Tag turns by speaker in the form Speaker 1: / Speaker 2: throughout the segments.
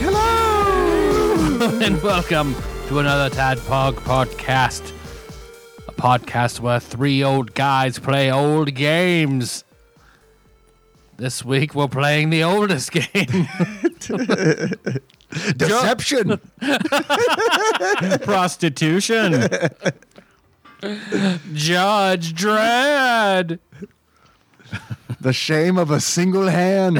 Speaker 1: Hello! and welcome to another Tadpog podcast. A podcast where three old guys play old games. This week we're playing the oldest game,
Speaker 2: Deception.
Speaker 1: Prostitution. Judge Dredd.
Speaker 2: the shame of a single hand.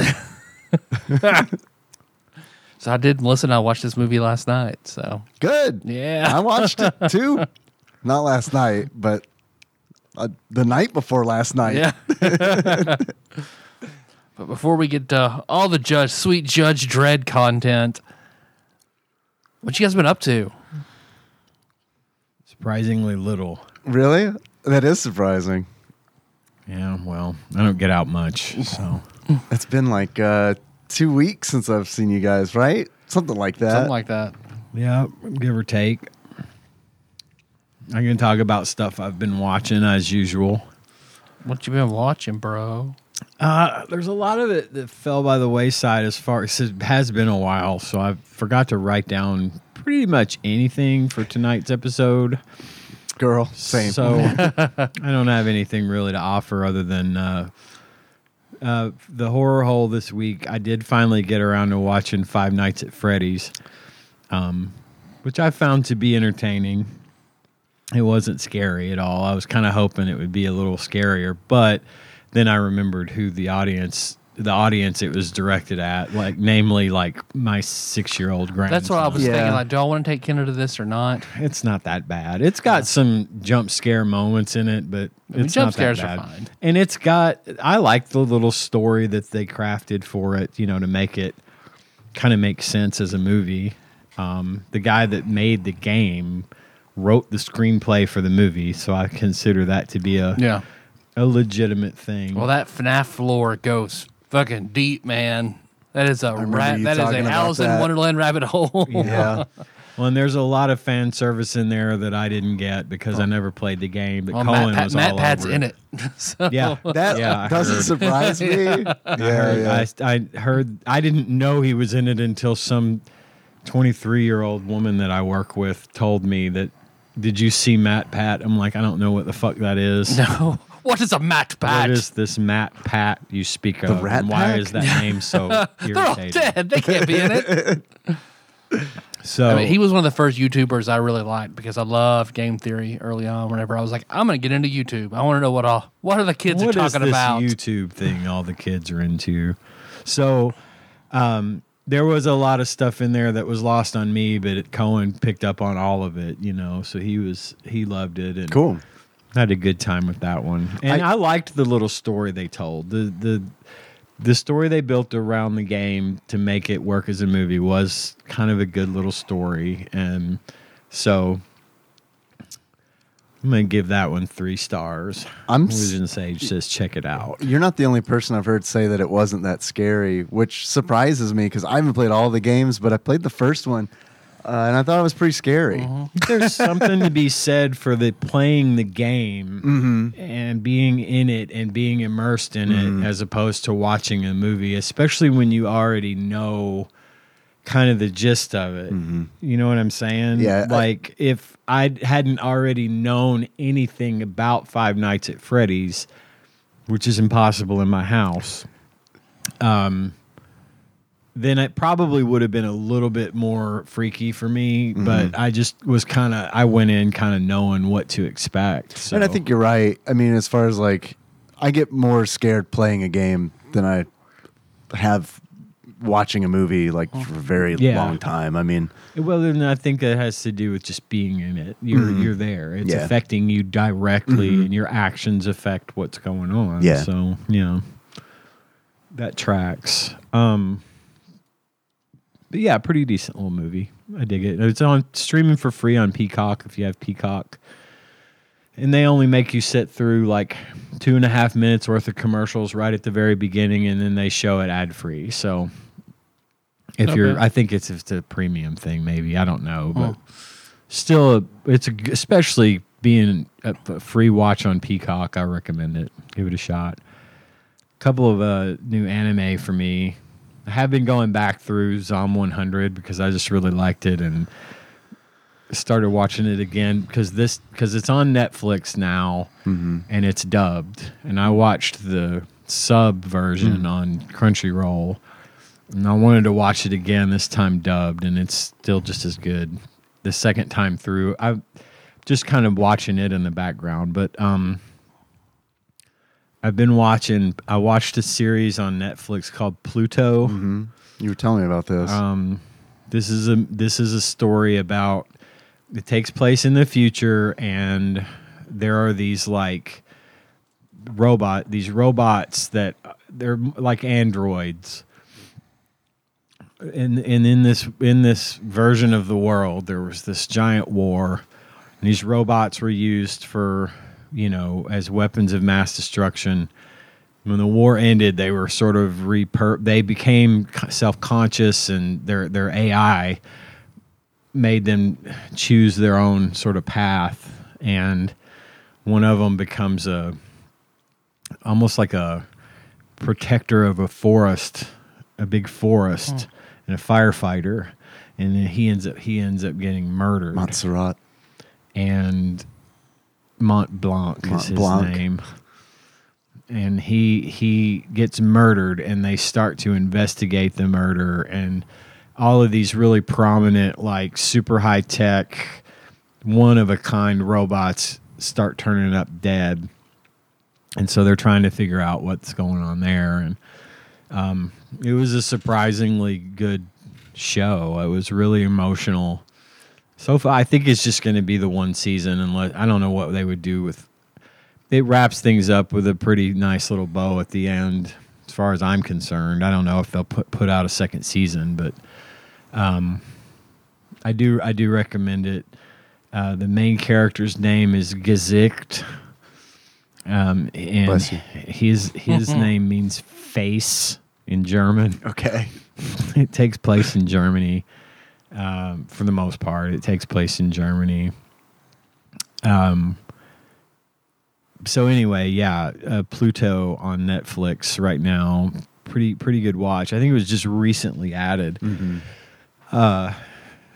Speaker 1: So I did listen, I watched this movie last night, so
Speaker 2: Good.
Speaker 1: Yeah.
Speaker 2: I watched it too. Not last night, but uh, the night before last night.
Speaker 1: Yeah. but before we get to all the judge, sweet Judge Dread content, what you guys been up to?
Speaker 3: Surprisingly little.
Speaker 2: Really? That is surprising.
Speaker 3: Yeah, well, I don't get out much, so
Speaker 2: It's been like uh, two weeks since I've seen you guys, right? Something like that.
Speaker 1: Something like that.
Speaker 3: yeah, give or take. I can talk about stuff I've been watching as usual.
Speaker 1: What you been watching, bro?
Speaker 3: Uh, there's a lot of it that fell by the wayside as far as it has been a while, so I forgot to write down pretty much anything for tonight's episode.
Speaker 2: Girl, same.
Speaker 3: So I don't have anything really to offer other than uh, uh, the horror hole this week. I did finally get around to watching Five Nights at Freddy's, um, which I found to be entertaining. It wasn't scary at all. I was kind of hoping it would be a little scarier, but then I remembered who the audience the audience it was directed at like namely like my 6-year-old grandson
Speaker 1: That's what I was
Speaker 2: Yeah.
Speaker 1: thinking. Like, do I want to take Kendra to this or not?
Speaker 3: it's not that bad. It's got some jump scare moments in it, but it's
Speaker 1: mean, jump
Speaker 3: not
Speaker 1: scares are
Speaker 3: that bad.
Speaker 1: fine.
Speaker 3: And it's got I like the little story that they crafted for it, you know, to make it kind of make sense as a movie. Um, the guy that made the game wrote the screenplay for the movie, so I consider that to be a
Speaker 1: Yeah.
Speaker 3: a legitimate thing.
Speaker 1: Well, that FNAF floor goes fucking deep, man. That is a
Speaker 2: remember
Speaker 1: rat.
Speaker 2: you
Speaker 1: That is
Speaker 2: talking
Speaker 1: a
Speaker 2: about
Speaker 1: Alice in
Speaker 2: that.
Speaker 1: Wonderland rabbit hole.
Speaker 2: yeah.
Speaker 3: Well, and there's a lot of fan service in there that I didn't get because I never played the game, but
Speaker 1: Oh. Well, Matt,
Speaker 3: Colin
Speaker 1: Pat,
Speaker 3: was
Speaker 1: Matt
Speaker 3: all
Speaker 1: Pat's
Speaker 3: over
Speaker 1: in it. so,
Speaker 3: Yeah,
Speaker 2: That
Speaker 3: yeah, I
Speaker 2: doesn't
Speaker 3: heard.
Speaker 2: surprise me. yeah, yeah.
Speaker 3: I, I heard I didn't know he was in it until some 23 year old woman that I work with told me that did you see Matt Pat? I'm like I don't know what the fuck that is.
Speaker 1: no. What is a Matt Pat?
Speaker 3: What is this Matt Pat you speak of?
Speaker 2: Rat
Speaker 3: and why
Speaker 2: Pack?
Speaker 3: is that name so
Speaker 1: They're all
Speaker 3: irritating?
Speaker 1: dead. They can't be in it.
Speaker 3: So
Speaker 1: I mean, he was one of the first YouTubers I really liked because I loved game theory early on. Whenever I was like, I'm going to get into YouTube. I want to know what all what are the kids
Speaker 3: What
Speaker 1: are
Speaker 3: is
Speaker 1: talking
Speaker 3: this
Speaker 1: about.
Speaker 3: YouTube thing all the kids are into. So um, there was a lot of stuff in there that was lost on me, but it, Cohen picked up on all of it. You know, so he was he loved it and
Speaker 2: Cool.
Speaker 3: I had a good time with that one. And I, liked the little story they told. The the the story they built around the game to make it work as a movie was kind of a good little story. And so I'm gonna give that one three stars.
Speaker 2: I'm s-
Speaker 3: Illusion Sage says check it out.
Speaker 2: You're not the only person I've heard say that it wasn't that scary, which surprises me because I haven't played all the games, but I played the first one uh, and I thought it was pretty scary.
Speaker 3: Mm-hmm. There's something to be said for the playing the game
Speaker 2: Mm-hmm.
Speaker 3: and being in it and being immersed in it as opposed to watching a movie, especially when you already know kind of the gist of it. You know what I'm saying?
Speaker 2: Mm-hmm. Yeah, I-
Speaker 3: Like if I hadn't already known anything about Five Nights at Freddy's, which is impossible in my house, um, then it probably would have been a little bit more freaky for me.
Speaker 2: Mm-hmm.
Speaker 3: But I just was kind of I went in kind of knowing what to expect. So.
Speaker 2: And I think you're right. I mean, as far as like, I get more scared playing a game than I have watching a movie like for a very
Speaker 3: Mm-hmm. Yeah.
Speaker 2: long time. I mean,
Speaker 3: Well, then I think that has to do with just being in it. You're you're there. It's
Speaker 2: Mm-hmm. Yeah. Mm-hmm.
Speaker 3: affecting you directly, and your actions affect what's going on.
Speaker 2: Yeah.
Speaker 3: So yeah, that tracks. Um, But yeah, pretty decent little movie. I dig it. It's on streaming for free on Peacock if you have Peacock. And they only make you sit through like two and a half minutes worth of commercials right at the very beginning, and then they show it ad free. So if
Speaker 1: Not
Speaker 3: you're,
Speaker 1: bad. Oh.
Speaker 3: I think it's it's a premium thing, maybe I don't know, but still, a, it's a, g- especially being a, a free watch on Peacock. I recommend it. Give it a shot. couple of uh, new anime for me. I have been going back through Zom 100 because I just really liked it and started watching it again because this because it's on Netflix now and it's dubbed. And I watched the sub version on Crunchyroll, and I wanted to watch it again this time dubbed, and it's still just as good the second time through. I'm just kind of watching it in the background, but um. I've been watching. I watched a series on Netflix called Pluto.
Speaker 2: You were telling me about this.
Speaker 3: Um, This is a this is a story about it takes place in the future, and there are these like robot these robots that they're like androids. And and in this in this version of the world, there was this giant war, and these robots were used for you know as weapons of mass destruction. when the war ended, they were sort of repur- they became self conscious, and their their AI made them choose their own sort of path. And one of them becomes a almost like a protector of a forest, a big forest, and a firefighter. And then he ends up he ends up getting murdered
Speaker 2: Montserrat.
Speaker 3: and Mont Blanc
Speaker 2: Mont
Speaker 3: is his
Speaker 2: Blanc.
Speaker 3: name. And he he gets murdered, and they start to investigate the murder, and all of these really prominent, like super high tech, one of a kind robots start turning up dead, and so they're trying to figure out what's going on there. And um, it was a surprisingly good show. It was really emotional. So far, I think it's just going to be the one season. Unless I don't know what they would do with. It wraps things up with a pretty nice little bow at the end. As far as I'm concerned, I don't know if they'll put put out a second season, but um, I do I do recommend it. Uh, the main character's name is Gezicht, um, and
Speaker 2: Bless you.
Speaker 3: his his name means face in German
Speaker 2: Okay.
Speaker 3: it takes place in Germany um, for the most part. It takes place in Germany. Um, so anyway, yeah, uh, Pluto on Netflix right now. Pretty pretty good watch. I think it was just recently added. Uh,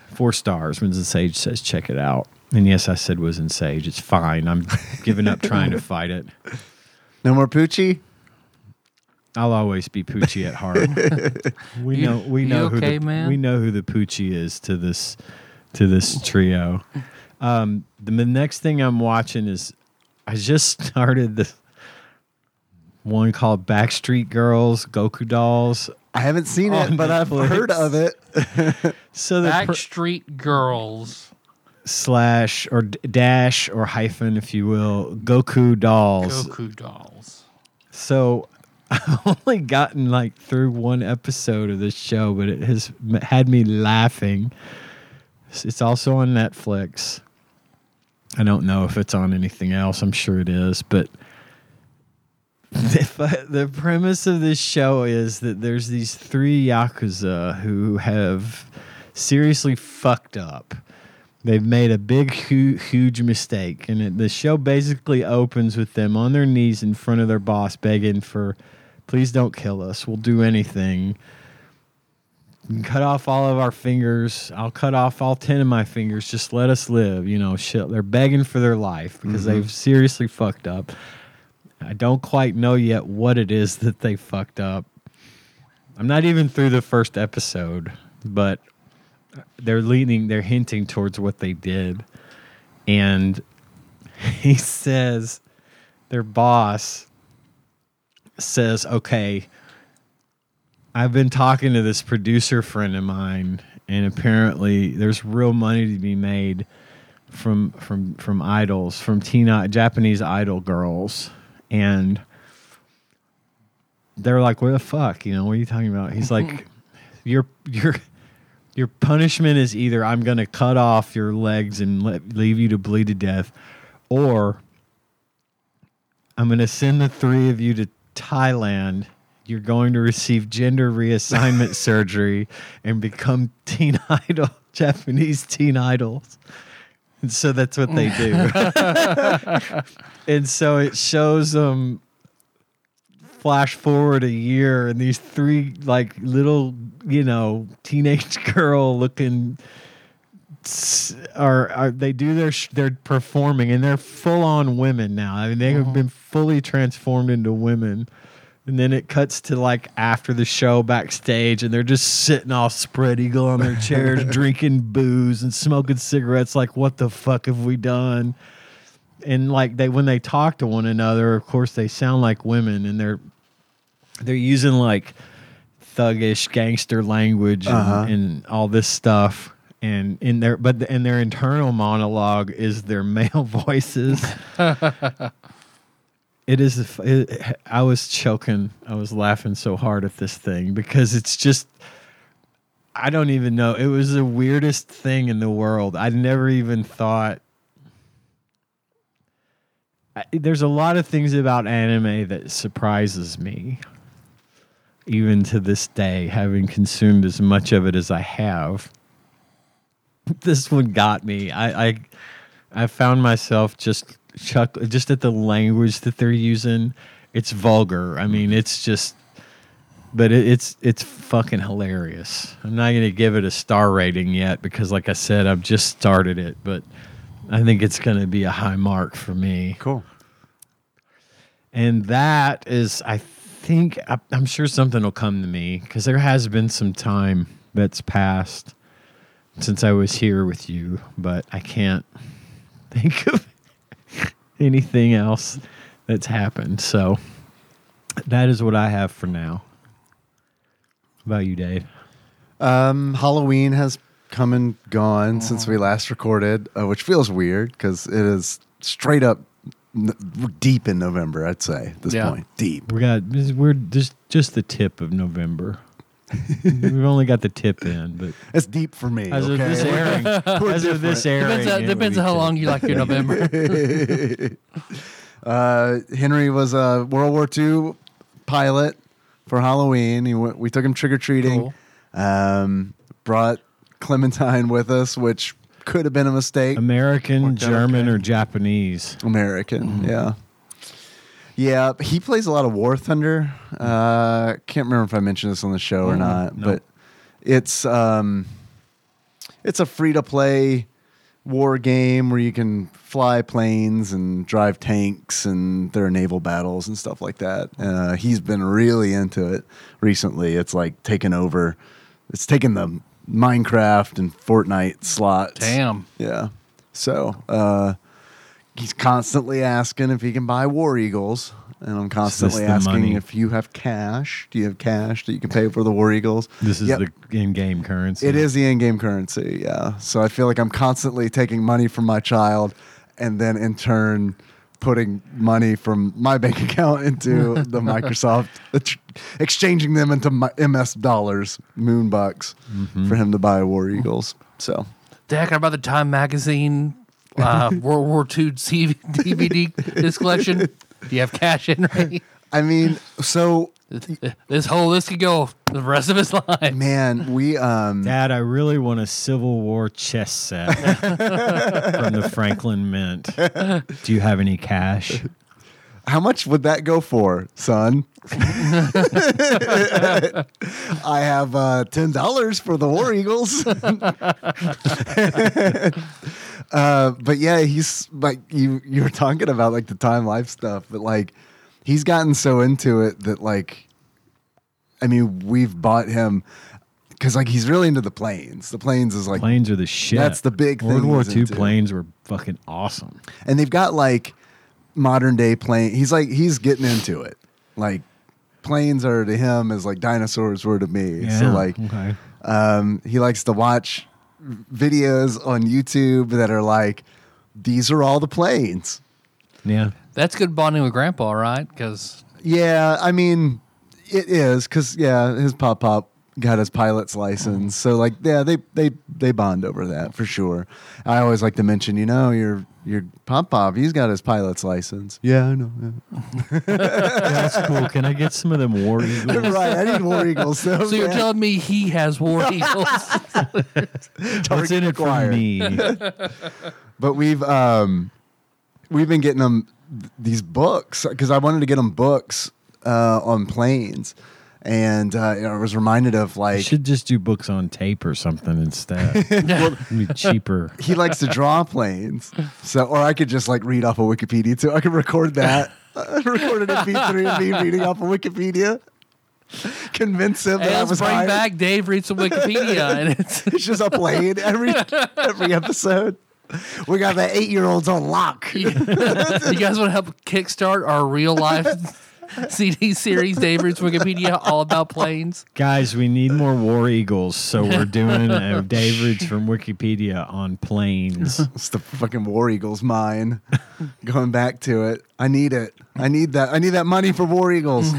Speaker 3: four stars. Winds and Sage says check it out. And yes, I said was in Sage. It's fine. I'm giving up trying to fight it.
Speaker 2: No more Poochie?
Speaker 3: I'll always be Poochie at heart. we
Speaker 1: You-
Speaker 3: know we
Speaker 1: you
Speaker 3: know who
Speaker 1: okay,
Speaker 3: the,
Speaker 1: man?
Speaker 3: we know who the Poochie is to this to this trio. Um, the, the next thing I'm watching is I just started the one called Backstreet Girls Goku Dolls.
Speaker 2: I haven't seen
Speaker 3: On
Speaker 2: it, but I've
Speaker 3: Oh, Netflix.
Speaker 2: heard of it.
Speaker 3: So the pr-
Speaker 1: Backstreet Girls.
Speaker 3: slash or d- dash or hyphen, if you will, Goku Dolls.
Speaker 1: Goku dolls.
Speaker 3: So I've only gotten like through one episode of this show, but it has m- had me laughing. S- It's also on Netflix. I don't know if it's on anything else. I'm sure it is, but the, fu- the premise of this show is that there's these three yakuza who have seriously fucked up. They've made a big, hu- huge mistake, and it, the show basically opens with them on their knees in front of their boss, begging for, "Please don't kill us. We'll do anything. You can cut off all of our fingers. I'll cut off all ten of my fingers. Just let us live." You know, shit. They're begging for their life because they've seriously fucked up. I don't quite know yet what it is that they fucked up. I'm not even through the first episode, but they're leaning, they're hinting towards what they did. And he says, their boss says, okay, I've been talking to this producer friend of mine, and apparently there's real money to be made from from from idols, from teen i- Japanese idol girls, and they're like, "What the fuck? You know, what are you talking about?" He's like, "Your your Your punishment is either I'm going to cut off your legs and let, leave you to bleed to death, or I'm going to send the three of you to Thailand. You're going to receive gender reassignment surgery and become teen idol, Japanese teen idols. And so that's what they do. and so it shows them flash forward a year and these three like little, you know, teenage girl looking s- are are they do their sh- they're performing and they're full on women now. I mean they have been fully transformed into women. And then it cuts to like after the show backstage and they're just sitting all spread eagle on their chairs drinking booze and smoking cigarettes like what the fuck have we done? And like they when they talk to one another, of course they sound like women and they're they're using like thuggish gangster language and, and all this stuff and in their but in their internal monologue is their male voices it is the f- it, i was choking i was laughing so hard at this thing because it's just i don't even know it was the weirdest thing in the world i never even thought I- there's a lot of things about anime that surprises me even to this day having consumed as much of it as i have this one got me i i, I found myself just chuck just at the language that they're using it's vulgar i mean it's just but it, it's it's fucking hilarious i'm not gonna give it a star rating yet because like i said i've just started it but i think it's gonna be a high mark for me
Speaker 2: Cool.
Speaker 3: and that is, I think, I- I'm sure something will come to me because there has been some time that's passed since I was here with you, but I can't think of anything else that's happened. So that is what I have for now. How about you, Dave?
Speaker 2: Um, Halloween has come and
Speaker 1: Oh.
Speaker 2: gone since we last recorded, uh, which feels weird because it is straight up n- deep in November. I'd say at this
Speaker 1: Yeah.
Speaker 2: point, deep.
Speaker 3: We got this- we're just just the tip of November. We've only got the tip in, but
Speaker 2: It's deep for me.
Speaker 3: as of
Speaker 2: okay?
Speaker 3: this airing, as of this airing,
Speaker 1: Depends, on,
Speaker 3: it
Speaker 1: depends on
Speaker 3: would be
Speaker 1: how
Speaker 3: tip.
Speaker 1: long you like your November.
Speaker 2: Uh, Henry was a World War II pilot for Halloween. He went, we took him trick or treating.
Speaker 1: Cool.
Speaker 2: Um, brought Clementine with us, which could have been a mistake.
Speaker 3: American,
Speaker 2: Worked out
Speaker 3: German,
Speaker 2: okay.
Speaker 3: or Japanese.
Speaker 2: American, yeah. Yeah, he plays a lot of War Thunder. Uh, can't remember if I mentioned this on the show or not,
Speaker 3: no.
Speaker 2: but it's um, it's a free to play war game where you can fly planes and drive tanks, and there are naval battles and stuff like that. Uh, he's been really into it recently. It's like taken over. It's taken the Minecraft and Fortnite slots.
Speaker 1: Damn.
Speaker 2: Yeah. So uh, he's constantly asking if he can buy War Eagles. And I'm constantly
Speaker 3: the
Speaker 2: asking
Speaker 3: money?
Speaker 2: if you have cash. Do you have cash that you can pay for the War Eagles?
Speaker 3: This is
Speaker 2: Yep.
Speaker 3: the in-game currency.
Speaker 2: It is the in-game currency, yeah. So I feel like I'm constantly taking money from my child, and then in turn putting money from my bank account into the Microsoft, ex- exchanging them into my MS dollars, moon bucks,
Speaker 3: Mm-hmm.
Speaker 2: for him to buy War Eagles. So
Speaker 1: Dak, I bought the Time Magazine uh, World War II CV DVD disc collection. Do you have cash in, Ray?
Speaker 2: I mean, so
Speaker 1: This whole list could go the rest of his life.
Speaker 2: man, we um,
Speaker 3: Dad, I really want a Civil War chess set from the Franklin Mint. Do you have any cash?
Speaker 2: how much would that go for, son? I have uh, ten dollars for the War Eagles. uh, but yeah, he's like you. You were talking about like the time life stuff, but like he's gotten so into it that like, I mean, we've bought him because like he's really into the planes. The planes is like
Speaker 3: Planes are the shit.
Speaker 2: That's the big
Speaker 3: World
Speaker 2: thing
Speaker 3: War
Speaker 2: he's
Speaker 3: II
Speaker 2: into.
Speaker 3: planes were fucking awesome.
Speaker 2: and they've got like modern day plane. He's like he's getting into it. Like planes are to him as like dinosaurs were to me. So
Speaker 3: Yeah,
Speaker 2: like
Speaker 3: okay.
Speaker 2: um, he likes to watch videos on YouTube that are like these are all the planes.
Speaker 3: yeah,
Speaker 1: That's good bonding with Grandpa, right? Because
Speaker 2: Yeah, I mean it is because yeah, his pop pop got his pilot's license. So like yeah, they they they bond over that for sure. I always like to mention, you know, your your pop pop, he's got his pilot's license. Yeah, I know. yeah.
Speaker 3: That's cool. Can I get some of them war eagles?
Speaker 2: right, I need more eagles.
Speaker 3: Oh,
Speaker 2: So,
Speaker 1: So you're
Speaker 2: yeah.
Speaker 1: telling me he has war eagles?
Speaker 3: What's in it for
Speaker 2: Required.
Speaker 3: me?
Speaker 2: but we've um we've been getting them th- these books because I wanted to get them books uh, on planes, and uh, I was reminded of
Speaker 3: I
Speaker 2: like
Speaker 3: should just do books on tape or something instead. It'd be cheaper.
Speaker 2: he likes to draw planes, so or I could just like read off of Wikipedia too. I could record that, record it in MP3 of me reading off of Wikipedia, convince him that
Speaker 1: Hey,
Speaker 2: I
Speaker 1: let's
Speaker 2: was
Speaker 1: bring
Speaker 2: hired.
Speaker 1: back Dave read some Wikipedia, and it's
Speaker 2: It's just a plane every every episode. We got the eight year olds on lock.
Speaker 1: you guys want to help kickstart our real life CD series, Dave reads Wikipedia, all about planes.
Speaker 3: Guys, we need more war eagles, so we're doing a Dave Roots from Wikipedia on planes.
Speaker 2: It's the fucking War Eagles mine. Going back to it. I need it. I need that. I need that money for War Eagles.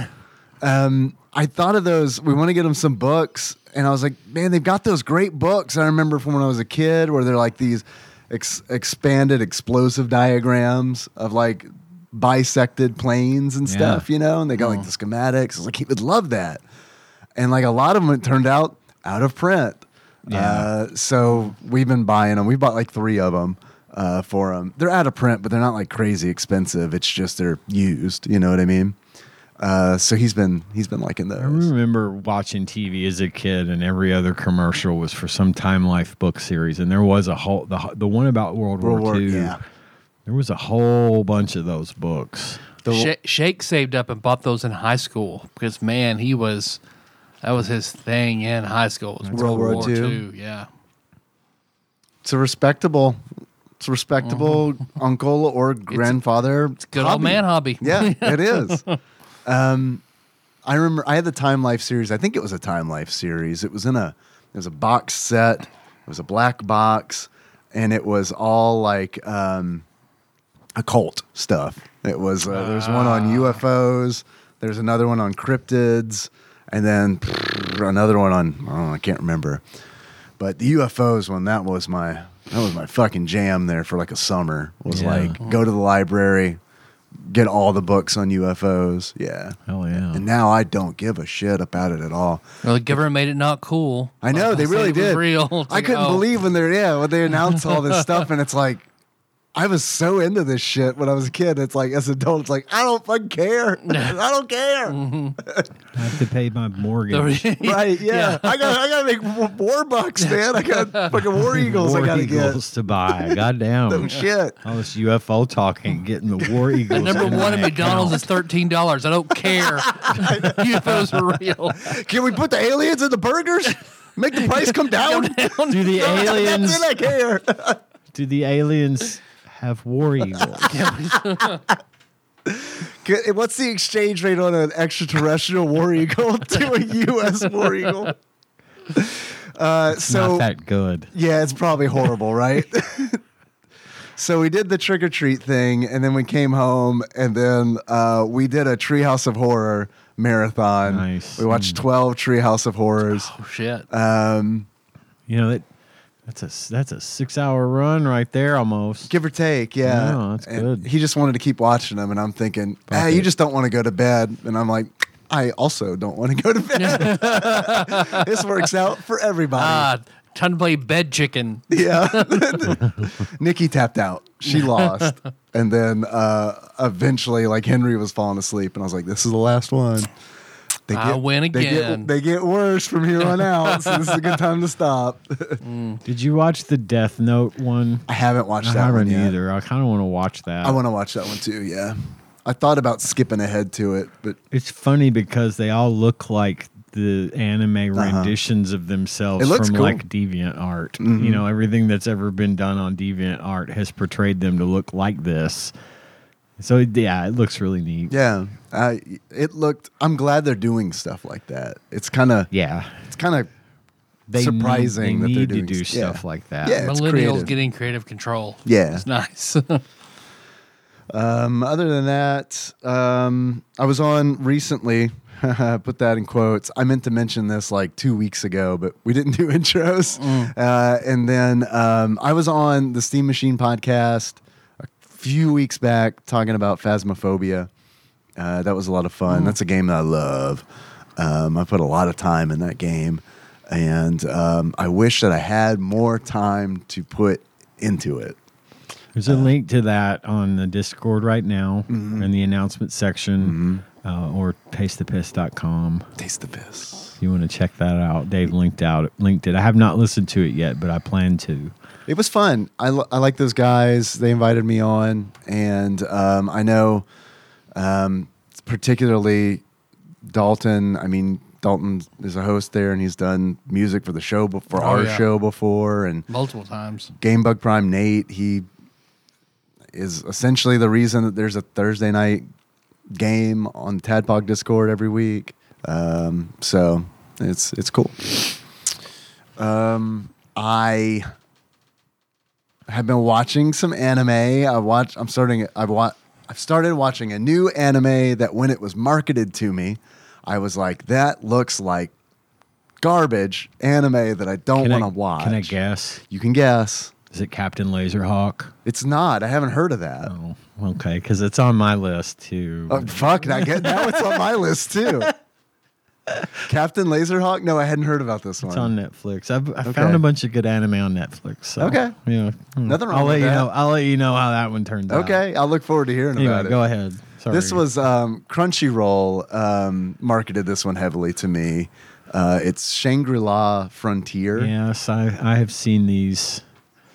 Speaker 2: Um, I thought of those. We want to get them some books. And I was like, man, they've got those great books. I remember from when I was a kid where they're like these ex- expanded explosive diagrams of like bisected planes and
Speaker 3: Yeah.
Speaker 2: stuff, you know? And they got like the schematics. I was like, he would love that. And like a lot of them, it turned out out of print. Uh, so we've been buying them. We bought like three of them uh, for them. They're out of print, but they're not like crazy expensive. It's just they're used. You know what I mean? Uh, so he's been he's been liking
Speaker 3: I
Speaker 2: those.
Speaker 3: remember watching TV as a kid, and every other commercial was for some Time Life book series, and there was a whole the the one about World,
Speaker 2: World
Speaker 3: War,
Speaker 2: War-
Speaker 3: II.
Speaker 2: yeah.
Speaker 3: There was a whole bunch of those books.
Speaker 2: The-
Speaker 1: Sha- Shake saved up and bought those in high school because man, he was that was his thing in high school. was
Speaker 2: World War II.
Speaker 1: II, Yeah,
Speaker 2: It's a respectable, it's a respectable
Speaker 1: Mm-hmm.
Speaker 2: uncle or grandfather. It's
Speaker 1: good old man hobby.
Speaker 2: Yeah, it is. Um, I remember I had the Time Life series. I think it was a Time Life series. It was in a it was a box set. It was a black box, and it was all like um, occult stuff. It was uh, there's one on UFOs. There's another one on cryptids, and then another one on oh, I can't remember. But the UFOs one that was my that was my fucking jam there for like a summer. Was
Speaker 3: Yeah.
Speaker 2: like go to the library, get all the books on UFOs. Yeah.
Speaker 3: Hell yeah!
Speaker 2: And now I don't give a shit about it at all.
Speaker 1: Well, the government made it not cool.
Speaker 2: I know
Speaker 1: Like,
Speaker 2: they
Speaker 1: said
Speaker 2: really
Speaker 1: it was
Speaker 2: did.
Speaker 1: Real. It's
Speaker 2: I
Speaker 1: like,
Speaker 2: couldn't
Speaker 1: oh,
Speaker 2: believe when they're yeah when they announced all this stuff and it's like I was so into this shit when I was a kid. It's like as an adult, it's like I don't fucking care. I don't
Speaker 3: Mm-hmm.
Speaker 2: care.
Speaker 3: I have to pay my mortgage.
Speaker 2: right? Yeah. I got I gotta make w- war bucks, man. I got fucking war eagles.
Speaker 3: war
Speaker 2: I gotta
Speaker 3: eagles to buy. Goddamn.
Speaker 2: get. Oh shit.
Speaker 3: All this UFO talking, getting the war eagles.
Speaker 1: Number
Speaker 3: in my
Speaker 1: one at McDonald's
Speaker 3: account.
Speaker 1: is thirteen dollars. I don't care. UFOs are real.
Speaker 2: Can we put the aliens in the burgers? Make the price come down.
Speaker 3: Do the aliens?
Speaker 2: That's it. I care.
Speaker 3: Do the aliens have war eagles?
Speaker 2: Ca- What's the exchange rate on an extraterrestrial war eagle to a U.S. war eagle? Uh, so
Speaker 3: Not that good.
Speaker 2: yeah, it's probably horrible, right? so we did the trick or treat thing, and then we came home, and then uh, we did a Treehouse of Horror marathon.
Speaker 3: Nice. Hmm.
Speaker 2: We watched twelve Treehouse of Horrors.
Speaker 1: Oh shit.
Speaker 2: Um,
Speaker 3: You know that that's a s- that's a six hour run right there almost.
Speaker 2: Give or take, yeah.
Speaker 3: No, that's
Speaker 2: And
Speaker 3: good.
Speaker 2: He just wanted to keep watching them, and I'm thinking,
Speaker 3: Fuck
Speaker 2: hey, you
Speaker 3: it.
Speaker 2: just don't want to go to bed. And I'm like, I also don't want to go to bed. this works out for everybody.
Speaker 1: Ah, time to play bed chicken.
Speaker 2: yeah. Nikki tapped out. She lost. And then uh, eventually, like, Henry was falling asleep, and I was like, this is the last one. They
Speaker 1: I win
Speaker 2: they get-
Speaker 1: again.
Speaker 2: They get, worse from here on out, so this is a good time to stop.
Speaker 3: Did you watch the Death Note one?
Speaker 2: I haven't watched
Speaker 3: I
Speaker 2: that one
Speaker 3: haven't
Speaker 2: yet.
Speaker 3: either. I kind of want to watch that.
Speaker 2: I want to watch that one too. Yeah, I thought about skipping ahead to it, but
Speaker 3: it's funny because they all look like the anime renditions of themselves
Speaker 2: Uh-huh. It looks
Speaker 3: from
Speaker 2: cool. Mm-hmm.
Speaker 3: like deviant art you know everything that's ever been done on deviant art has portrayed them to look like this so yeah it looks really neat
Speaker 2: yeah, I it looked. I'm glad they're doing stuff like that. It's kind of
Speaker 3: yeah
Speaker 2: it's kind of
Speaker 3: they
Speaker 2: Surprising that
Speaker 3: need,
Speaker 2: they're
Speaker 3: they
Speaker 2: doing
Speaker 3: need to do
Speaker 2: s- yeah.
Speaker 3: stuff like that
Speaker 2: Yeah. It's
Speaker 1: Millennials
Speaker 2: creative.
Speaker 1: getting creative control.
Speaker 2: Yeah.
Speaker 1: it's nice.
Speaker 2: um. Other than that, um, I was on recently Put that in quotes. I meant to mention this like two weeks ago, but we didn't do intros. Uh, and then um, I was on the Steam Machine podcast a few weeks back talking about Phasmophobia. Uh, that was a lot of fun. That's a game that I love. Um, I put a lot of time in that game, and um, I wish that I had more time to put into it.
Speaker 3: There's a link to that on the Discord right now
Speaker 2: Mm-hmm.
Speaker 3: in the announcement section uh, or tastethepiss.com.
Speaker 2: Taste the piss.
Speaker 3: If you want to check that out, Dave linked out linked it. I have not listened to it yet, but I plan to.
Speaker 2: It was fun. I, li- I like those guys. They invited me on, and um, I know um, particularly Dalton. I mean, Dalton is a host there, and he's done music for the show, be- for
Speaker 1: Oh,
Speaker 2: our
Speaker 1: yeah.
Speaker 2: show before, and
Speaker 1: multiple times.
Speaker 2: Gamebug Prime Nate. He is essentially the reason that there's a Thursday night game on Tadpog Discord every week. Um, so it's it's cool. Um, I have been watching some anime. I watch. I'm starting. I've wa- I've started watching a new anime that when it was marketed to me, I was like, that looks like garbage anime that I don't
Speaker 3: Can I-
Speaker 2: want to watch.
Speaker 3: Can I guess?
Speaker 2: You can guess.
Speaker 3: Is it Captain Laserhawk?
Speaker 2: It's not. I haven't heard of that.
Speaker 3: Oh, okay, because it's on my list too.
Speaker 2: Oh, fuck. I get now it's on my list too. Captain Laserhawk? No, I hadn't heard about this one.
Speaker 3: It's on Netflix. I've, I
Speaker 2: Okay.
Speaker 3: found a bunch of good anime on Netflix. So,
Speaker 2: Okay.
Speaker 3: Yeah. Hmm.
Speaker 2: Nothing wrong
Speaker 3: I'll
Speaker 2: with
Speaker 3: let you
Speaker 2: that.
Speaker 3: know. I'll let you know how that one turns out.
Speaker 2: okay, I'll look forward to hearing
Speaker 3: uh, Anyway,
Speaker 2: about it.
Speaker 3: go ahead. Sorry.
Speaker 2: This was um, Crunchyroll um, marketed this one heavily to me. Uh, it's Shangri La Frontier.
Speaker 3: Yes, I I have seen these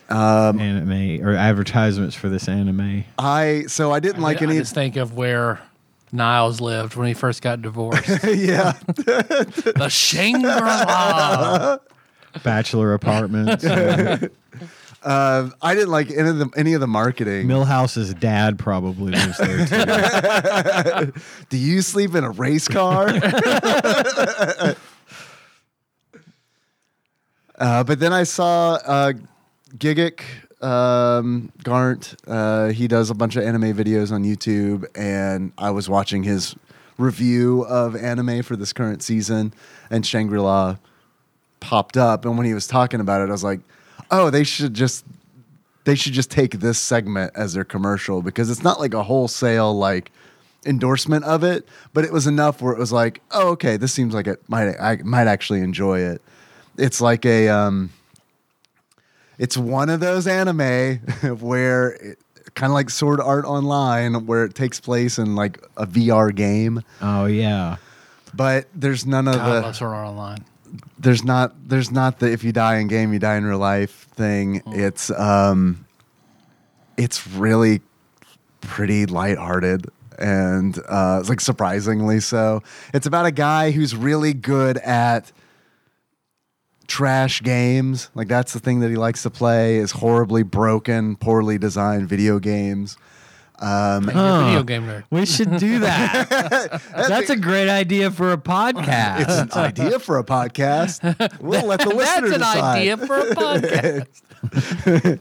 Speaker 3: um, anime or advertisements for this anime.
Speaker 2: I so I didn't
Speaker 1: I
Speaker 2: like
Speaker 1: mean, I
Speaker 2: any.
Speaker 1: just think of where Niles lived when he first got divorced.
Speaker 2: yeah,
Speaker 1: the Shangri-La.
Speaker 3: Bachelor apartments.
Speaker 2: uh, I didn't like any of the any of the marketing.
Speaker 3: Millhouse's dad probably lives there too.
Speaker 2: Do you sleep in a race car? uh, but then I saw uh, Gigic um, Garnt. Uh, he does a bunch of anime videos on YouTube, and I was watching his review of anime for this current season, and Shangri La popped up. And when he was talking about it, I was like, oh, they should just they should just take this segment as their commercial because it's not like a wholesale like endorsement of it, but it was enough where it was like, oh, okay, this seems like it might I might actually enjoy it. It's like a um, it's one of those anime where it, kind of like Sword Art Online, where it takes place in like a VR game,
Speaker 3: oh yeah.
Speaker 2: but there's none of
Speaker 1: God
Speaker 2: the
Speaker 1: loves her online.
Speaker 2: there's not there's not the if you die in game you die in real life thing. It's um it's really pretty lighthearted and uh it's like surprisingly so. It's about a guy who's really good at trash games. Like that's the thing that he likes to play is horribly broken, poorly designed video games. Um
Speaker 1: You're a
Speaker 3: Huh.
Speaker 1: video game nerd.
Speaker 3: We should do that. That's a great idea for a podcast.
Speaker 2: it's an idea for a podcast. We'll let the listener
Speaker 1: That's an
Speaker 2: decide.
Speaker 1: idea for a podcast.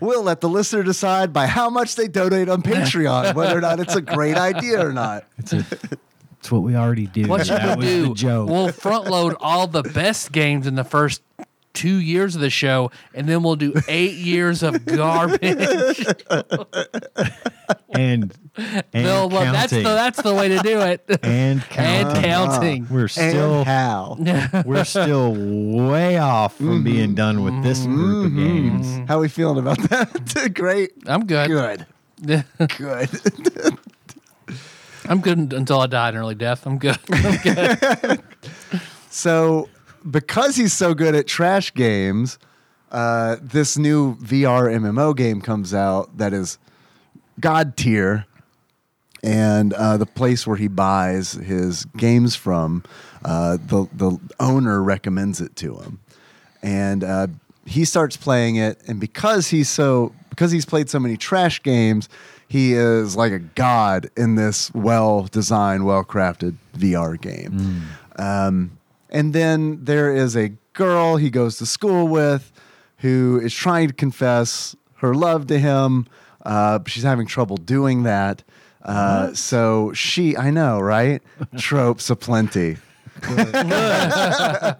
Speaker 2: We'll let the listener decide by how much they donate on Patreon whether or not it's a great idea or not.
Speaker 3: It's what we already do.
Speaker 1: What should
Speaker 3: that
Speaker 1: we
Speaker 3: was
Speaker 1: do?
Speaker 3: the joke.
Speaker 1: We'll front load all the best games in the first two years of the show, and then we'll do eight years of garbage.
Speaker 3: and and
Speaker 1: They'll love- that's the
Speaker 3: counting.
Speaker 1: that's the way to do it.
Speaker 3: and
Speaker 1: and
Speaker 3: counting.
Speaker 1: counting.
Speaker 3: We're still
Speaker 2: and how?
Speaker 3: we're still way off from being done with this group of games.
Speaker 2: How we feeling about that? great.
Speaker 1: I'm good.
Speaker 2: Good. Good.
Speaker 1: I'm good until I die an early death. I'm good. I'm good.
Speaker 2: so, because he's so good at trash games, uh, this new VR MMO game comes out that is god tier. and uh, the place where he buys his games from, uh, the the owner recommends it to him, and uh, he starts playing it. And because he's so because he's played so many trash games, he is like a god in this well designed, well crafted VR game. Um, and then there is a girl he goes to school with who is trying to confess her love to him. Uh, but she's having trouble doing that. Uh, so she, I know, right? Tropes aplenty.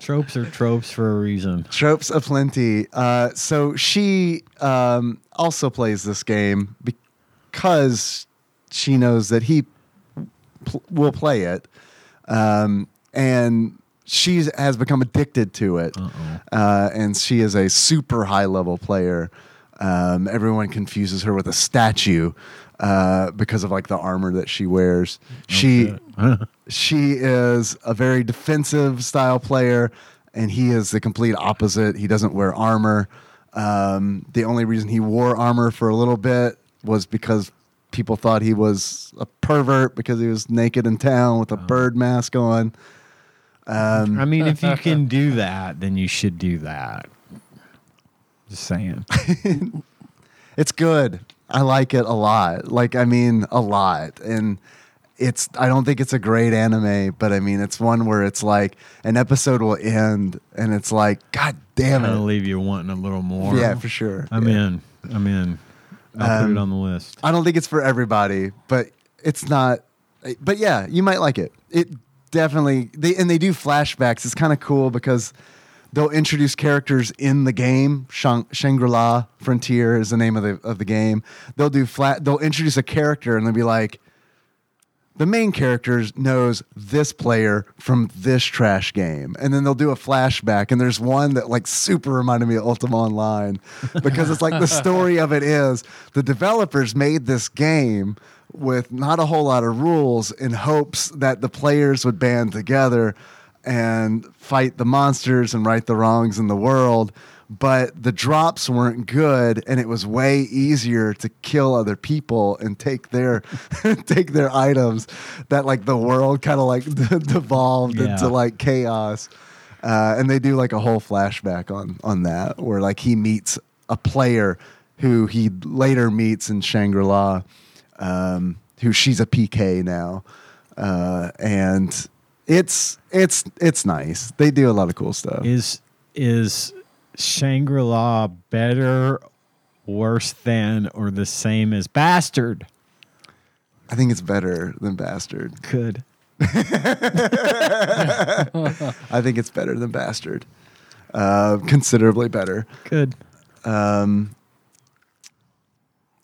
Speaker 3: tropes are tropes for a reason.
Speaker 2: Tropes aplenty. Uh, so she um, also plays this game because she knows that he pl- will play it, um, and she has become addicted to it. Uh, and she is a super high level player. Um, everyone confuses her with a statue uh, because of like the armor that she wears. she she is a very defensive style player, and he is the complete opposite. He doesn't wear armor. Um, the only reason he wore armor for a little bit was because people thought he was a pervert because he was naked in town with a bird mask on. Um,
Speaker 3: I mean, if you can do that, then you should do that. Just saying.
Speaker 2: It's good. I like it a lot. Like I mean a lot. And it's I don't think it's a great anime, but I mean it's one where it's like an episode will end and it's like god damn
Speaker 3: I'll
Speaker 2: it.
Speaker 3: leave you wanting a little more.
Speaker 2: Yeah, for sure.
Speaker 3: I'm
Speaker 2: Yeah. Um,
Speaker 3: in. I'm in. I'll put it on the list.
Speaker 2: I don't think it's for everybody, but it's not but yeah, you might like it. It definitely they and they do flashbacks. It's kind of cool because they'll introduce characters in the game. Shang- Shangri-La Frontier is the name of the of the game. They'll do flat they'll introduce a character and they'll be like the main character knows this player from this trash game. And then they'll do a flashback. And there's one that like super reminded me of Ultima Online because it's like the story of it is the developers made this game with not a whole lot of rules in hopes that the players would band together and fight the monsters and right the wrongs in the world. But the drops weren't good, and it was way easier to kill other people and take their take their items. That like the world kind of like devolved
Speaker 3: Yeah.
Speaker 2: into like chaos. Uh, and they do like a whole flashback on on that, where like he meets a player who he later meets in Shangri La, um, who she's a PK now, uh, and it's it's it's nice. They do a lot of cool stuff.
Speaker 3: Is is Shangri La better, worse than, or the same as Bastard?
Speaker 2: I think it's better than Bastard.
Speaker 3: Good.
Speaker 2: I think it's better than Bastard, uh, considerably better.
Speaker 3: Good.
Speaker 1: You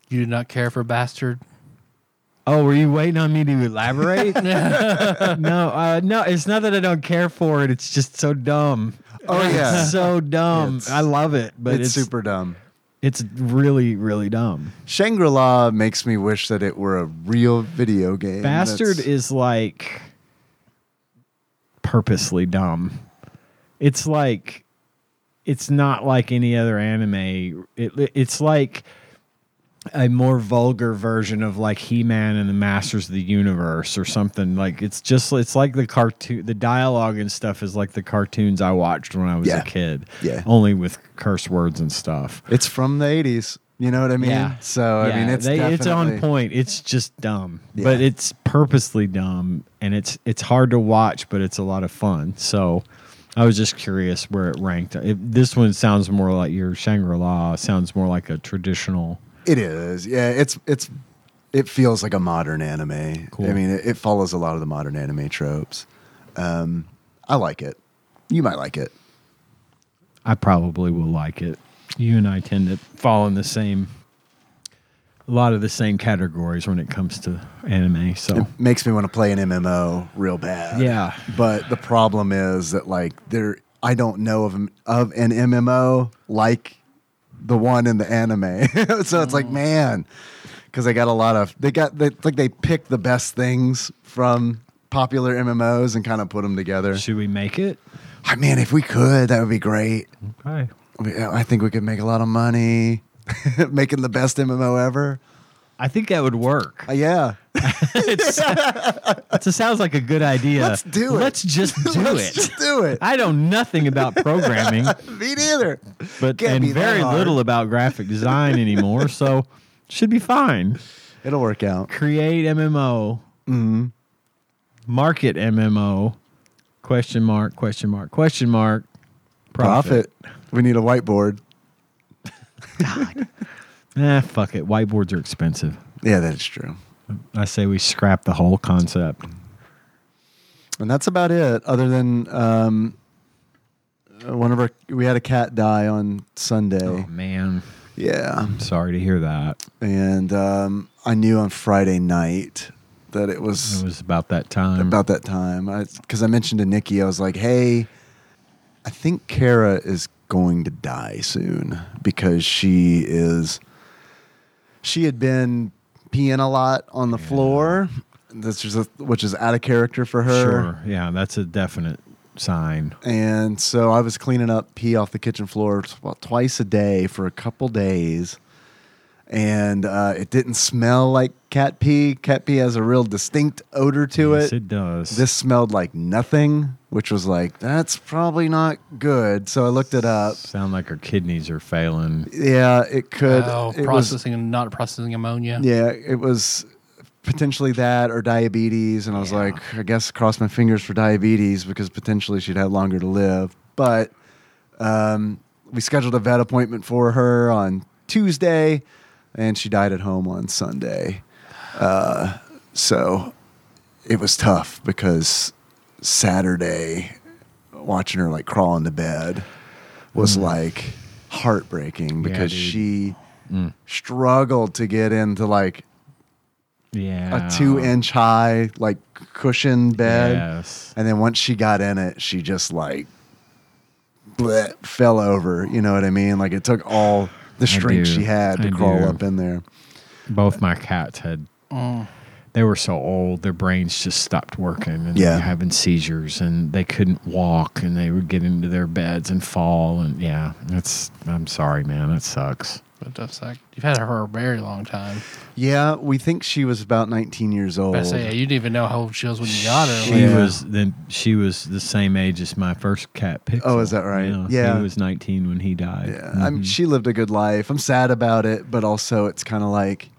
Speaker 1: do not care for Bastard?
Speaker 3: Oh, were you waiting on me to elaborate? no, uh, no, it's not that I don't care for it. It's just so dumb.
Speaker 2: Oh
Speaker 3: It's
Speaker 2: yeah,
Speaker 3: so dumb.
Speaker 2: It's-
Speaker 3: I love it, but
Speaker 2: it's,
Speaker 3: it's,
Speaker 2: super dumb.
Speaker 3: It's really, really dumb.
Speaker 2: Shangri La makes me wish that it were a real video game.
Speaker 3: Bastard
Speaker 2: That's-
Speaker 3: is like purposely dumb. It's like it's not like any other anime. It, it's like a more vulgar version of like He-Man and the Masters of the Universe or something. Like it's just it's like the cartoon the dialogue and stuff is like the cartoons I watched when I was
Speaker 2: Yeah.
Speaker 3: a kid.
Speaker 2: Yeah.
Speaker 3: Only with curse words and stuff.
Speaker 2: It's from the eighties. You know what I mean? So I
Speaker 3: Yeah,
Speaker 2: mean, it's
Speaker 3: they- it's on
Speaker 2: definitely-
Speaker 3: point. It's just dumb,
Speaker 2: Yeah.
Speaker 3: but it's purposely dumb, and it's it's hard to watch, but it's a lot of fun. So I was just curious where it ranked. It, this one sounds more like your Shangri La sounds more like a traditional.
Speaker 2: It is. Yeah. It's it's it feels like a modern anime.
Speaker 3: Cool.
Speaker 2: I mean, it, it follows a lot of the modern anime tropes. Um, I like it. You might like it.
Speaker 3: I probably will like it. You and I tend to fall in the same, a lot of the same categories when it comes to anime. So
Speaker 2: Makes me want to play an MMO real bad.
Speaker 3: Yeah.
Speaker 2: But the problem is that like there, I don't know of of an MMO like the one in the anime. so it's like
Speaker 3: Oh.
Speaker 2: man, because they got a lot of they got they, it's like they pick the best things from popular MMOs and kind of put them together.
Speaker 3: should we make it?
Speaker 2: I mean, if we could, that would be great.
Speaker 3: Okay.
Speaker 2: I mean, I think we could make a lot of money making the best MMO ever.
Speaker 3: I think that would work.
Speaker 2: Uh, yeah.
Speaker 3: That sounds like a good idea.
Speaker 2: Let's do it.
Speaker 3: Let's just do
Speaker 2: Let's
Speaker 3: it.
Speaker 2: just do it.
Speaker 3: I know nothing about programming,
Speaker 2: Me neither.
Speaker 3: but
Speaker 2: Can't
Speaker 3: and
Speaker 2: be that
Speaker 3: very
Speaker 2: hard.
Speaker 3: little about graphic design anymore, so should be fine.
Speaker 2: It'll work out.
Speaker 3: Create MMO.
Speaker 2: Mm-hmm.
Speaker 3: Market MMO. Question mark, question mark, question mark.
Speaker 2: Profit. We need a whiteboard.
Speaker 3: Ah, Eh, fuck it. Whiteboards are expensive.
Speaker 2: Yeah, that is true.
Speaker 3: I say we scrap the whole concept.
Speaker 2: and that's about it. Other than um, uh, one of our, we had a cat die on Sunday.
Speaker 3: Oh man,
Speaker 2: Yeah,
Speaker 3: I'm sorry to hear that.
Speaker 2: and um, I knew on Friday night that it was,
Speaker 3: It was about that time.
Speaker 2: about that time. Because I, mentioned to Nikki, I was like, "Hey, I think Kara is going to die soon because she is. She had been peeing a lot on the floor. This is a, which is out of character for her.
Speaker 3: sure. Yeah, that's a definite sign.
Speaker 2: And so I was cleaning up pee off the kitchen floor t- about twice a day for a couple days. And uh, it didn't smell like cat pee. Cat pee has a real distinct odor to
Speaker 3: yes,
Speaker 2: it.
Speaker 3: it does.
Speaker 2: This smelled like nothing, which was like, that's probably not good. So I looked it up.
Speaker 3: sound like her kidneys are failing.
Speaker 2: Yeah, it could.
Speaker 1: Oh,
Speaker 2: it was-
Speaker 1: processing and not processing ammonia.
Speaker 2: yeah, it was potentially that or diabetes. And I was
Speaker 1: Yeah.
Speaker 2: like, I guess cross my fingers for diabetes because potentially she'd have longer to live. But um, we scheduled a vet appointment for her on Tuesday, and she died at home on Sunday. Uh, so it was tough because Saturday, watching her like crawl into bed was like heartbreaking because
Speaker 3: Mm. dude. Mm.
Speaker 2: she struggled to get into like
Speaker 3: Yeah,
Speaker 2: a two inch high like cushion bed.
Speaker 3: Yes.
Speaker 2: And then once she got in it, she just like bleh, fell over. You know what I mean? Like it took all the strength
Speaker 3: do.
Speaker 2: she had to
Speaker 3: I
Speaker 2: crawl
Speaker 3: do.
Speaker 2: up in there.
Speaker 3: Both my cats had. They were so old, their brains just stopped working, and they
Speaker 2: Yeah.
Speaker 3: were having seizures, and they couldn't walk, and they would get into their beds and fall, and yeah, that's. I'm sorry, man, that sucks.
Speaker 1: That does suck. You've had her for a very long time.
Speaker 2: Yeah, we think she was about 19 years old.
Speaker 1: But I say, yeah, you didn't even know how old she was when you got her.
Speaker 3: She
Speaker 1: Like,
Speaker 2: Yeah.
Speaker 3: was then. She was the same age as my first cat pixel.
Speaker 2: Oh, is that right? Yeah.
Speaker 3: he was 19 when he died. Mm,
Speaker 2: Yeah, I
Speaker 3: Mm-hmm.
Speaker 2: mean, she lived a good life. I'm sad about it, but also it's kind of like,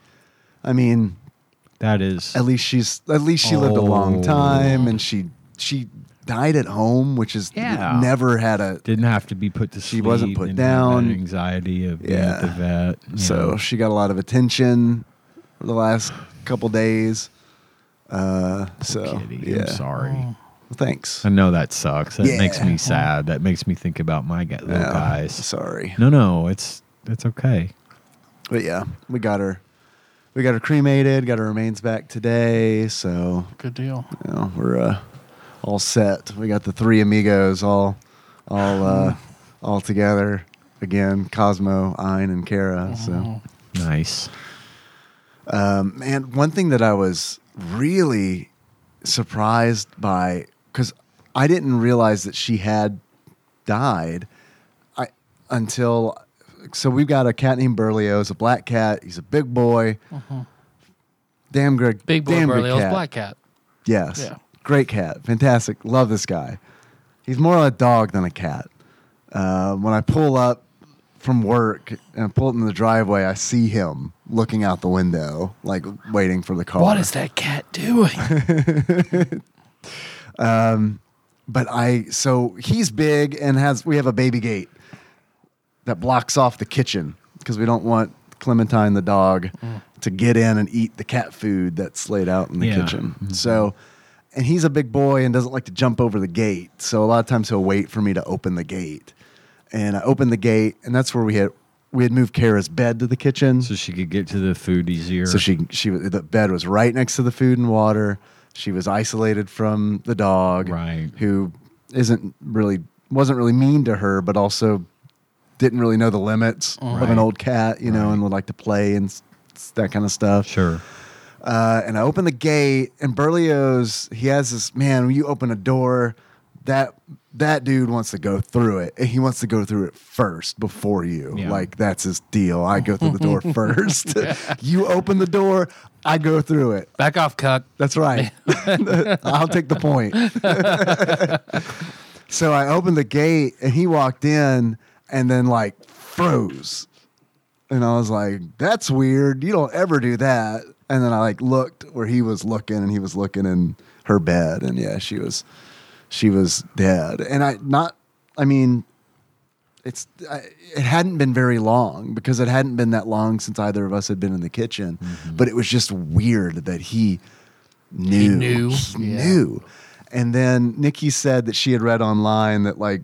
Speaker 2: I mean,
Speaker 3: That is
Speaker 2: at least she's at least she lived a long
Speaker 3: Oh.
Speaker 2: time, and she she died at home, which is
Speaker 3: Yeah.
Speaker 2: never had a
Speaker 3: didn't have to be put to
Speaker 2: She
Speaker 3: sleep.
Speaker 2: wasn't put
Speaker 3: didn't have that
Speaker 2: down.
Speaker 3: Anxiety of being at the
Speaker 2: Yeah.
Speaker 3: vet. you
Speaker 2: so
Speaker 3: know.
Speaker 2: she got a lot of attention for the last couple days. Uh, so
Speaker 3: Kitty,
Speaker 2: yeah,
Speaker 3: I'm sorry.
Speaker 2: Well, thanks.
Speaker 3: I know that sucks. That makes
Speaker 2: Yeah.
Speaker 3: me sad. That makes me think about my ga- little
Speaker 2: Yeah,
Speaker 3: guys.
Speaker 2: sorry,
Speaker 3: No, no, it's it's okay.
Speaker 2: but yeah, we got her. We got her cremated. Got her remains back today. So
Speaker 1: Good deal.
Speaker 2: you know, we're uh, all set. We got the three amigos all all uh, all together again. Cosmo, Ein, and Kara. So,
Speaker 3: Nice.
Speaker 2: um, man, one thing that I was really surprised by because I didn't realize that she had died. I until so we've got a cat named Berlioz, a black cat. He's a big boy. Damn good,
Speaker 1: Mm-hmm. Big boy
Speaker 2: damn good
Speaker 1: Berlioz,
Speaker 2: cat.
Speaker 1: black cat.
Speaker 2: Yes.
Speaker 1: Yeah.
Speaker 2: Great cat. Fantastic. Love this guy. He's more a dog than a cat. Uh, when I pull up from work and I pull up in the driveway, I see him looking out the window, like waiting for the car.
Speaker 1: What is that cat doing?
Speaker 2: But I, so he's big and has, we have a baby gate that blocks off the kitchen because we don't want Clementine the dog to get in and eat the cat food that's laid out in the
Speaker 3: Yeah. Mm-hmm.
Speaker 2: kitchen. So, and he's a big boy and doesn't like to jump over the gate. So a lot of times he'll wait for me to open the gate. And I opened the gate, and that's where we had we had moved Kara's bed to the kitchen.
Speaker 3: So she could get to the food easier.
Speaker 2: So she she was- the bed was right next to the food and water. She was isolated from the dog,
Speaker 3: Right.
Speaker 2: Who isn't really wasn't really mean to her, but also didn't really know the limits of
Speaker 3: Right.
Speaker 2: an old cat, you know, and would like to play and s- s- that kind of stuff.
Speaker 3: sure.
Speaker 2: Uh, and I opened the gate, and Berlioz he has this man. When you open a door, that that dude wants to go through it, and he wants to go through it first before you.
Speaker 3: Yeah.
Speaker 2: Like that's his deal. I go through the door first. you open the door, I go through it.
Speaker 1: Back off, cuck.
Speaker 2: That's right. I'll take the point. so I opened the gate and he walked in and then like froze. And I was like, that's weird. You don't ever do that. And then I like looked where he was looking and he was looking in her bed. And yeah, she was she was dead. And I not I mean, it's I, it hadn't been very long because it hadn't been that long since either of us had been in the kitchen,
Speaker 1: Mm-hmm.
Speaker 2: but it was just weird that he knew
Speaker 1: knew.
Speaker 2: He
Speaker 1: Yeah.
Speaker 2: knew. And then Nikki said that she had read online that like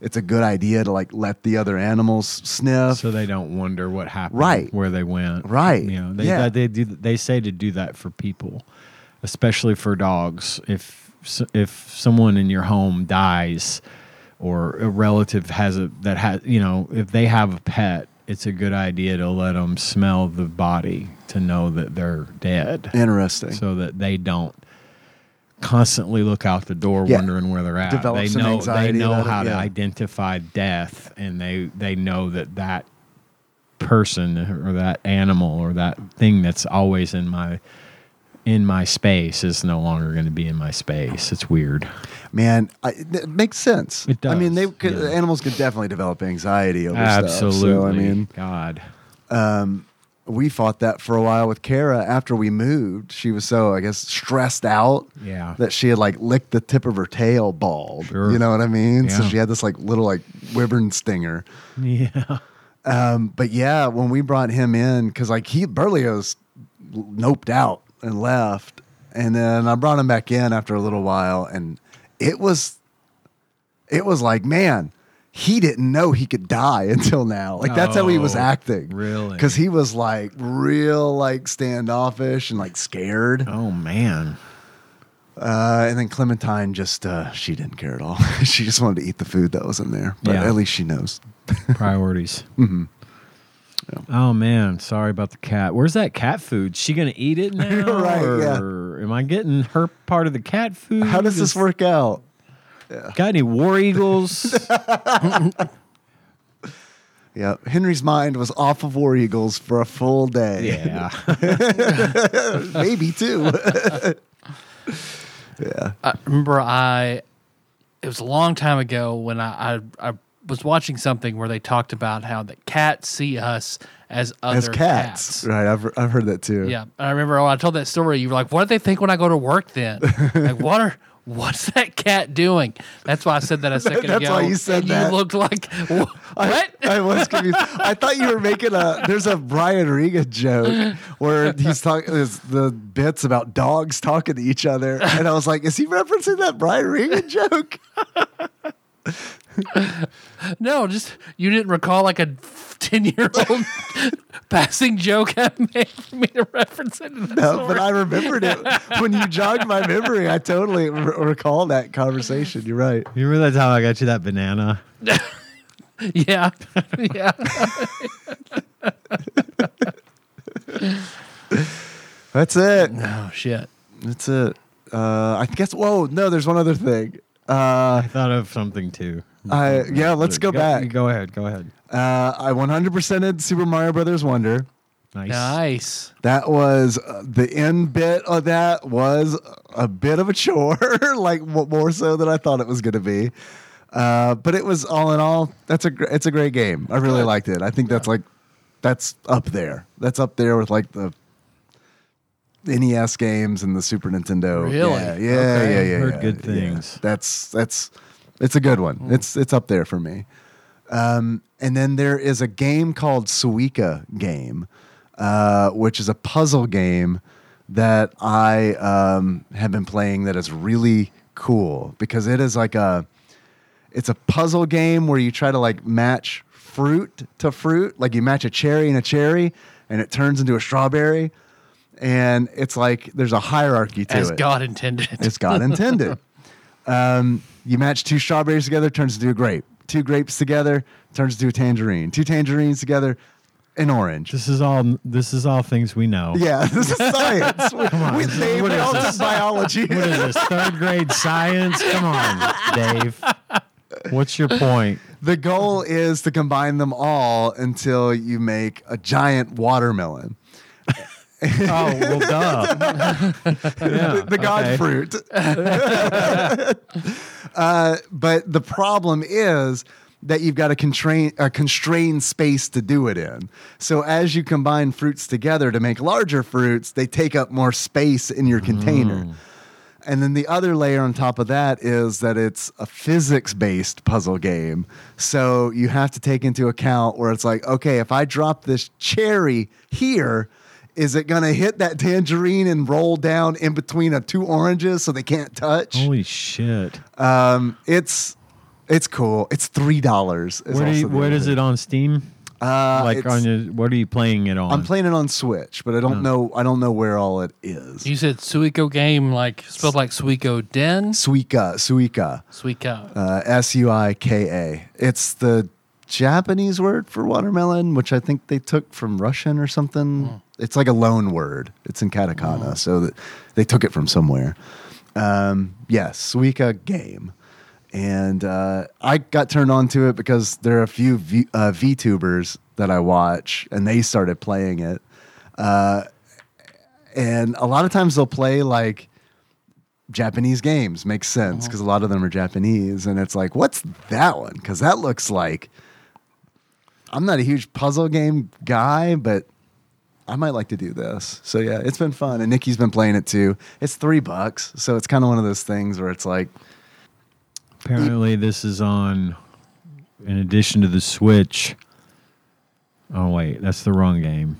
Speaker 2: it's a good idea to like let the other animals sniff.
Speaker 3: so they don't wonder what happened,
Speaker 2: Right.
Speaker 3: Where they went,
Speaker 2: Right.
Speaker 3: You know, they
Speaker 2: Yeah.
Speaker 3: they do they say to do that for people, especially for dogs. If s- if someone in your home dies, or a relative has a that has you know if they have a pet, it's a good idea to let them smell the body to know that they're dead,
Speaker 2: Interesting.
Speaker 3: so that they don't constantly look out the door
Speaker 2: Yeah.
Speaker 3: wondering where they're at.
Speaker 2: Develop
Speaker 3: they
Speaker 2: some
Speaker 3: know they
Speaker 2: anxiety
Speaker 3: know
Speaker 2: about it,
Speaker 3: how to
Speaker 2: yeah.
Speaker 3: identify death, and they they know that that person or that animal or that thing that's always in my in my space is no longer going to be in my space. It's weird.
Speaker 2: Man, I, it makes sense.
Speaker 3: It
Speaker 2: I mean, they
Speaker 3: does,
Speaker 2: could,
Speaker 3: yeah.
Speaker 2: animals could definitely develop anxiety over stuff.
Speaker 3: Absolutely.
Speaker 2: So, I mean,
Speaker 3: God.
Speaker 2: we fought that for a while with Kara after we moved. She was so, I guess, stressed out
Speaker 3: Yeah.
Speaker 2: that she had like licked the tip of her tail bald.
Speaker 3: Sure.
Speaker 2: You know what I mean? So
Speaker 3: Yeah.
Speaker 2: she had this like little like wyvern stinger. Um,
Speaker 3: Yeah.
Speaker 2: But yeah, when we brought him in, because like he Berlioz noped out and left, and then I brought him back in after a little while, and it was, it was like man, he didn't know he could die until now. Like that's how he was
Speaker 3: Oh,
Speaker 2: acting,
Speaker 3: really?
Speaker 2: because he was like real like standoffish and like scared.
Speaker 3: Oh man.
Speaker 2: Uh, and then Clementine just uh, she didn't care at all. she just wanted to eat the food that was in there, but
Speaker 3: Yeah.
Speaker 2: at least she knows.
Speaker 3: Priorities.
Speaker 2: Mm-hmm.
Speaker 3: Oh man, sorry about the cat. Where's that cat food? She gonna eat it now?
Speaker 2: Right, yeah.
Speaker 3: or Am I getting her part of the cat food?
Speaker 2: How does
Speaker 3: Is-
Speaker 2: this work out?
Speaker 3: Got any war eagles?
Speaker 2: Yeah, Henry's mind was off of War Eagles for a full day.
Speaker 3: yeah.
Speaker 2: Maybe two.
Speaker 1: I remember I it was a long time ago when I, I I was watching something where they talked about how the cats see us as other
Speaker 2: As cats. Right, I've, I've heard that too.
Speaker 1: Yeah, and I remember when I told that story, you were like, "What do they think when I go to work?" Then, like, what are what's that cat doing? That's why I said that a second
Speaker 2: That's
Speaker 1: ago.
Speaker 2: why you said
Speaker 1: and
Speaker 2: that.
Speaker 1: You looked like "Wha-
Speaker 2: I,
Speaker 1: what?
Speaker 2: I was confused. I thought you were making a. There's a Brian Riga joke where he's talking. There's the bits about dogs talking to each other, and I was like, "Is he referencing that Brian Riga joke?"
Speaker 1: no, just you didn't recall like a ten year old passing joke I made for me to reference it. In the
Speaker 2: No,
Speaker 1: story.
Speaker 2: but I remembered it when you jogged my memory. I totally re- recall that conversation. You're right.
Speaker 3: You remember that time I got you that banana?
Speaker 1: yeah, yeah.
Speaker 2: That's it.
Speaker 1: Oh shit.
Speaker 2: That's it. Uh, I guess. Whoa, no. There's one other thing. Uh,
Speaker 3: I thought of something too.
Speaker 2: I yeah. Let's go back.
Speaker 3: Go ahead. Go ahead.
Speaker 2: Uh, I 100%ed Super Mario Brothers Wonder.
Speaker 3: Nice.
Speaker 1: Nice.
Speaker 2: That was uh, the end bit of that was a bit of a chore, like mo- more so than I thought it was going to be. Uh, but it was all in all, that's a gr- it's a great game. I really liked it. I think that's like that's up there. That's up there with like the NES games and the Super Nintendo.
Speaker 1: Really?
Speaker 2: Yeah, yeah,
Speaker 3: Okay.
Speaker 2: yeah, yeah.
Speaker 3: Heard
Speaker 2: yeah,
Speaker 3: good
Speaker 2: yeah.
Speaker 3: things. Hmm.
Speaker 2: That's that's it's a good one. It's it's up there for me. Um, and then there is a game called Suika game, uh, which is a puzzle game that I um, have been playing that is really cool because it is like a it's a puzzle game where you try to like match fruit to fruit, like you match a cherry and a cherry, and it turns into a strawberry, and it's like there's a hierarchy to
Speaker 1: As
Speaker 2: it.
Speaker 1: God intended.
Speaker 2: It's God intended. Um, you match two strawberries together, turns into a grape. Two grapes together, turns into a tangerine. Two tangerines together, an orange.
Speaker 3: This is all. This is all things we know.
Speaker 2: yeah, this is science. we we, they,
Speaker 3: What
Speaker 2: we
Speaker 3: is
Speaker 2: all
Speaker 3: this?
Speaker 2: took biology.
Speaker 3: What is this? Third grade science? Come on, Dave. What's your point?
Speaker 2: the goal is to combine them all until you make a giant watermelon.
Speaker 3: Oh well, duh.
Speaker 2: the, the god
Speaker 3: okay.
Speaker 2: fruit. uh, but the problem is that you've got a constrain a constrained space to do it in. So as you combine fruits together to make larger fruits, they take up more space in your container. And then the other layer on top of that is that it's a physics based puzzle game. So you have to take into account where it's like, okay, if I drop this cherry here, is it going to hit that tangerine and roll down in between of two oranges so they can't touch?
Speaker 3: Holy shit!
Speaker 2: Um, it's it's cool. It's three dollars.
Speaker 3: Where, do you, where is it on Steam?
Speaker 2: Uh,
Speaker 3: like
Speaker 2: it's-
Speaker 3: on your, what are you playing it on? Oh.
Speaker 2: I'm playing it on Switch, but I don't know. I don't know where all it is.
Speaker 1: You said Suiko game, like spelled like Suiko Den.
Speaker 2: Suika, Suika,
Speaker 1: Suiko.
Speaker 2: uh, S U I K A. It's the Japanese word for watermelon, which I think they took from Russian or something. It's like a loan word. It's in katakana, so that they took it from somewhere. Um, yes, Suika game. And uh, I got turned on to it because there are a few v- uh, VTubers that I watch, and they started playing it. Uh, and a lot of times they'll play like Japanese games. Makes sense because a lot of them are Japanese, and it's like, what's that one? Because that looks like I'm not a huge puzzle game guy, but I might like to do this. So yeah, it's been fun, and Nikki's been playing it too. It's three bucks, so it's kind of one of those things where it's like,
Speaker 3: Apparently, this is on. In addition to the Switch. Oh wait, that's the wrong game.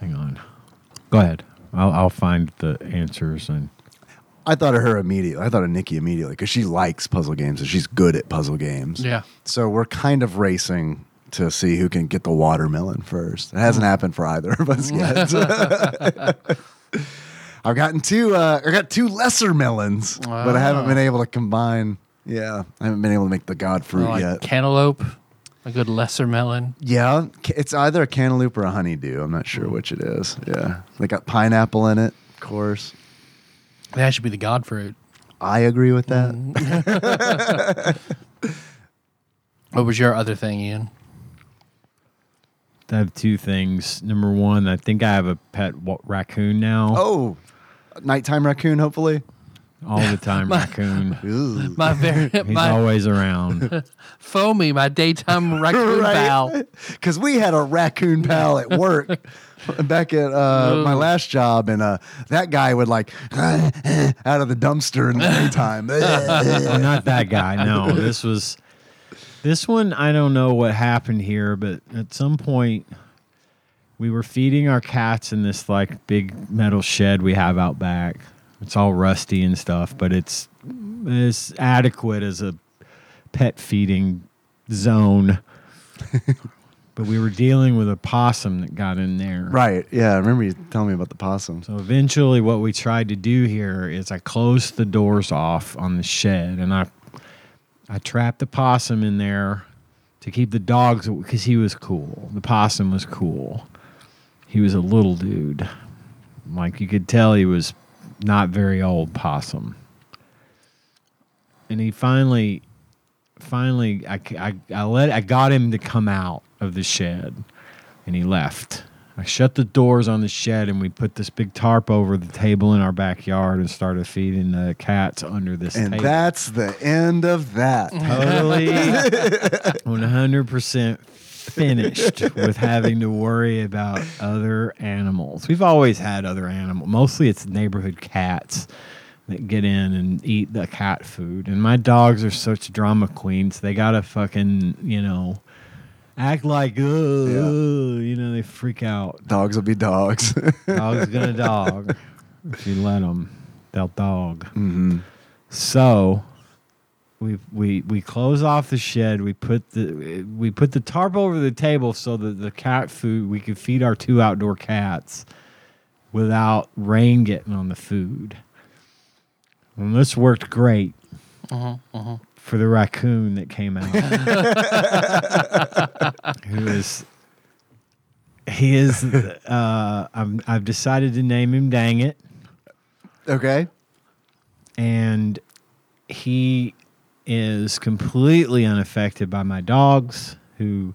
Speaker 3: Hang on. Go ahead. I'll I'll find the answers and.
Speaker 2: I thought of her immediately. I thought of Nikki immediately because she likes puzzle games and she's good at puzzle games.
Speaker 1: Yeah.
Speaker 2: So we're kind of racing to see who can get the watermelon first. It hasn't happened for either of us yet. I've gotten two. Uh, I got two lesser melons, but I haven't been able to combine. Yeah, I haven't been able to make the god
Speaker 1: Or
Speaker 2: fruit
Speaker 1: like
Speaker 2: yet.
Speaker 1: cantaloupe, a good lesser melon.
Speaker 2: yeah, ca- it's either a cantaloupe or a honeydew. I'm not sure which it is. Yeah, they got pineapple in it, of course.
Speaker 1: That should be the god fruit.
Speaker 2: I agree with that.
Speaker 1: What was your other thing, Ian?
Speaker 3: I have two things. Number one, I think I have a pet wa- raccoon now.
Speaker 2: Oh, nighttime raccoon. Hopefully.
Speaker 3: All the time, raccoon.
Speaker 2: Ooh.
Speaker 1: My very,
Speaker 3: He's
Speaker 1: my
Speaker 3: always around.
Speaker 1: foamy, my daytime raccoon pal.
Speaker 2: Because we had a raccoon pal at work back at uh, my last job, and uh, that guy would like out of the dumpster in the daytime.
Speaker 3: I'm not that guy. No, this was this one. I don't know what happened here, but at some point, we were feeding our cats in this like big metal shed we have out back. It's all rusty and stuff, but it's as adequate as a pet feeding zone. but we were dealing with a possum that got in there.
Speaker 2: right? Yeah, I remember you telling me about the possums.
Speaker 3: So eventually, what we tried to do here is I closed the doors off on the shed, and I I trapped the possum in there to keep the dogs because he was cool. The possum was cool. He was a little dude, like you could tell he was not very old possum. And he finally, finally, I c- I- I let I got him to come out of the shed and he left. I shut the doors on the shed and we put this big tarp over the table in our backyard and started feeding the cats under this
Speaker 2: And
Speaker 3: table.
Speaker 2: that's the end of that.
Speaker 3: totally 100% finished with having to worry about other animals. We've always had other animals. Mostly it's neighborhood cats that get in and eat the cat food. And my dogs are such drama queens. They got to fucking, you know, act like, "Ugh, ugh," you know, they freak out.
Speaker 2: Dogs will be dogs.
Speaker 3: Dog's gonna dog. if you let them, they'll dog. So we we we close off the shed. We put the we put the tarp over the table so that the cat food we could feed our two outdoor cats without rain getting on the food. And this worked great for the raccoon that came out. Who is he is uh I'm, I've decided to name him Dang It
Speaker 2: okay.
Speaker 3: and he is completely unaffected by my dogs who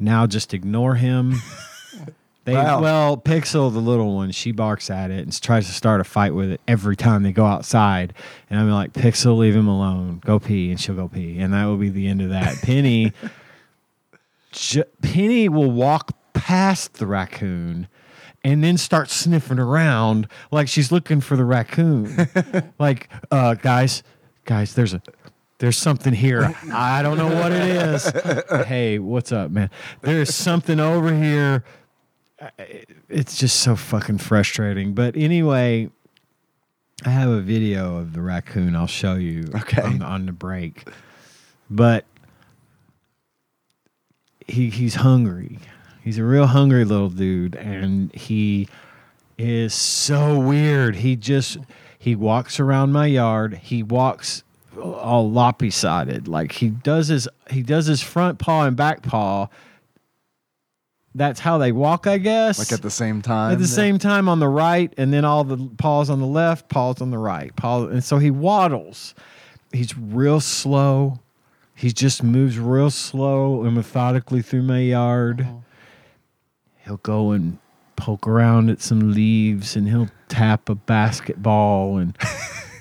Speaker 3: now just ignore him. They
Speaker 2: Wow.
Speaker 3: well, Pixel the little one, she barks at it and tries to start a fight with it every time they go outside. And I'm like, Pixel, leave him alone. Go pee, and she'll go pee, and that will be the end of that. Penny, ju- Penny will walk past the raccoon and then starts sniffing around like she's looking for the raccoon. like, uh, guys, guys, there's a there's something here. I don't know what it is. hey, what's up, man? There's something over here. I- It's just so fucking frustrating. But anyway, I have a video of the raccoon I'll show you
Speaker 2: Okay.
Speaker 3: on, on the break. But he he's hungry. He's a real hungry little dude, and he is so weird. He just he walks around my yard. He walks all lopsided. Like he does his he does his front paw and back paw. That's how they walk, I guess.
Speaker 2: Like at the same time.
Speaker 3: At the same time on the right, and then all the paws on the left, paws on the right, paws, and so he waddles. He's real slow. He just moves real slow and methodically through my yard. He'll go and poke around at some leaves, and he'll tap a basketball and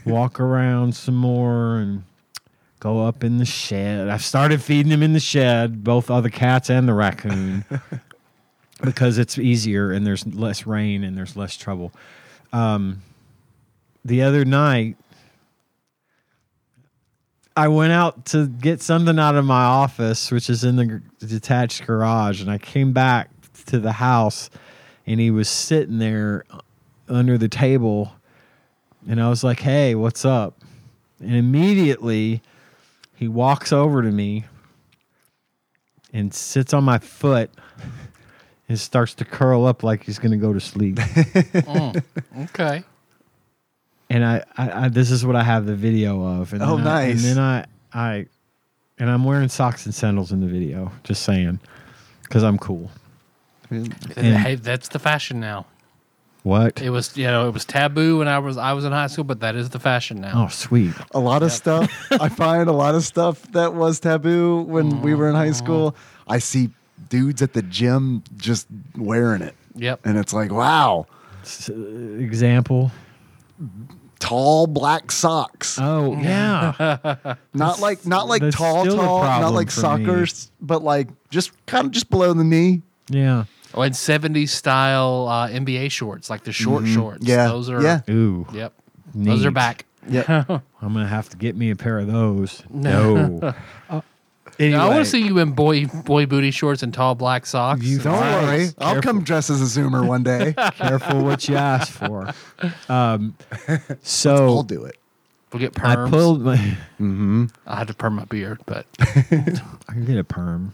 Speaker 3: walk around some more and go up in the shed. I've started feeding him in the shed, both other cats and the raccoon because it's easier and there's less rain and there's less trouble. Um, the other night, I went out to get something out of my office, which is in the gr- detached garage, and I came back to the house and he was sitting there uh, under the table. And I was like, hey, what's up? And immediately he walks over to me and sits on my foot and starts to curl up like he's going to go to sleep.
Speaker 1: Okay.
Speaker 3: and I, I, I, this is what I have the video of. And
Speaker 2: Oh,
Speaker 3: then I-
Speaker 2: nice.
Speaker 3: and then I, I, and I'm wearing socks and sandals in the video. Just saying, because I'm cool. And-
Speaker 1: hey, that's the fashion now.
Speaker 3: What?
Speaker 1: It was, you know, it was taboo when I was I was in high school, but that is the fashion now.
Speaker 3: Oh, sweet.
Speaker 2: a lot of stuff. I find a lot of stuff that was taboo when we were in high school. I see dudes at the gym just wearing it.
Speaker 1: Yep.
Speaker 2: And it's like, wow,
Speaker 3: S- uh, example.
Speaker 2: tall black socks.
Speaker 3: Oh, yeah.
Speaker 2: not like not like
Speaker 3: that's
Speaker 2: tall
Speaker 3: still a
Speaker 2: tall, not
Speaker 3: problem
Speaker 2: like
Speaker 3: for
Speaker 2: soccer,
Speaker 3: me.
Speaker 2: s- but like just kind of just below the knee.
Speaker 3: yeah.
Speaker 1: Oh, and seventies style uh, NBA shorts, like the short shorts.
Speaker 2: Yeah.
Speaker 1: Those are.
Speaker 2: Yeah.
Speaker 3: Ooh.
Speaker 1: Yep. Those are
Speaker 3: Mm-hmm. Neat.
Speaker 1: back.
Speaker 2: Yeah.
Speaker 3: I'm gonna have to get me a pair of those. No. Uh, anyway,
Speaker 1: Now, I want to see you in boy boy booty shorts and tall black socks.
Speaker 3: You-
Speaker 2: Don't
Speaker 3: Nice.
Speaker 2: worry. I'll
Speaker 3: Careful.
Speaker 2: come dressed as a zoomer one day.
Speaker 3: Careful what you ask for. Um, so
Speaker 2: I'll do it.
Speaker 1: we'll get
Speaker 3: I
Speaker 1: perms. I,
Speaker 3: pulled my.
Speaker 1: had to perm my beard, but
Speaker 3: I can get a perm.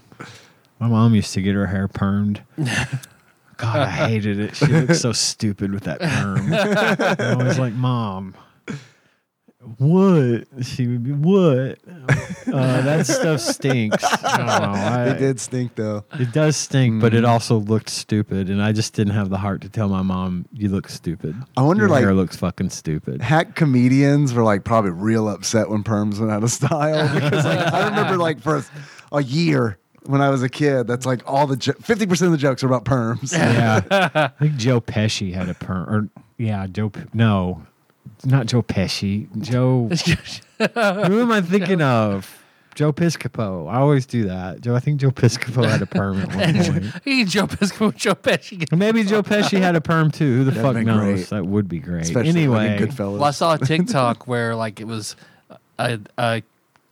Speaker 3: My mom used to get her hair permed. God, I hated it. She looked so stupid with that perm. I was like, Mom, what? She would be, what? Uh, that stuff stinks. No, I-
Speaker 2: It did stink though.
Speaker 3: It does stink, but it also looked stupid. And I just didn't have the heart to tell my mom, You look stupid.
Speaker 2: I wonder,
Speaker 3: Your hair
Speaker 2: like-
Speaker 3: looks fucking stupid.
Speaker 2: hack comedians were like probably real upset when perms went out of style because like I remember like for a, a year when I was a kid, that's like all the fifty percent of the jokes are about perms.
Speaker 3: yeah. I think Joe Pesci had a perm. Or yeah, Joe. P- No, not Joe Pesci. Joe. who am I thinking of? Joe Piscopo. I always do that. Joe. I think Joe Piscopo had a perm at one point.
Speaker 1: he Joe Pesci, Joe Pesci.
Speaker 3: Or Maybe Joe Pesci had a perm too. Who the
Speaker 2: That'd
Speaker 3: fuck
Speaker 2: be
Speaker 3: knows?
Speaker 2: great.
Speaker 3: That would be great.
Speaker 2: Especially
Speaker 3: anyway,
Speaker 2: like in Goodfellas.
Speaker 1: Well, I saw a TikTok where like it was a, a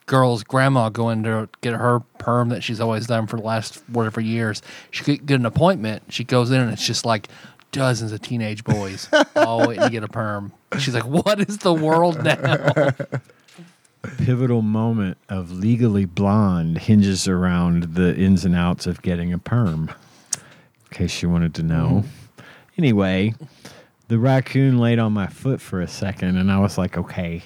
Speaker 1: girl's grandma going to get her perm that she's always done for the last whatever years. She could get an appointment. She goes in and it's just like dozens of teenage boys all waiting to get a perm. She's like, "What is the world now?"
Speaker 3: pivotal moment of Legally Blonde hinges around the ins and outs of getting a perm. In case you wanted to know.
Speaker 2: Hmm.
Speaker 3: Anyway, the raccoon laid on my foot for a second, and I was like, okay,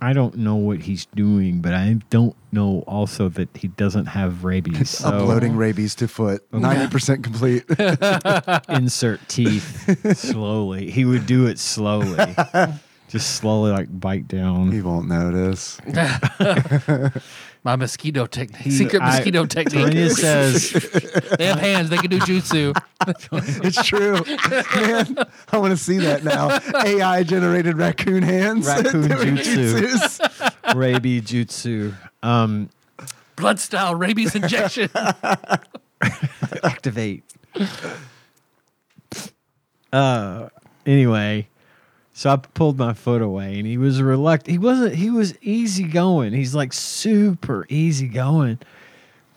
Speaker 3: I don't know what he's doing, but I don't know also that he doesn't have rabies. So
Speaker 2: Uploading rabies to foot, ninety percent complete.
Speaker 3: insert teeth slowly. He would do it slowly, just slowly, like bite down.
Speaker 2: he won't notice.
Speaker 1: My mosquito technique,
Speaker 3: He-
Speaker 1: secret
Speaker 3: I-
Speaker 1: mosquito technique.
Speaker 3: Tanya says,
Speaker 1: they have hands. They can do jutsu.
Speaker 2: It's true, man. I want to see that now. AI generated raccoon hands,
Speaker 3: Raccoon
Speaker 2: doing
Speaker 3: jutsu.
Speaker 2: jutsus.
Speaker 3: rabies jutsu. Um,
Speaker 1: Blood style rabies injection.
Speaker 3: activate. Uh, anyway, so I pulled my foot away, and he was reluctant. He wasn't. He was easygoing. He's like super easygoing.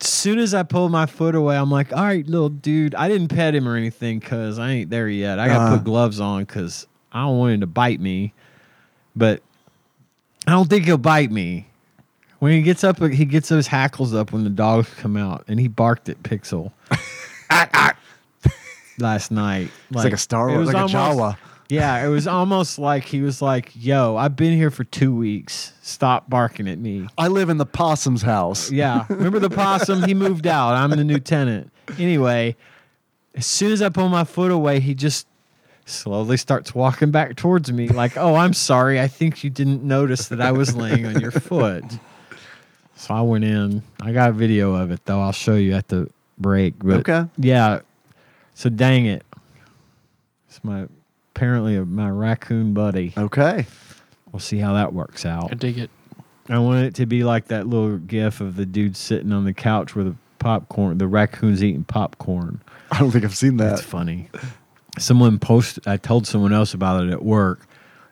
Speaker 3: As soon as I pulled my foot away, I'm like, "All right, little dude." I didn't pet him or anything because I ain't there yet. I got to
Speaker 2: Uh-huh.
Speaker 3: put gloves on because I don't want him to bite me. But I don't think he'll bite me. When he gets up, he gets those hackles up when the dogs come out, and he barked at Pixel last night.
Speaker 2: It's like a Star
Speaker 3: it
Speaker 2: Wars,
Speaker 3: was
Speaker 2: like a Jawa.
Speaker 3: almost- Yeah, it was almost like he was like, "Yo, I've been here for two weeks. Stop barking at me."
Speaker 2: I live in the possum's house.
Speaker 3: Yeah, remember the possum? He moved out. I'm the new tenant. Anyway, as soon as I pull my foot away, he just slowly starts walking back towards me. Like, "Oh, I'm sorry. I think you didn't notice that I was laying on your foot." So I went in. I got a video of it though. I'll show you at the break. But
Speaker 2: Okay.
Speaker 3: Yeah. So dang it. It's my apparently my raccoon buddy.
Speaker 2: Okay.
Speaker 3: We'll see how that works out.
Speaker 1: I dig it.
Speaker 3: I want it to be like that little gif of the dude sitting on the couch with a popcorn, the raccoon's eating popcorn.
Speaker 2: I don't think I've seen
Speaker 3: That's
Speaker 2: that.
Speaker 3: funny. Someone posted, I told someone else about it at work,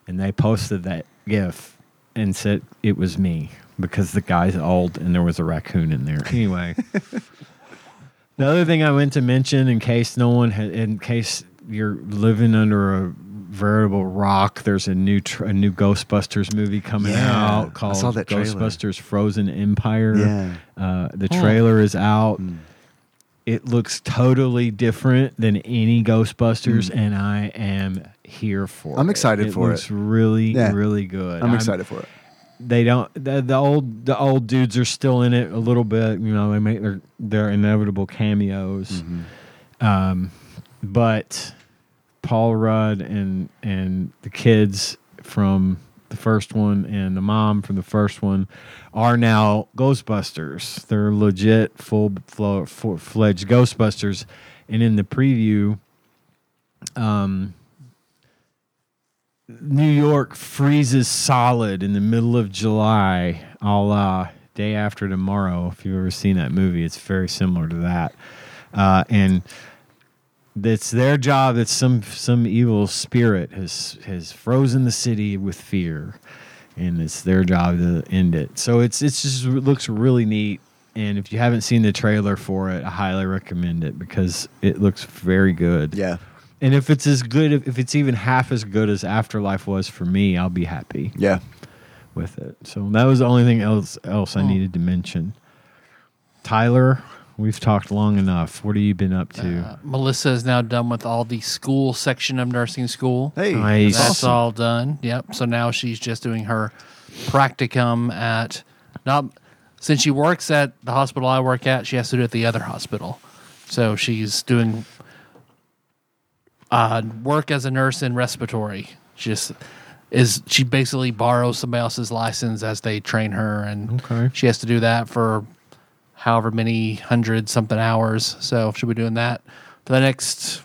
Speaker 3: and they posted that gif and said it was me because the guy's old and there was a raccoon in there. Anyway, the other thing I went to mention in case no one, ha- in case you're living under a veritable rock, there's a new tr- a new Ghostbusters movie coming
Speaker 2: Yeah, I
Speaker 3: out called
Speaker 2: saw that trailer.
Speaker 3: Ghostbusters Frozen Empire.
Speaker 2: Yeah.
Speaker 3: Uh, the trailer is out it looks totally different than any Ghostbusters, and I am here for it.
Speaker 2: Mm. I'm excited for
Speaker 3: looks
Speaker 2: it.
Speaker 3: really,
Speaker 2: Yeah.
Speaker 3: really good.
Speaker 2: I'm excited for it.
Speaker 3: They don't the, the old the old dudes are still in it a little bit. You know, they make their their inevitable cameos,
Speaker 2: Mm-hmm.
Speaker 1: Mm-hmm.
Speaker 3: um, but Paul Rudd and and the kids from the first one and the mom from the first one are now Ghostbusters. They're legit full flo- full fledged Ghostbusters. And in the preview, um, New York freezes solid in the middle of July, a la Day After Tomorrow. If you've ever seen that movie, it's very similar to that. Uh, and it's their job that some some evil spirit has has frozen the city with fear and it's their job to end it so it's it's just it looks really neat and if you haven't seen the trailer for it i highly recommend it because it looks very good
Speaker 2: Yeah.
Speaker 3: and if it's as good if it's even half as good as afterlife was for me i'll be happy
Speaker 2: Yeah.
Speaker 3: with it so that was the only thing else else i needed to mention tyler we've talked long enough what have you been up to
Speaker 1: Uh, Melissa is now done with all the school section of nursing school.
Speaker 2: Hey.
Speaker 3: Nice.
Speaker 1: That's
Speaker 3: Awesome.
Speaker 1: all done. Yep. So now she's just doing her practicum at not since she works at the hospital I work at, she has to do it at the other hospital. So she's doing uh, work as a nurse in respiratory. She just is she basically borrows somebody else's license as they train her and
Speaker 3: Okay.
Speaker 1: she has to do that for however many hundred something hours. So she'll be doing that for the next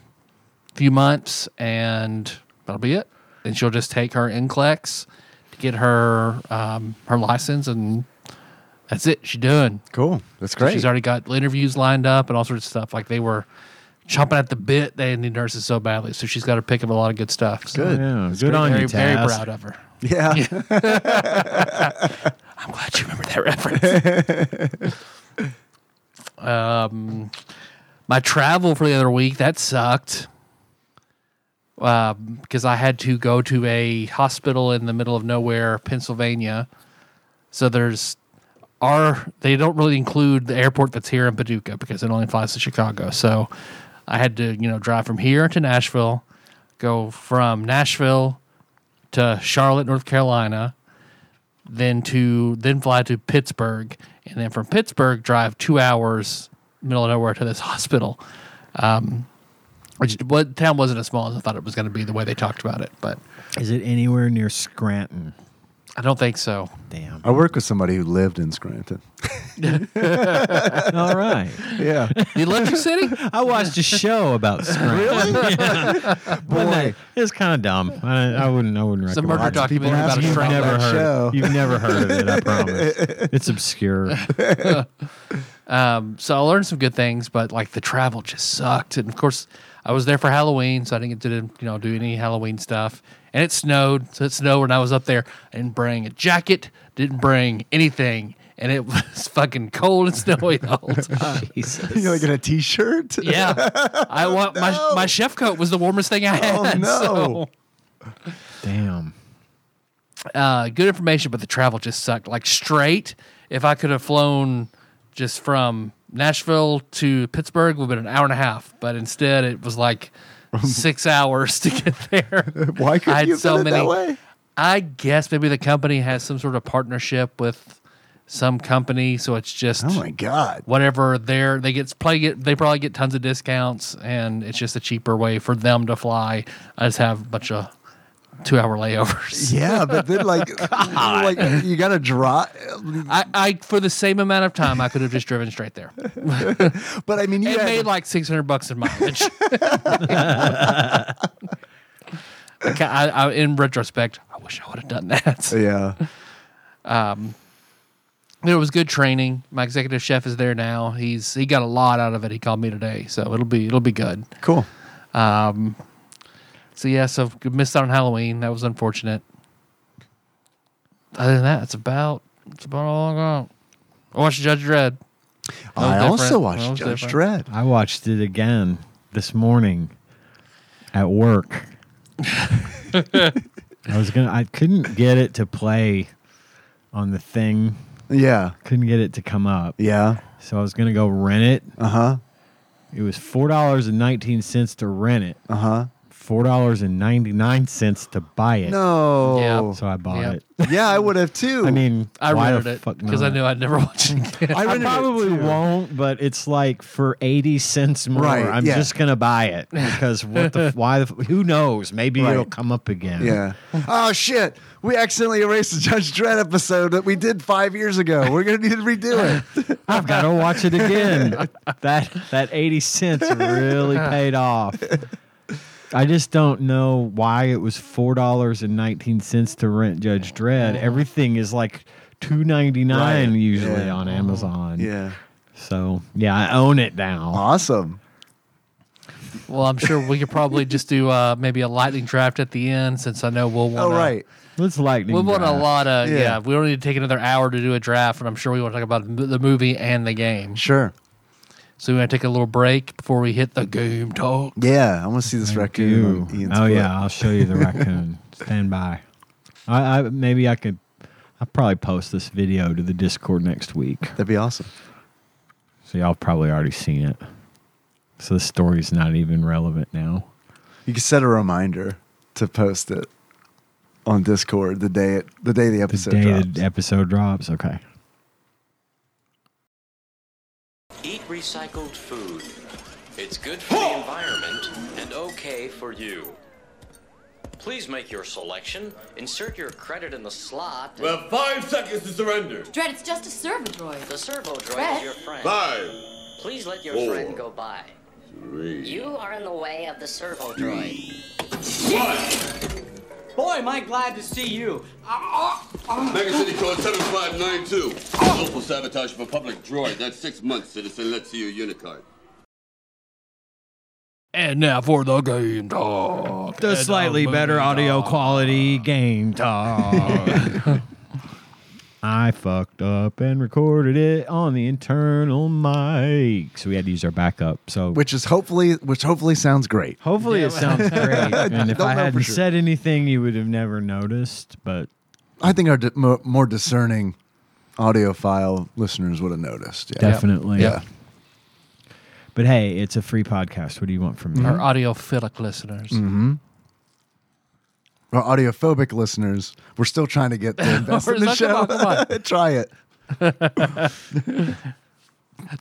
Speaker 1: few months, and that'll be it. And she'll just take her NCLEX to get her um, her license, and that's it. She's done.
Speaker 2: Cool. That's
Speaker 1: So
Speaker 2: great.
Speaker 1: She's already got interviews lined up and all sorts of stuff. Like they were chomping at the bit; they need nurses so badly. So she's got to pick up a lot of good stuff. So
Speaker 2: Good.
Speaker 3: yeah,
Speaker 2: That's
Speaker 3: good
Speaker 2: great.
Speaker 3: on
Speaker 1: very
Speaker 3: you
Speaker 1: very
Speaker 3: Taz.
Speaker 1: proud of her.
Speaker 2: yeah.
Speaker 1: I'm glad you remember that reference. um, my travel for the other week that sucked because I had to go to a hospital in the middle of nowhere, Pennsylvania. So there's our they don't really include the airport that's here in Paducah because it only flies to Chicago. So I had to you know drive from here to Nashville, go from Nashville to Charlotte, North Carolina, then to then fly to Pittsburgh, and then from Pittsburgh drive two hours middle of nowhere to this hospital. Um, which what town wasn't as small as I thought it was going to be the way they talked about it, but
Speaker 3: Is it anywhere near Scranton?
Speaker 1: I don't think so.
Speaker 3: Damn.
Speaker 2: I work with somebody who lived in Scranton.
Speaker 3: All right.
Speaker 2: Yeah.
Speaker 1: The Electric City?
Speaker 3: I watched a show about Scranton. really?
Speaker 2: Boy.
Speaker 3: It's kind of dumb. I, I wouldn't. I wouldn't
Speaker 1: It's a
Speaker 3: recommend.
Speaker 1: murder
Speaker 3: it.
Speaker 2: of people
Speaker 1: documentary about a
Speaker 2: ask about
Speaker 3: You've
Speaker 1: shrink.
Speaker 3: never
Speaker 2: that
Speaker 3: heard.
Speaker 2: show.
Speaker 3: You've never heard of it. I promise. it's obscure.
Speaker 1: Um, so I learned some good things, but like the travel just sucked. And of course, I was there for Halloween, so I didn't get to you know do any Halloween stuff. And it snowed, so it snowed when I was up there. I didn't bring a jacket, didn't bring anything, and it was fucking cold and snowy the whole time.
Speaker 2: You're like in a t-shirt.
Speaker 1: Yeah, I want my my chef coat was the warmest thing I had.
Speaker 2: Oh, no.
Speaker 1: so,
Speaker 3: Damn.
Speaker 1: uh, good information, but the travel just sucked. Like straight, if I could have flown just from Nashville to Pittsburgh, would have been an hour and a half. But instead, it was like six hours to get there.
Speaker 2: Why couldn't
Speaker 1: I had
Speaker 2: you have
Speaker 1: so
Speaker 2: done it
Speaker 1: many-
Speaker 2: that way?
Speaker 1: I guess maybe the company has some sort of partnership with some company, so it's just
Speaker 2: Oh my god.
Speaker 1: whatever they're they get play get they probably get tons of discounts and it's just a cheaper way for them to fly. I just have a bunch of two hour layovers.
Speaker 2: Yeah, but then like, like you gotta draw.
Speaker 1: I, I for the same amount of time I could have just driven straight there.
Speaker 2: But I mean, you
Speaker 1: It
Speaker 2: had-
Speaker 1: made like six hundred bucks in mileage. I, ca- I, I, in retrospect, I wish I would have done that.
Speaker 2: yeah.
Speaker 1: There was good training. My executive chef is there now. He's he got a lot out of it. He called me today, so it'll be it'll be good.
Speaker 2: Cool.
Speaker 1: Um, so yeah, so missed out on Halloween. That was unfortunate. Other than that, it's about it's about all I got. I watched Judge Dredd. That was
Speaker 2: I
Speaker 1: different.
Speaker 2: also
Speaker 1: That
Speaker 2: watched
Speaker 1: was
Speaker 2: Judge
Speaker 1: different.
Speaker 2: Dredd.
Speaker 3: I watched it again this morning at work. I was gonna. I couldn't get it to play on the thing.
Speaker 2: Yeah.
Speaker 3: Couldn't get it to come up.
Speaker 2: Yeah.
Speaker 3: So I was gonna go rent it.
Speaker 2: Uh huh.
Speaker 3: It was four dollars and nineteen cents to rent it.
Speaker 2: Uh huh.
Speaker 3: Four dollars and ninety nine cents to buy it.
Speaker 2: No.
Speaker 3: So I bought
Speaker 1: Yeah.
Speaker 3: it.
Speaker 2: Yeah. I would have too.
Speaker 3: I mean,
Speaker 1: I
Speaker 3: why
Speaker 1: rented
Speaker 3: the
Speaker 1: it
Speaker 3: fuck
Speaker 1: because I
Speaker 3: not?
Speaker 1: knew I'd never watch it again.
Speaker 2: I,
Speaker 3: I
Speaker 2: rented it,
Speaker 3: probably
Speaker 2: too.
Speaker 3: won't, but it's like for eighty cents more.
Speaker 2: Right,
Speaker 3: I'm
Speaker 2: yeah.
Speaker 3: just gonna buy it because what the f- why the f- who knows? Maybe
Speaker 2: Right.
Speaker 3: it'll come up again.
Speaker 2: Yeah. Oh shit! We accidentally erased the Judge Dredd episode that we did five years ago. We're gonna need to redo it.
Speaker 3: I've got to watch it again. that that eighty cents really paid off. I just don't know why it was four dollars and nineteen cents to rent Judge Dredd. Everything is like two ninety nine
Speaker 2: Right,
Speaker 3: usually
Speaker 2: yeah. Uh-huh.
Speaker 3: on Amazon.
Speaker 2: Yeah. Uh-huh.
Speaker 3: So yeah, I own it now.
Speaker 2: Awesome.
Speaker 1: well, I'm sure we could probably just do uh, maybe a lightning draft at the end since I know we'll want.
Speaker 2: All right.
Speaker 3: Let's lightning.
Speaker 1: We want a
Speaker 3: draft.
Speaker 1: lot of Oh, yeah.
Speaker 2: Yeah.
Speaker 1: We don't need to take another hour to do a draft, and I'm sure we want to talk about the movie and the game.
Speaker 2: Sure.
Speaker 1: So we're gonna take a little break before we hit the game talk.
Speaker 2: Yeah. I want to see this raccoon.
Speaker 3: Ew.
Speaker 2: on Ian's
Speaker 3: Oh
Speaker 2: foot.
Speaker 3: yeah, I'll show you the raccoon. Stand by. I, I maybe I could. I'll probably post this video to the Discord next week,
Speaker 2: That'd be awesome.
Speaker 3: so y'all probably already seen it. So the story's not even relevant now.
Speaker 2: You can set a reminder to post it on Discord the day it, the day the
Speaker 3: The
Speaker 2: episode
Speaker 3: day
Speaker 2: drops.
Speaker 3: the episode drops. Okay.
Speaker 4: Eat recycled food. It's good for the environment and okay for you. Please make your selection. Insert your credit in the slot.
Speaker 5: We have five seconds to surrender.
Speaker 6: Dread, it's just a server droid.
Speaker 4: the servo droid
Speaker 6: Fred?
Speaker 4: is your friend.
Speaker 5: Five,
Speaker 4: Please let your
Speaker 5: Four.
Speaker 4: friend go by.
Speaker 5: three,
Speaker 7: You are in the way of the servo droid.
Speaker 5: one.
Speaker 8: Boy, am I glad to see you.
Speaker 5: Mega City Code 7592. Willful sabotage of a public droid. That's six months, citizen. Let's see your unicard.
Speaker 1: And now for the game talk.
Speaker 3: The slightly better audio quality game talk. I fucked up and recorded it on the internal mic, so we had to use our backup. So
Speaker 2: which is hopefully which hopefully sounds great.
Speaker 3: Hopefully it sounds great. And if
Speaker 2: Don't
Speaker 3: I
Speaker 2: know
Speaker 3: hadn't
Speaker 2: for sure.
Speaker 3: said anything, you would have never noticed. But
Speaker 2: I think our di- mo- more discerning audiophile listeners would have noticed. Yeah.
Speaker 3: definitely,
Speaker 2: Yeah.
Speaker 3: But hey, it's a free podcast. What do you want from me?
Speaker 1: Mm-hmm. Our audiophilic listeners.
Speaker 2: Our audiophobic listeners, we're still trying to get to invest in the
Speaker 1: Where's that
Speaker 2: show.
Speaker 1: come on? Come
Speaker 2: Try it.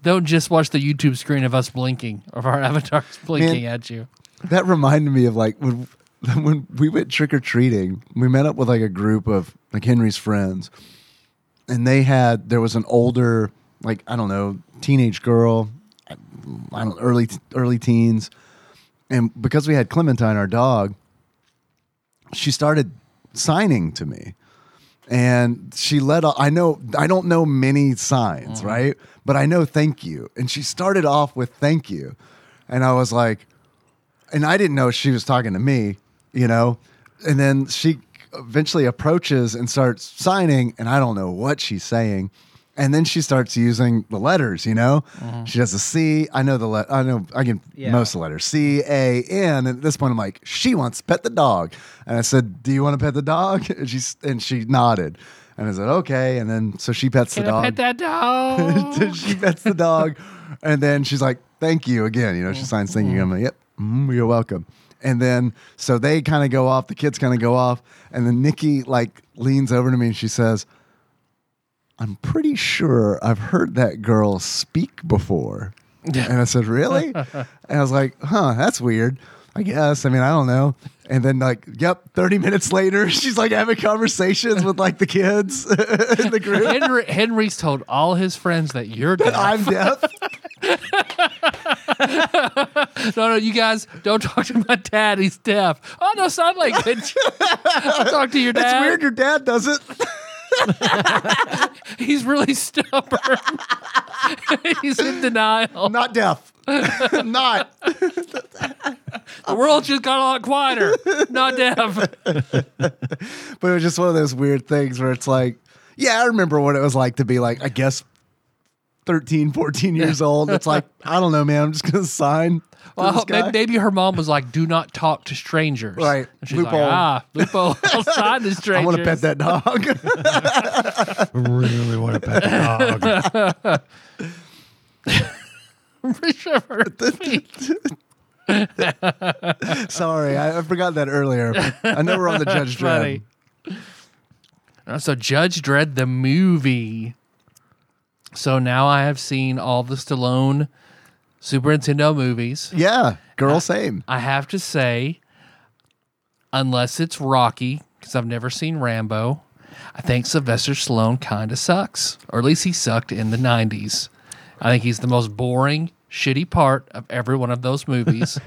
Speaker 1: Don't just watch the YouTube screen of us blinking, of our avatars blinking at you.
Speaker 2: That reminded me of like when when we went trick or treating, we met up with like a group of like Henry's friends, and they had there was an older like I don't know teenage girl, I don't early early teens, and because we had Clementine our dog, she started signing to me. and she let off, I know I don't know many signs, right? But I know thank you. And she started off with thank you. And I was like and I didn't know she was talking to me, you know. And then she eventually approaches and starts signing and I don't know what she's saying. And then she starts using the letters, you know. She does a C. I know the let. I know I can
Speaker 3: Yeah.
Speaker 2: most of the letters. C A N. And at this point, I'm like, she wants to pet the dog. And I said, Do you want to pet the dog? And she s- and she nodded. And I said, Okay. And then so she pets the dog.
Speaker 1: that dog.
Speaker 2: she pets the dog, and then she's like, "Thank you again." You know, she signs thank you. I'm like, "Yep, mm, you're welcome." And then so they kind of go off. The kids kind of go off, and then Nikki like leans over to me and she says, "I'm pretty sure I've heard that girl speak before." And I said, "Really?" and I was like, "Huh, that's weird." I guess. I mean, I don't know. And then, like, yep, 30 minutes later, she's like having conversations with like the kids in the group.
Speaker 1: Henry, Henry's told all his friends that you're deaf.
Speaker 2: I'm deaf.
Speaker 1: no, no, you guys don't talk to my dad. He's deaf. Oh no, sound like bitch. I'll talk to your
Speaker 2: It's
Speaker 1: dad.
Speaker 2: weird your dad does it.
Speaker 1: He's really stubborn. He's in denial.
Speaker 2: Not deaf. Not.
Speaker 1: The world just got a lot quieter. Not deaf.
Speaker 2: But it was just one of those weird things where it's like, yeah, I remember what it was like to be like, I guess 13, 14 years old. It's like, I don't know, man. I'm just going to sign. to
Speaker 1: Well,
Speaker 2: this
Speaker 1: may-
Speaker 2: guy.
Speaker 1: maybe her mom was like, "Do not talk to strangers."
Speaker 2: Right.
Speaker 1: And she's
Speaker 2: Loophole.
Speaker 1: like, "Ah, loophole outside the
Speaker 2: I
Speaker 1: strangers."
Speaker 2: want to pet that dog.
Speaker 3: really want to pet the dog.
Speaker 1: that.
Speaker 2: Sorry, I, I forgot that earlier. I know we're on the Judge Dredd.
Speaker 1: Funny. Uh, So Judge Dredd the movie. So now I have seen all the Stallone Super Nintendo movies.
Speaker 2: Yeah, girl, same.
Speaker 1: I have to say, unless it's Rocky, because I've never seen Rambo, I think Sylvester Stallone kind of sucks, or at least he sucked in the '90s. I think he's the most boring, shitty part of every one of those movies,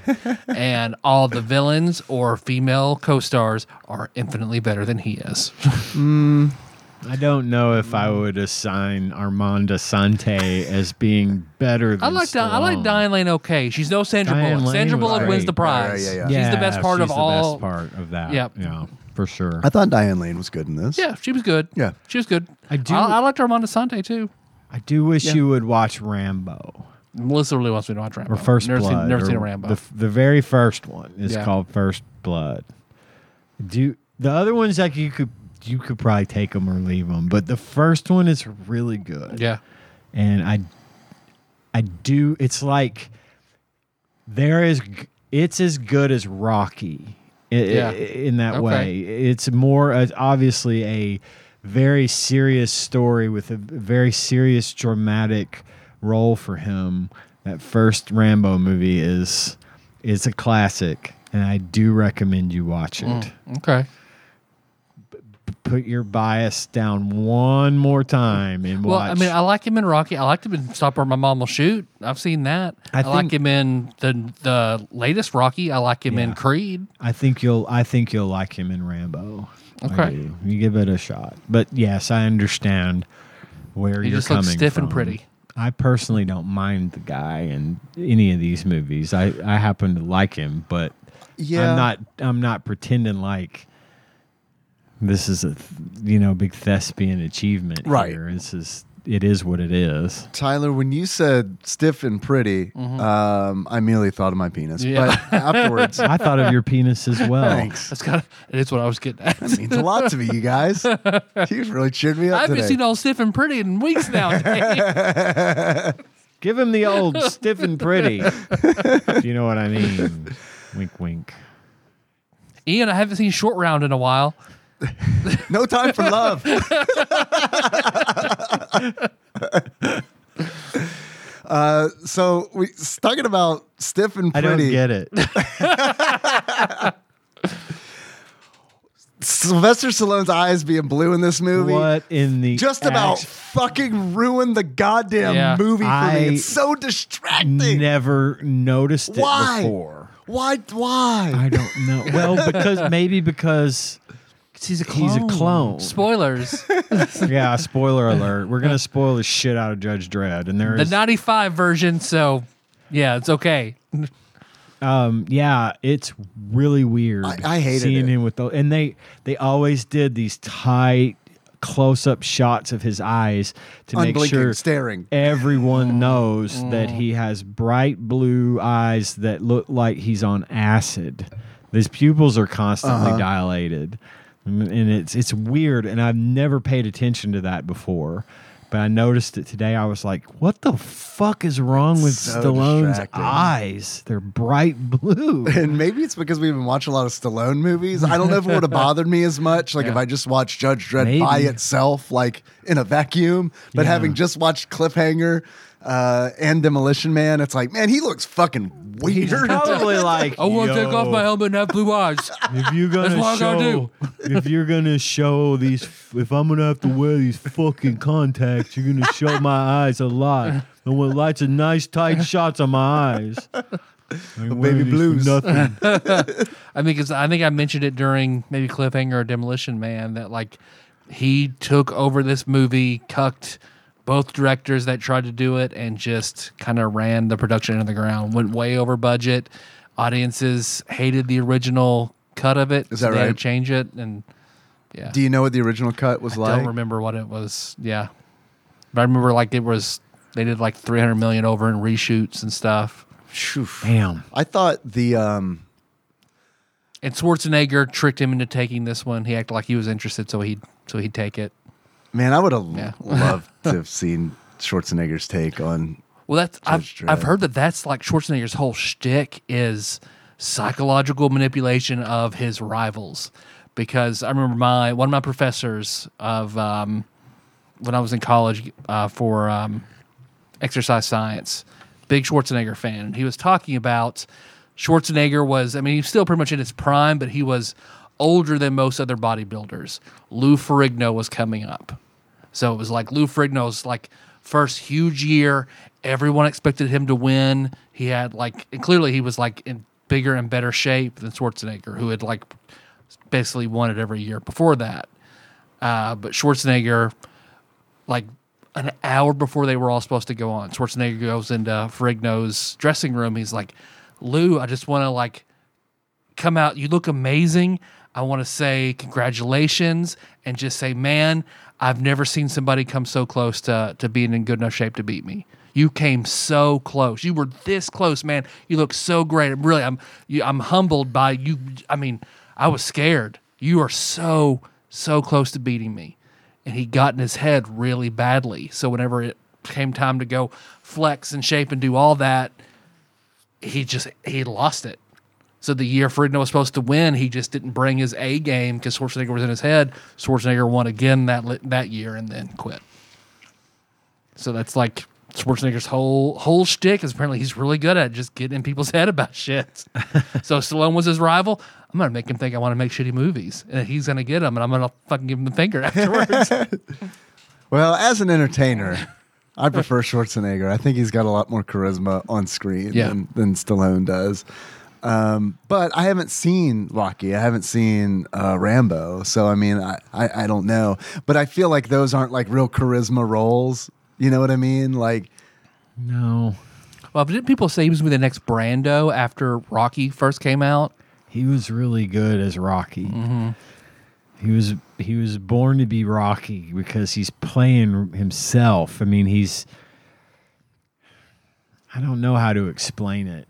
Speaker 1: and all the villains or female co-stars are infinitely better than he is.
Speaker 2: Mm-hmm.
Speaker 3: I don't know if I would assign Armanda Sante as being better than
Speaker 1: I like Di- I like
Speaker 3: Stallone.
Speaker 1: Diane Lane. Okay, she's no Sandra
Speaker 3: Diane
Speaker 1: Bullock.
Speaker 3: Lane
Speaker 1: Sandra
Speaker 3: was
Speaker 1: Bullock wins
Speaker 3: great.
Speaker 1: the prize.
Speaker 2: Yeah, yeah, yeah.
Speaker 1: She's the best part of
Speaker 3: she's
Speaker 1: all.
Speaker 3: The best part of that.
Speaker 1: Yep.
Speaker 3: Yeah, for sure.
Speaker 2: I thought Diane Lane was good in this.
Speaker 1: Yeah, she was good.
Speaker 2: Yeah.
Speaker 1: she was good.
Speaker 3: I do-
Speaker 1: I, I liked Armando Sante too.
Speaker 3: I do wish you would watch Rambo
Speaker 1: Melissa really wants me to watch Rambo.
Speaker 3: or First
Speaker 1: never
Speaker 3: Blood.
Speaker 1: Seen, never
Speaker 3: or
Speaker 1: seen a Rambo.
Speaker 3: The, the very first one is
Speaker 1: Yeah.
Speaker 3: called First Blood. Do the other ones like you could you could probably take them or leave them, but the first one is really good.
Speaker 1: yeah,
Speaker 3: and I, I do. It's like there is. g- It's as good as Rocky, i- i-
Speaker 1: Yeah.
Speaker 3: in that
Speaker 1: Okay.
Speaker 3: way. It's more uh, obviously a very serious story with a very serious dramatic role for him. That first Rambo movie is is a classic, and I do recommend you watch it.
Speaker 1: Mm. okay.
Speaker 3: Put your bias down one more time and
Speaker 1: Well,
Speaker 3: watch.
Speaker 1: I mean, I like him in Rocky. I liked him in Stop Where My Mom Will Shoot. I've seen that. I,
Speaker 3: I
Speaker 1: like
Speaker 3: think-
Speaker 1: him in the the latest Rocky. I like him in
Speaker 3: Yeah.
Speaker 1: Creed.
Speaker 3: I think you'll I think you'll like him in Rambo. I
Speaker 1: Okay.
Speaker 3: do. You give it a shot. But yes, I understand where
Speaker 1: He
Speaker 3: you're
Speaker 1: just
Speaker 3: coming
Speaker 1: looks stiff and
Speaker 3: from.
Speaker 1: pretty.
Speaker 3: I personally don't mind the guy in any of these movies. I, I happen to like him, but
Speaker 2: Yeah.
Speaker 3: I'm not I'm not pretending like this is a you know big thespian achievement
Speaker 2: Right.
Speaker 3: here. This is it is what it is.
Speaker 2: Tyler, when you said stiff and pretty, um, I immediately thought of my penis.
Speaker 1: Mm-hmm. Yeah.
Speaker 2: But afterwards,
Speaker 3: I thought of your penis as well.
Speaker 2: thanks.
Speaker 1: That's kind of it is what I was getting at.
Speaker 2: That means a lot to me, you guys. You've really cheered me up
Speaker 1: I haven't
Speaker 2: today.
Speaker 1: seen all stiff and pretty in weeks now. Dave.
Speaker 3: Give him the old stiff and pretty. if you know what I mean. Wink, wink.
Speaker 1: Ian, I haven't seen Short Round in a while.
Speaker 2: no time for love. uh, so we s- talking about stiff and
Speaker 3: I
Speaker 2: pretty.
Speaker 3: don't get it.
Speaker 2: Sylvester Stallone's eyes being blue in this movie.
Speaker 3: what in the
Speaker 2: Just about
Speaker 3: ax-
Speaker 2: fucking ruined the goddamn
Speaker 1: Yeah.
Speaker 2: movie for
Speaker 3: I
Speaker 2: me. It's so distracting.
Speaker 3: never noticed it
Speaker 2: Why?
Speaker 3: before.
Speaker 2: Why? Why?
Speaker 3: I don't know. Well, because maybe because
Speaker 1: He's a
Speaker 3: He's a clone.
Speaker 1: Spoilers.
Speaker 3: yeah, spoiler alert. We're gonna spoil the shit out of Judge Dredd, and there
Speaker 1: the
Speaker 3: is,
Speaker 1: 95 version, so yeah, it's okay.
Speaker 3: um, yeah, it's really weird.
Speaker 2: I- I hated
Speaker 3: seeing
Speaker 2: it.
Speaker 3: him with those, and they they always did these tight close up shots of his eyes to make
Speaker 2: Unblinking,
Speaker 3: sure
Speaker 2: staring.
Speaker 3: everyone knows that he has bright blue eyes that look like he's on acid. His pupils are constantly
Speaker 2: Uh-huh.
Speaker 3: dilated, Mm, and it's it's weird. And I've never paid attention to that before, but I noticed it today. I was like, "What the fuck is wrong with
Speaker 2: So
Speaker 3: Stallone's
Speaker 2: distracting.
Speaker 3: eyes? They're bright blue."
Speaker 2: And maybe it's because we've been watching a lot of Stallone movies. I don't know if it would have bothered me as much. Like if I just watched Judge Dredd by
Speaker 3: Maybe.
Speaker 2: itself, like in a vacuum. But
Speaker 3: Yeah.
Speaker 2: having just watched Cliffhanger uh, and Demolition Man, it's like, man, he looks fucking weird.
Speaker 3: Probably like
Speaker 1: I won't take off
Speaker 3: "Yo,
Speaker 1: my helmet and have blue eyes.
Speaker 3: If you're
Speaker 1: That's what I
Speaker 3: gonna
Speaker 1: gotta
Speaker 3: show, if you're gonna show these, if I'm gonna have to wear these fucking contacts, you're gonna show my eyes a lot. I want lots of nice tight shots on my eyes. I'm wearing these for
Speaker 2: blues.
Speaker 3: Nothing.
Speaker 1: I mean, 'cause I think I mentioned it during maybe Cliffhanger or Demolition Man that like he took over this movie, cucked both directors that tried to do it, and just kind of ran the production into the ground. Went way over budget. Audiences hated the original cut of it.
Speaker 2: Is
Speaker 1: so
Speaker 2: that
Speaker 1: they had
Speaker 2: right?
Speaker 1: to change it, and yeah,
Speaker 2: Do you know what the original cut was
Speaker 1: I
Speaker 2: like?
Speaker 1: don't remember what it was. Yeah, but I remember like it was they did like 300 million over in reshoots and stuff.
Speaker 3: Damn.
Speaker 2: I thought the um,
Speaker 1: And Schwarzenegger tricked him into taking this one. He acted like he was interested, so he so he'd take it.
Speaker 2: Man, I would have
Speaker 1: Yeah.
Speaker 2: loved to have seen Schwarzenegger's take on.
Speaker 1: Well, that's I've,
Speaker 2: Judge
Speaker 1: I've
Speaker 2: Dredd.
Speaker 1: heard that that's like Schwarzenegger's whole shtick is psychological manipulation of his rivals. Because I remember my one of my professors of um, when I was in college uh, for um, exercise science, big Schwarzenegger fan. He was talking about Schwarzenegger was, I mean, he's still pretty much in his prime, but he was older than most other bodybuilders. Lou Ferrigno was coming up. So it was like Lou Ferrigno's like first huge year. Everyone expected him to win. He had like, and clearly he was like in bigger and better shape than Schwarzenegger, who had like basically won it every year before that. Uh, but Schwarzenegger like an hour before they were all supposed to go on. Schwarzenegger goes into Ferrigno's dressing room. He's like, Lou, I just want to like come out. You look amazing. I want to say congratulations and just say, man, I've never seen somebody come so close to, to being in good enough shape to beat me. You came so close. You were this close, man. You look so great. I'm really, I'm, you, I'm humbled by you. I mean, I was scared. You are so, so close to beating me and he got in his head really badly. So whenever it came time to go flex and shape and do all that, he just he lost it. So the year Ferdinand was supposed to win, he just didn't bring his A game because Schwarzenegger was in his head. Schwarzenegger won again that li- that year and then quit. So that's like Schwarzenegger's whole whole shtick is apparently he's really good at just getting in people's head about shit. so Stallone was his rival. I'm gonna make him think I want to make shitty movies, and he's gonna get him, and I'm gonna fucking give him the finger afterwards.
Speaker 2: Well, as an entertainer, I prefer Schwarzenegger. I think he's got a lot more charisma on screen
Speaker 1: Yeah.
Speaker 2: than, than Stallone does. Um, but I haven't seen Rocky. I haven't seen uh, Rambo. So, I mean, I, I, I don't know. But I feel like those aren't like real charisma roles. You know what I mean? Like,
Speaker 3: No,
Speaker 1: Well, but didn't people say he was going to be the next Brando after Rocky first came out?
Speaker 3: he was really good as Rocky. He was he was born to be Rocky because he's playing himself. I mean, he's I don't know how to explain it.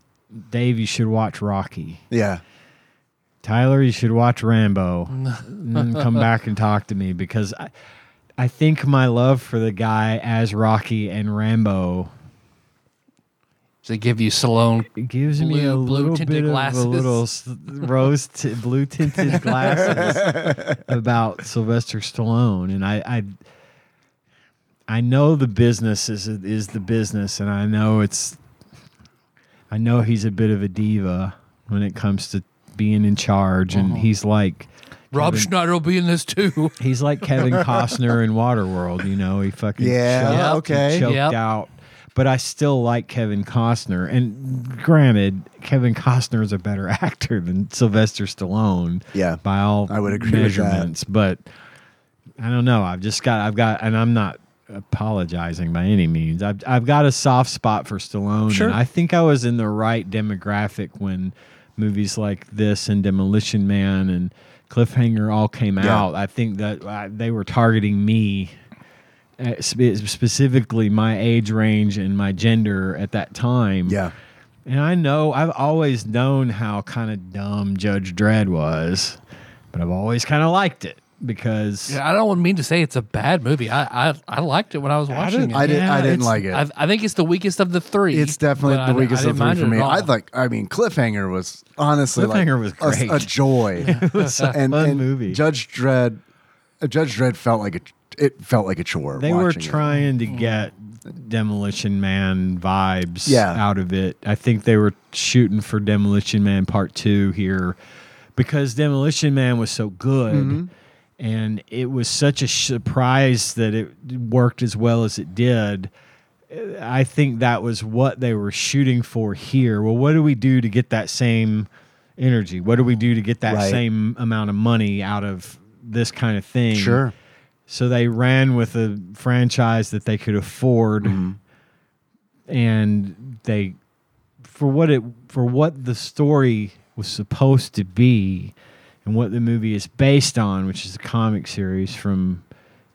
Speaker 3: Dave, you should watch Rocky.
Speaker 2: yeah.
Speaker 3: Tyler, you should watch Rambo and then come back and talk to me because I, I think my love for the guy as Rocky and Rambo
Speaker 1: Does it give you Stallone?
Speaker 3: it gives me
Speaker 1: Blue-
Speaker 3: a
Speaker 1: blue
Speaker 3: little
Speaker 1: tinted
Speaker 3: bit of
Speaker 1: glasses.
Speaker 3: a little s- rose t- blue tinted glasses about Sylvester Stallone, and I. I I know the business is is the business, and I know it's. I know he's a bit of a diva when it comes to being in charge,
Speaker 1: Uh-huh.
Speaker 3: and he's like
Speaker 1: Rob
Speaker 3: Kevin-
Speaker 1: Schneider will be in this too.
Speaker 3: He's like Kevin Costner in Waterworld, you know. He fucking
Speaker 2: Yeah,
Speaker 3: choked,
Speaker 2: okay.
Speaker 3: choked
Speaker 1: Yep.
Speaker 3: out. but I still like Kevin Costner. And granted, Kevin Costner is a better actor than Sylvester Stallone.
Speaker 2: Yeah,
Speaker 3: by all
Speaker 2: I would agree with that.
Speaker 3: measurements. But I don't know. I've just got. I've got, and I'm not apologizing by any means. I've I've got a soft spot for Stallone.
Speaker 2: Sure.
Speaker 3: And I think I was in the right demographic when movies like this and Demolition Man and Cliffhanger all came
Speaker 2: Yeah.
Speaker 3: out. I think that I, they were targeting me uh, spe- specifically my age range and my gender at that time.
Speaker 2: Yeah.
Speaker 3: And I know I've always known how kind of dumb Judge Dredd was, but I've always kind of liked it because
Speaker 1: Yeah, I don't mean to say it's a bad movie. I I, I liked it when I was watching
Speaker 3: didn't-
Speaker 1: it.
Speaker 2: I didn't.
Speaker 3: Yeah,
Speaker 2: I didn't
Speaker 3: it's-
Speaker 2: like it.
Speaker 1: I, I think it's the weakest of the three.
Speaker 2: it's definitely
Speaker 1: but I
Speaker 2: the
Speaker 1: didn't- I
Speaker 2: weakest of
Speaker 1: didn't
Speaker 2: three for
Speaker 1: mind it
Speaker 2: me.
Speaker 1: at all.
Speaker 2: I like. I mean, Cliffhanger was honestly like,
Speaker 3: Cliffhanger was
Speaker 2: a-
Speaker 3: great.
Speaker 2: A, joy. and,
Speaker 3: fun
Speaker 2: and
Speaker 3: movie.
Speaker 2: Judge Dredd. uh, Judge Dredd felt like a. It felt like a chore.
Speaker 3: they were
Speaker 2: watching it.
Speaker 3: trying to get Demolition Man vibes
Speaker 2: Yeah.
Speaker 3: out of it. I think they were shooting for Demolition Man Part 2 here because Demolition Man was so good.
Speaker 2: Mm-hmm.
Speaker 3: And it was such a surprise that it worked as well as it did. I think that was what they were shooting for here. Well, what do we do to get that same energy? What do we do to get that
Speaker 2: Right.
Speaker 3: same amount of money out of this kind of thing?
Speaker 2: Sure.
Speaker 3: So they ran with a franchise that they could afford,
Speaker 2: Mm-hmm.
Speaker 3: and they, for what it, for what the story was supposed to be, and what the movie is based on, which is a comic series from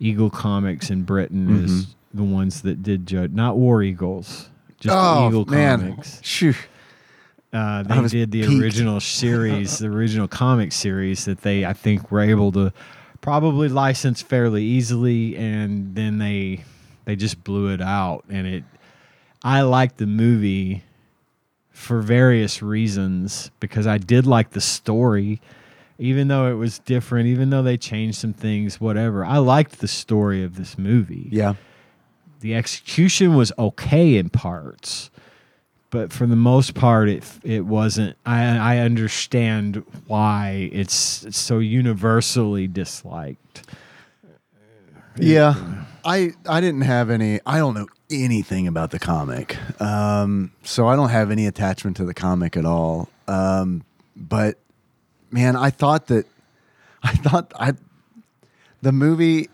Speaker 3: Eagle Comics in Britain, is
Speaker 2: Mm-hmm.
Speaker 3: the ones that did Judge, not War Eagles, just the
Speaker 2: Oh
Speaker 3: Eagle
Speaker 2: man,
Speaker 3: Comics.
Speaker 2: Shoo. I
Speaker 3: Uh, they
Speaker 2: was
Speaker 3: did the
Speaker 2: peaked.
Speaker 3: original series, the original comic series that they, I think, were able to probably license fairly easily, and then they they just blew it out. And it, I liked the movie for various reasons because I did like the story, even though it was different, even though they changed some things, whatever. I liked the story of this movie
Speaker 2: Yeah.
Speaker 3: the execution was okay in parts, but for the most part, it it wasn't. I I understand why it's so universally disliked.
Speaker 2: Yeah. I I didn't have any I don't know anything about the comic. Um so I don't have any attachment to the comic at all. Um but man, I thought that I thought I the movie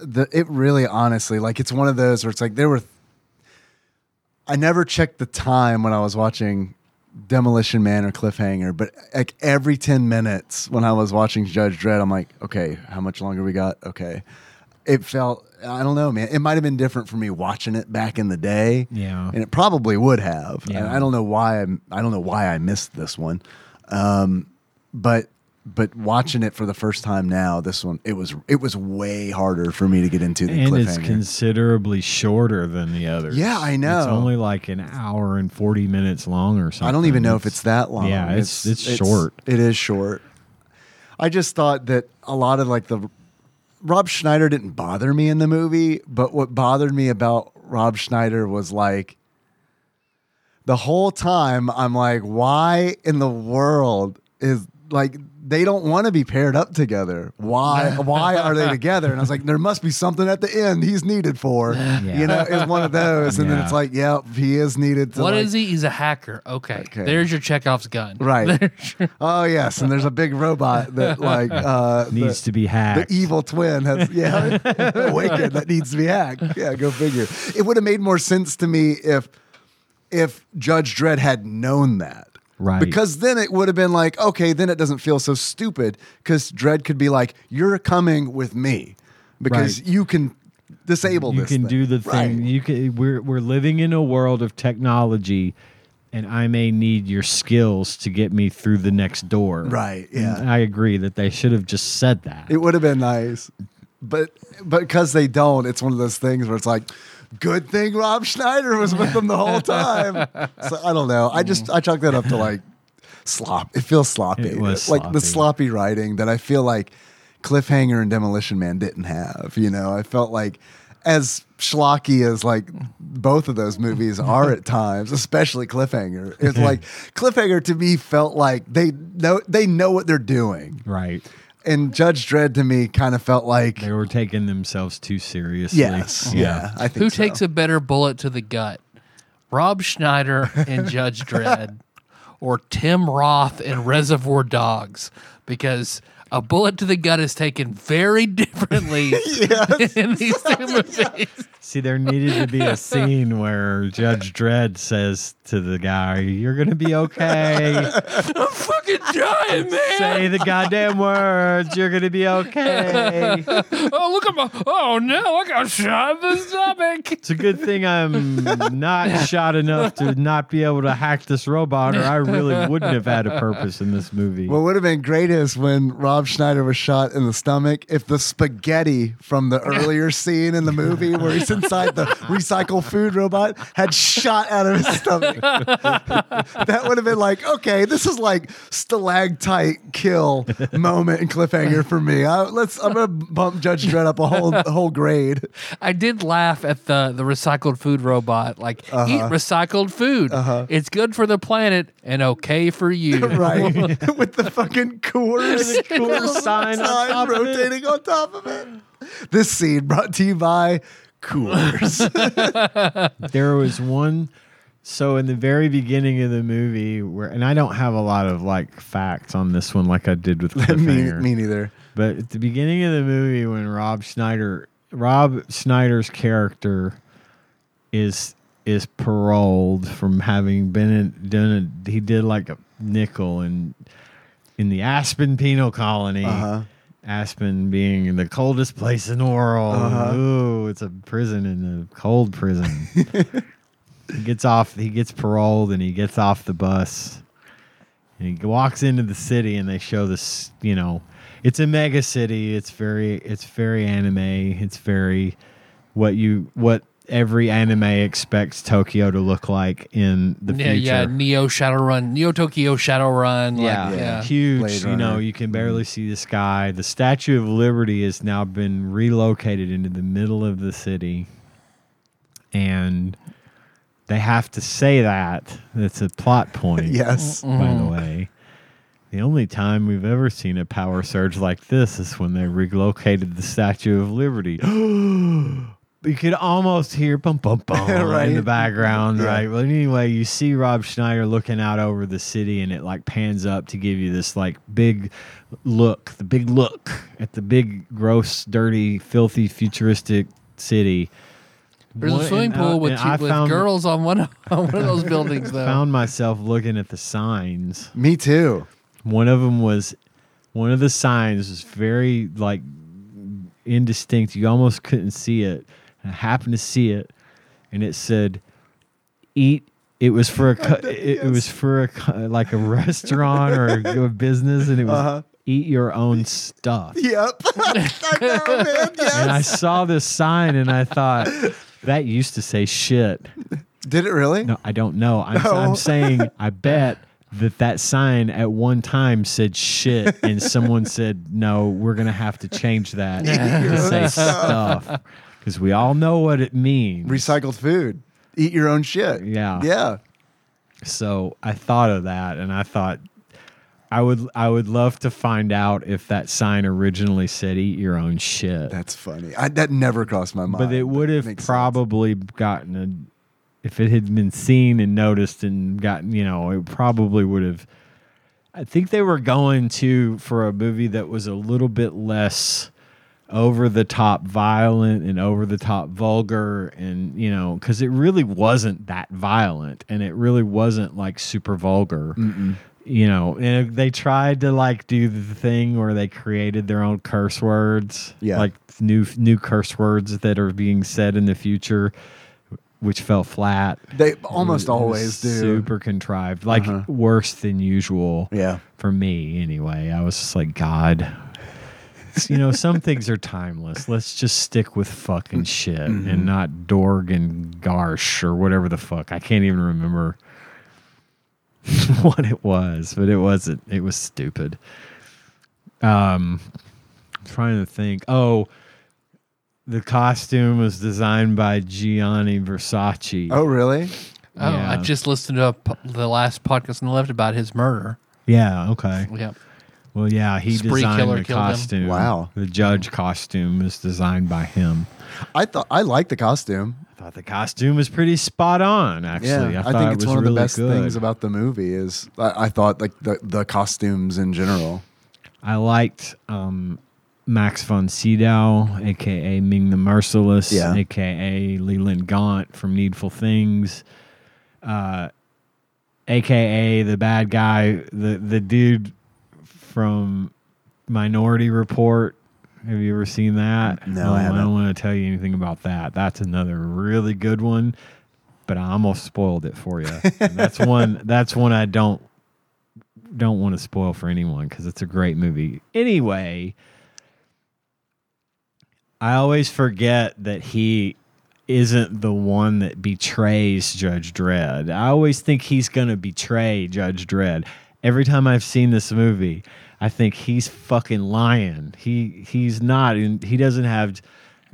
Speaker 2: the it really honestly like it's one of those where it's like there were I never checked the time when I was watching Demolition Man or Cliffhanger, but like every 10 minutes when I was watching Judge Dredd, I'm like, okay, how much longer we got? Okay. It felt, I don't know, man. It might have been different for me watching it back in the day.
Speaker 3: Yeah.
Speaker 2: And it probably would have.
Speaker 3: Yeah.
Speaker 2: And I don't know why I'm, I don't know why I missed this one. Um, but, but watching it for the first time now, this one, it was, it was way harder for me to get into than
Speaker 3: And
Speaker 2: Cliffhanger.
Speaker 3: it's considerably shorter than the others.
Speaker 2: Yeah, I know.
Speaker 3: It's only like an hour and forty minutes long or something.
Speaker 2: I don't even know if it's that long.
Speaker 3: Yeah, it's it's, short.
Speaker 2: It is short. I just thought that a lot of like the Rob Schneider didn't bother me in the movie, but what bothered me about Rob Schneider was like the whole time I'm like, why in the world is like they don't want to be paired up together. Why why are they together? And I was like, there must be something at the end he's needed for. You know, is one of those. And then
Speaker 3: Yeah.
Speaker 2: it's like, yep, he is needed to
Speaker 1: What
Speaker 2: like,
Speaker 1: is he? He's a hacker. Okay.
Speaker 2: Okay.
Speaker 1: There's your Chekhov's gun.
Speaker 2: Right.
Speaker 1: There's your-
Speaker 2: Oh yes, and there's a big robot that like uh, the-
Speaker 3: Needs to be
Speaker 2: the
Speaker 3: hacked.
Speaker 2: evil twin has yeah awakened that needs to be hacked. Yeah, go figure. It would have made more sense to me if if Judge Dredd had known that.
Speaker 3: Right.
Speaker 2: Because then it would have been like, okay, then it doesn't feel so stupid because Dredd could be like, you're coming with me because
Speaker 3: Right.
Speaker 2: you can disable
Speaker 3: you
Speaker 2: this.
Speaker 3: can do the thing
Speaker 2: Right.
Speaker 3: you can we're we're living in a world of technology and i may need your skills to get me through the next door
Speaker 2: Right,
Speaker 3: And
Speaker 2: yeah.
Speaker 3: i agree that they should have just said that
Speaker 2: It would have been nice, but but because they don't, it's one of those things where it's like, good thing Rob Schneider was with them the whole time. so I don't know. I just I chalk that up to like slop. It feels sloppy.
Speaker 3: It was
Speaker 2: like the
Speaker 3: sloppy.
Speaker 2: sloppy writing that I feel like Cliffhanger and Demolition Man didn't have. You know, I felt like as schlocky as like both of those movies are at times, especially Cliffhanger. It's like Cliffhanger to me felt like they know they know what they're doing
Speaker 3: right
Speaker 2: and Judge Dredd to me kind of felt like
Speaker 3: they were taking themselves too seriously
Speaker 2: yes, yeah. I think
Speaker 1: Who
Speaker 2: so.
Speaker 1: takes a better bullet to the gut? Rob Schneider in Judge Dredd or Tim Roth in Reservoir Dogs because a bullet to the gut is taken very differently in these two movies.
Speaker 3: See, there needed to be a scene where Judge Dredd says to the guy, You're going to be okay.
Speaker 1: I'm fucking giant, man.
Speaker 3: Say the goddamn words. You're going to be okay.
Speaker 1: Oh, look at my. Oh, no. I got shot in the stomach.
Speaker 3: It's a good thing I'm not shot enough to not be able to hack this robot, or I really wouldn't have had a purpose in this movie.
Speaker 2: What would have been great is when Rob Schneider was shot in the stomach. If the spaghetti from the earlier scene in the movie where he's inside the recycle food robot had shot out of his stomach, that would have been like, okay, this is like stalactite kill moment and cliffhanger for me. I, let's, I'm gonna bump Judge Dredd up a whole a whole grade.
Speaker 1: I did laugh at the, the recycled food robot. Like, eat recycled food. It's good for the planet and okay for you.
Speaker 2: Right. With the fucking Coors,
Speaker 3: Coors sign on
Speaker 2: sign
Speaker 3: top of it.
Speaker 2: rotating on top of it. This scene brought to you by Coors.
Speaker 3: There was one. So in the very beginning of the movie, where and I don't have a lot of like facts on this one, like I did with
Speaker 2: me,
Speaker 3: Cliffhanger.
Speaker 2: me neither.
Speaker 3: But at the beginning of the movie, when Rob Schneider, Rob Schneider's character is is paroled from having been in, done a, he did like a nickel in in the Aspen penal colony. Aspen being the coldest place in the world. Ooh, it's a prison in a cold prison. he gets off. He gets paroled and he gets off the bus. And he walks into the city and they show this, you know, it's a mega city. It's very it's very anime. It's very what you what every anime expects Tokyo to look like in the
Speaker 1: Yeah,
Speaker 3: future.
Speaker 1: yeah, Neo Shadowrun, Neo Tokyo Shadowrun.
Speaker 3: Yeah,
Speaker 1: like, yeah.
Speaker 3: huge.
Speaker 2: Blade
Speaker 3: you know,
Speaker 2: Runner. Mm-hmm.
Speaker 3: you can barely see the sky. The Statue of Liberty has now been relocated into the middle of the city, and they have to say that. That's a plot point.
Speaker 2: Yes.
Speaker 3: by the way. The only time we've ever seen a power surge like this is when they relocated the Statue of Liberty. you could almost hear bum bum bum in the
Speaker 2: Right.
Speaker 3: background, right? Well, anyway, you see Rob Schneider looking out over the city, and it like pans up to give you this like big look, the big look at the big, gross, dirty, filthy, futuristic city.
Speaker 1: There's
Speaker 3: One-
Speaker 1: a swimming
Speaker 3: and I-
Speaker 1: pool with,
Speaker 3: and
Speaker 1: two,
Speaker 3: I
Speaker 1: with
Speaker 3: found-
Speaker 1: girls on one of, on one of those buildings, though.
Speaker 3: Found myself looking at the signs.
Speaker 2: Me too.
Speaker 3: One of them was one of the signs was very like indistinct. You almost couldn't see it. I happened to see it, and it said, "Eat." It was for a co- it, it was for a co- like a restaurant or a, a business, and it was eat your own stuff.
Speaker 2: Yep. I know, man.
Speaker 3: And I
Speaker 2: Yes.
Speaker 3: saw this sign, and I thought that used to say shit.
Speaker 2: Did it really?
Speaker 3: No, I don't know. I'm, I'm saying I bet that that sign at one time said shit, and someone said, "No, we're gonna have to change that to say stuff," because we all know what it means.
Speaker 2: Recycled food. Eat your own shit.
Speaker 3: Yeah.
Speaker 2: Yeah.
Speaker 3: So I thought of that, and I thought I would I would love to find out if that sign originally said "Eat your own shit,"
Speaker 2: That's funny. I, that never crossed my mind.
Speaker 3: but it would have
Speaker 2: makes sense.
Speaker 3: probably gotten a. If it had been seen and noticed and gotten, you know, it probably would have. I think they were going to for a movie that was a little bit less over the top violent and over the top vulgar and you know cuz it really wasn't that violent and it really wasn't like super vulgar you know and they tried to like do the thing where they created their own curse words
Speaker 2: Yeah.
Speaker 3: like new new curse words that are being said in the future which fell flat
Speaker 2: They almost
Speaker 3: it was
Speaker 2: always do. Uh-huh.
Speaker 3: Super contrived, like worse than usual.
Speaker 2: Yeah.
Speaker 3: For me, anyway, I was just like, God, you know, some things are timeless. Let's just stick with fucking
Speaker 2: Mm.
Speaker 3: shit
Speaker 2: Mm-hmm.
Speaker 3: and not Dorg and Garsh or whatever the fuck. I can't even remember what it was, but it wasn't. It was stupid. Um, trying to think. Oh. The costume was designed by Gianni Versace.
Speaker 2: Oh, really?
Speaker 1: Oh, I
Speaker 3: Yeah.
Speaker 1: just listened to a, po- the last podcast on the left about his murder.
Speaker 3: Yeah, okay.
Speaker 1: Yep.
Speaker 3: Well, yeah, he
Speaker 1: Spree
Speaker 3: designed
Speaker 1: killer
Speaker 3: the
Speaker 1: killed him.
Speaker 3: costume.
Speaker 2: Wow.
Speaker 3: the judge costume was designed by him.
Speaker 2: I thought I like the costume.
Speaker 3: I thought the costume was pretty spot on. Actually,
Speaker 2: yeah,
Speaker 3: I,
Speaker 2: I,
Speaker 3: thought
Speaker 2: think
Speaker 3: it
Speaker 2: it's
Speaker 3: was
Speaker 2: one of
Speaker 3: really
Speaker 2: the best
Speaker 3: good.
Speaker 2: things about the movie is I, I thought like the, the costumes in general.
Speaker 3: I liked um, Max von Sydow, aka Ming the Merciless,
Speaker 2: Yeah.
Speaker 3: aka Leland Gaunt from Needful Things, uh, aka the bad guy, the the dude from Minority Report. Have you ever seen that?
Speaker 2: No, I
Speaker 3: Um, I
Speaker 2: haven't.
Speaker 3: don't want to tell you anything about that. That's another really good one, but I almost spoiled it for you. And that's one. That's one I don't don't want to spoil for anyone because it's a great movie. Anyway, I always forget that he isn't the one that betrays Judge Dredd. I always think he's going to betray Judge Dredd. Every time I've seen this movie, I think he's fucking lying. He he's not in, he doesn't have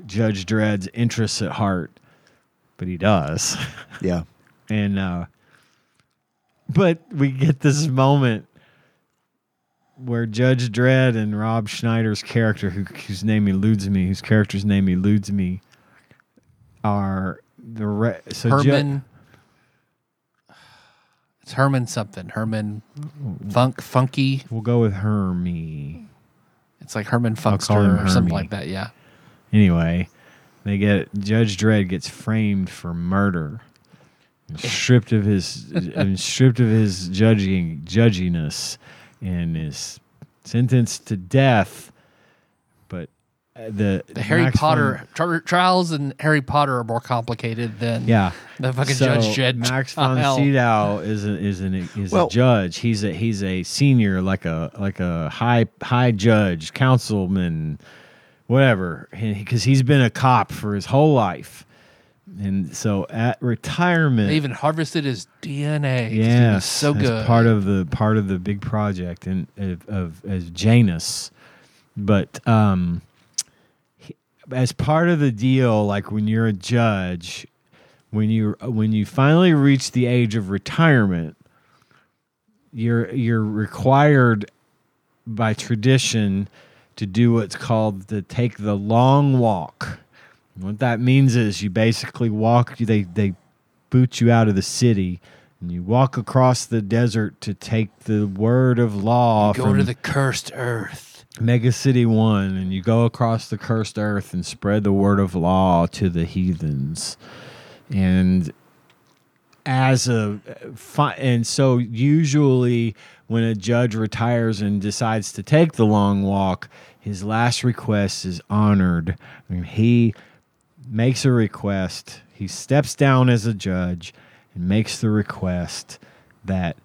Speaker 3: Judge Dredd's interests at heart, but he does
Speaker 2: Yeah.
Speaker 3: and uh but we get this moment where Judge Dredd and Rob Schneider's character, who, whose name eludes me, whose character's name eludes me, are the re- so Ju-
Speaker 1: Herman. it's Herman something. Herman Funk Funky.
Speaker 3: we'll go with Hermie.
Speaker 1: It's like Herman
Speaker 3: call him
Speaker 1: Funkster or something
Speaker 3: Hermie.
Speaker 1: like that. Yeah.
Speaker 3: Anyway, they get Judge Dredd gets framed for murder, and stripped of his and stripped of his judging judginess, and is sentenced to death. But uh, the
Speaker 1: The Harry
Speaker 3: Max von-
Speaker 1: Potter tri- trials and Harry Potter are more complicated than
Speaker 3: yeah.
Speaker 1: the fucking
Speaker 3: So,
Speaker 1: Judge Dredd. Oh,
Speaker 3: Max von
Speaker 1: trial.
Speaker 3: Sydow is a, is an is
Speaker 2: Well-
Speaker 3: a judge. He's a he's a senior, like a like a high high judge, councilman, whatever. Because he's been a cop for his whole life, and so at retirement,
Speaker 1: They even harvested his DNA. 'cause he was
Speaker 3: Yes,
Speaker 1: so
Speaker 3: that's
Speaker 1: good.
Speaker 3: Part of the part of the big project and of, of as Janus, but um, he- as part of the deal, like when you're a judge, when you when you finally reach the age of retirement, you're you're required by tradition to do what's called the take the long walk. And what that means is you basically walk. They they boot you out of the city, and you walk across the desert to take the word of law.
Speaker 1: Go
Speaker 3: from
Speaker 1: to the cursed earth.
Speaker 3: Mega City One, and you go across the cursed earth and spread the word of law to the heathens. And as a fi- and so usually when a judge retires and decides to take the long walk, his last request is honored, and he makes a request. He steps down as a judge and makes the request that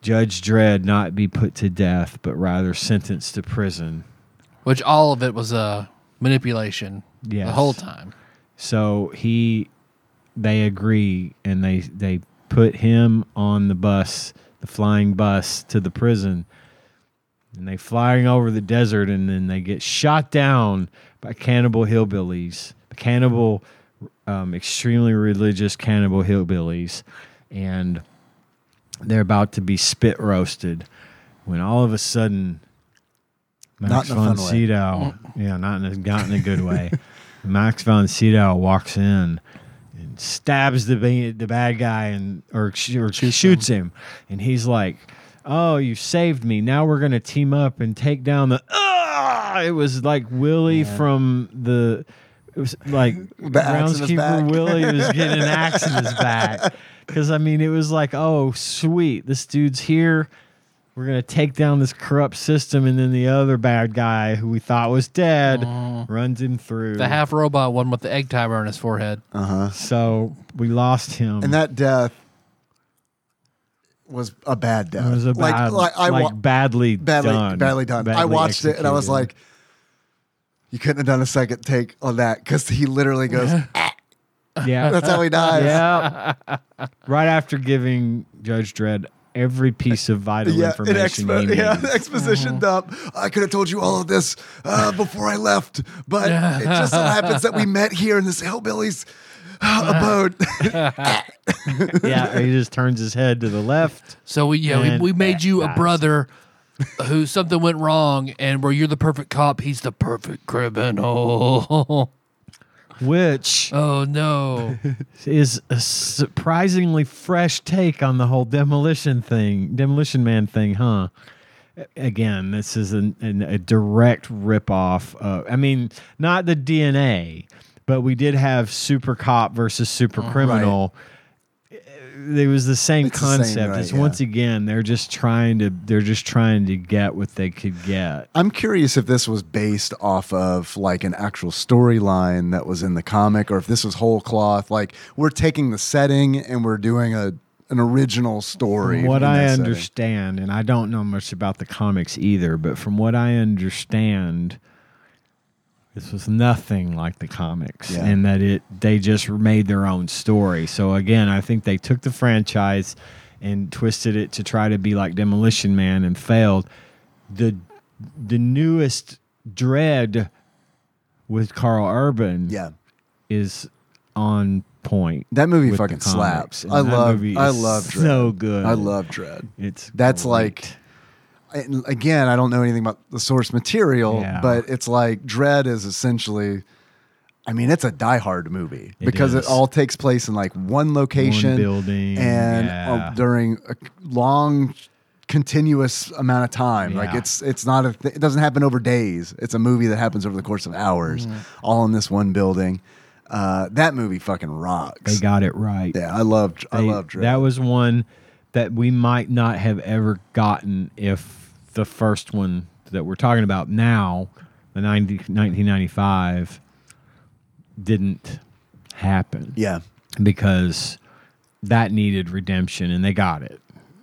Speaker 3: Judge Dredd not be put to death, but rather sentenced to prison.
Speaker 1: Which all of it was a manipulation the
Speaker 3: Yes.
Speaker 1: whole time.
Speaker 3: So he, they agree, and they they put him on the bus, the flying bus to the prison, and they flying over the desert, and then they get shot down by cannibal hillbillies, cannibal, um, extremely religious cannibal hillbillies, and they're about to be spit roasted, when all of a sudden.
Speaker 2: Not
Speaker 3: Max
Speaker 2: in a
Speaker 3: von
Speaker 2: fun way.
Speaker 3: Sydow, yeah, not in a, not in a good way. Max von Sydow walks in and stabs the ba- the bad guy and or, sh- or shoots, him. and he's like, "Oh, you saved me! Now we're gonna team up and take down the." Ah! It was like Willie from the. It was like
Speaker 2: The axe in his back.
Speaker 3: groundskeeper Willie was getting an axe in his back because I mean it was like, oh sweet, this dude's here. We're gonna take down this corrupt system, and then the other bad guy who we thought was dead runs him through.
Speaker 1: The half robot one with the egg timer on his forehead.
Speaker 3: So we lost him.
Speaker 2: And that death was a bad death.
Speaker 3: it was a bad, like,
Speaker 2: I wa-
Speaker 3: badly
Speaker 2: badly
Speaker 3: done.
Speaker 2: badly done. I
Speaker 3: badly
Speaker 2: watched it and I was
Speaker 3: executed.
Speaker 2: like, you couldn't have done a second take on that because he literally goes, "Ah,"
Speaker 3: yeah,
Speaker 2: that's how he dies.
Speaker 3: yeah. Right after giving Judge Dredd every piece of vital
Speaker 2: Yeah, an
Speaker 3: information, Uh-huh. he
Speaker 2: expo-
Speaker 3: needs.
Speaker 2: yeah, exposition dump. I could have told you all of this uh, before I left, but it just so happens that we met here in this hillbilly's uh, abode.
Speaker 3: yeah, he just turns his head to the left.
Speaker 1: So we yeah,
Speaker 3: And-
Speaker 1: we, we made you a brother who something went wrong, and where you're the perfect cop, he's the perfect criminal.
Speaker 3: Which
Speaker 1: oh no!
Speaker 3: is a surprisingly fresh take on the whole demolition thing, demolition man thing, huh? A- Again, this is an, an, a direct ripoff. Of, I mean, not the DNA, but we did have super cop versus super criminal. It was the same
Speaker 2: Mm, It's the same,
Speaker 3: concept.
Speaker 2: right,
Speaker 3: it's
Speaker 2: yeah.
Speaker 3: once again they're just trying to they're just trying to get what they could get.
Speaker 2: I'm curious if this was based off of like an actual storyline that was in the comic, or if this was whole cloth. Like we're taking the setting and we're doing a an original story.
Speaker 3: From what
Speaker 2: in
Speaker 3: I
Speaker 2: that setting.
Speaker 3: understand, and I don't know much about the comics either, but from what I understand, this was nothing like the comics,
Speaker 2: Yeah.
Speaker 3: and that it they just made their own story. So again, I think they took the franchise and twisted it to try to be like Demolition Man, and failed. the The newest Dread with Carl Urban,
Speaker 2: yeah.
Speaker 3: is on point.
Speaker 2: That movie
Speaker 3: with the
Speaker 2: fucking
Speaker 3: comics,
Speaker 2: slaps.
Speaker 3: and
Speaker 2: I
Speaker 3: that
Speaker 2: love.
Speaker 3: movie
Speaker 2: I
Speaker 3: is
Speaker 2: love. Dread.
Speaker 3: So good.
Speaker 2: I love Dread.
Speaker 3: It's
Speaker 2: That's
Speaker 3: great.
Speaker 2: like- And again, I don't know anything about the source material,
Speaker 3: Yeah.
Speaker 2: but it's like Dread is essentially. I mean, it's a Die Hard movie
Speaker 3: It
Speaker 2: because
Speaker 3: is.
Speaker 2: it all takes place in like one location,
Speaker 3: building,
Speaker 2: and
Speaker 3: yeah.
Speaker 2: uh, during a long, continuous amount of time. Like
Speaker 3: Yeah.
Speaker 2: it's it's not a th- it doesn't happen over days. It's a movie that happens over the course of hours,
Speaker 3: Mm-hmm.
Speaker 2: all in this one building. Uh, that movie fucking
Speaker 3: they
Speaker 2: rocks.
Speaker 3: got it right.
Speaker 2: yeah, I love I
Speaker 3: They-
Speaker 2: love Dread.
Speaker 3: That was one that we might not have ever gotten if the first one that we're talking about now, the 90, 1995, didn't happen.
Speaker 2: yeah.
Speaker 3: because that needed redemption and they got it.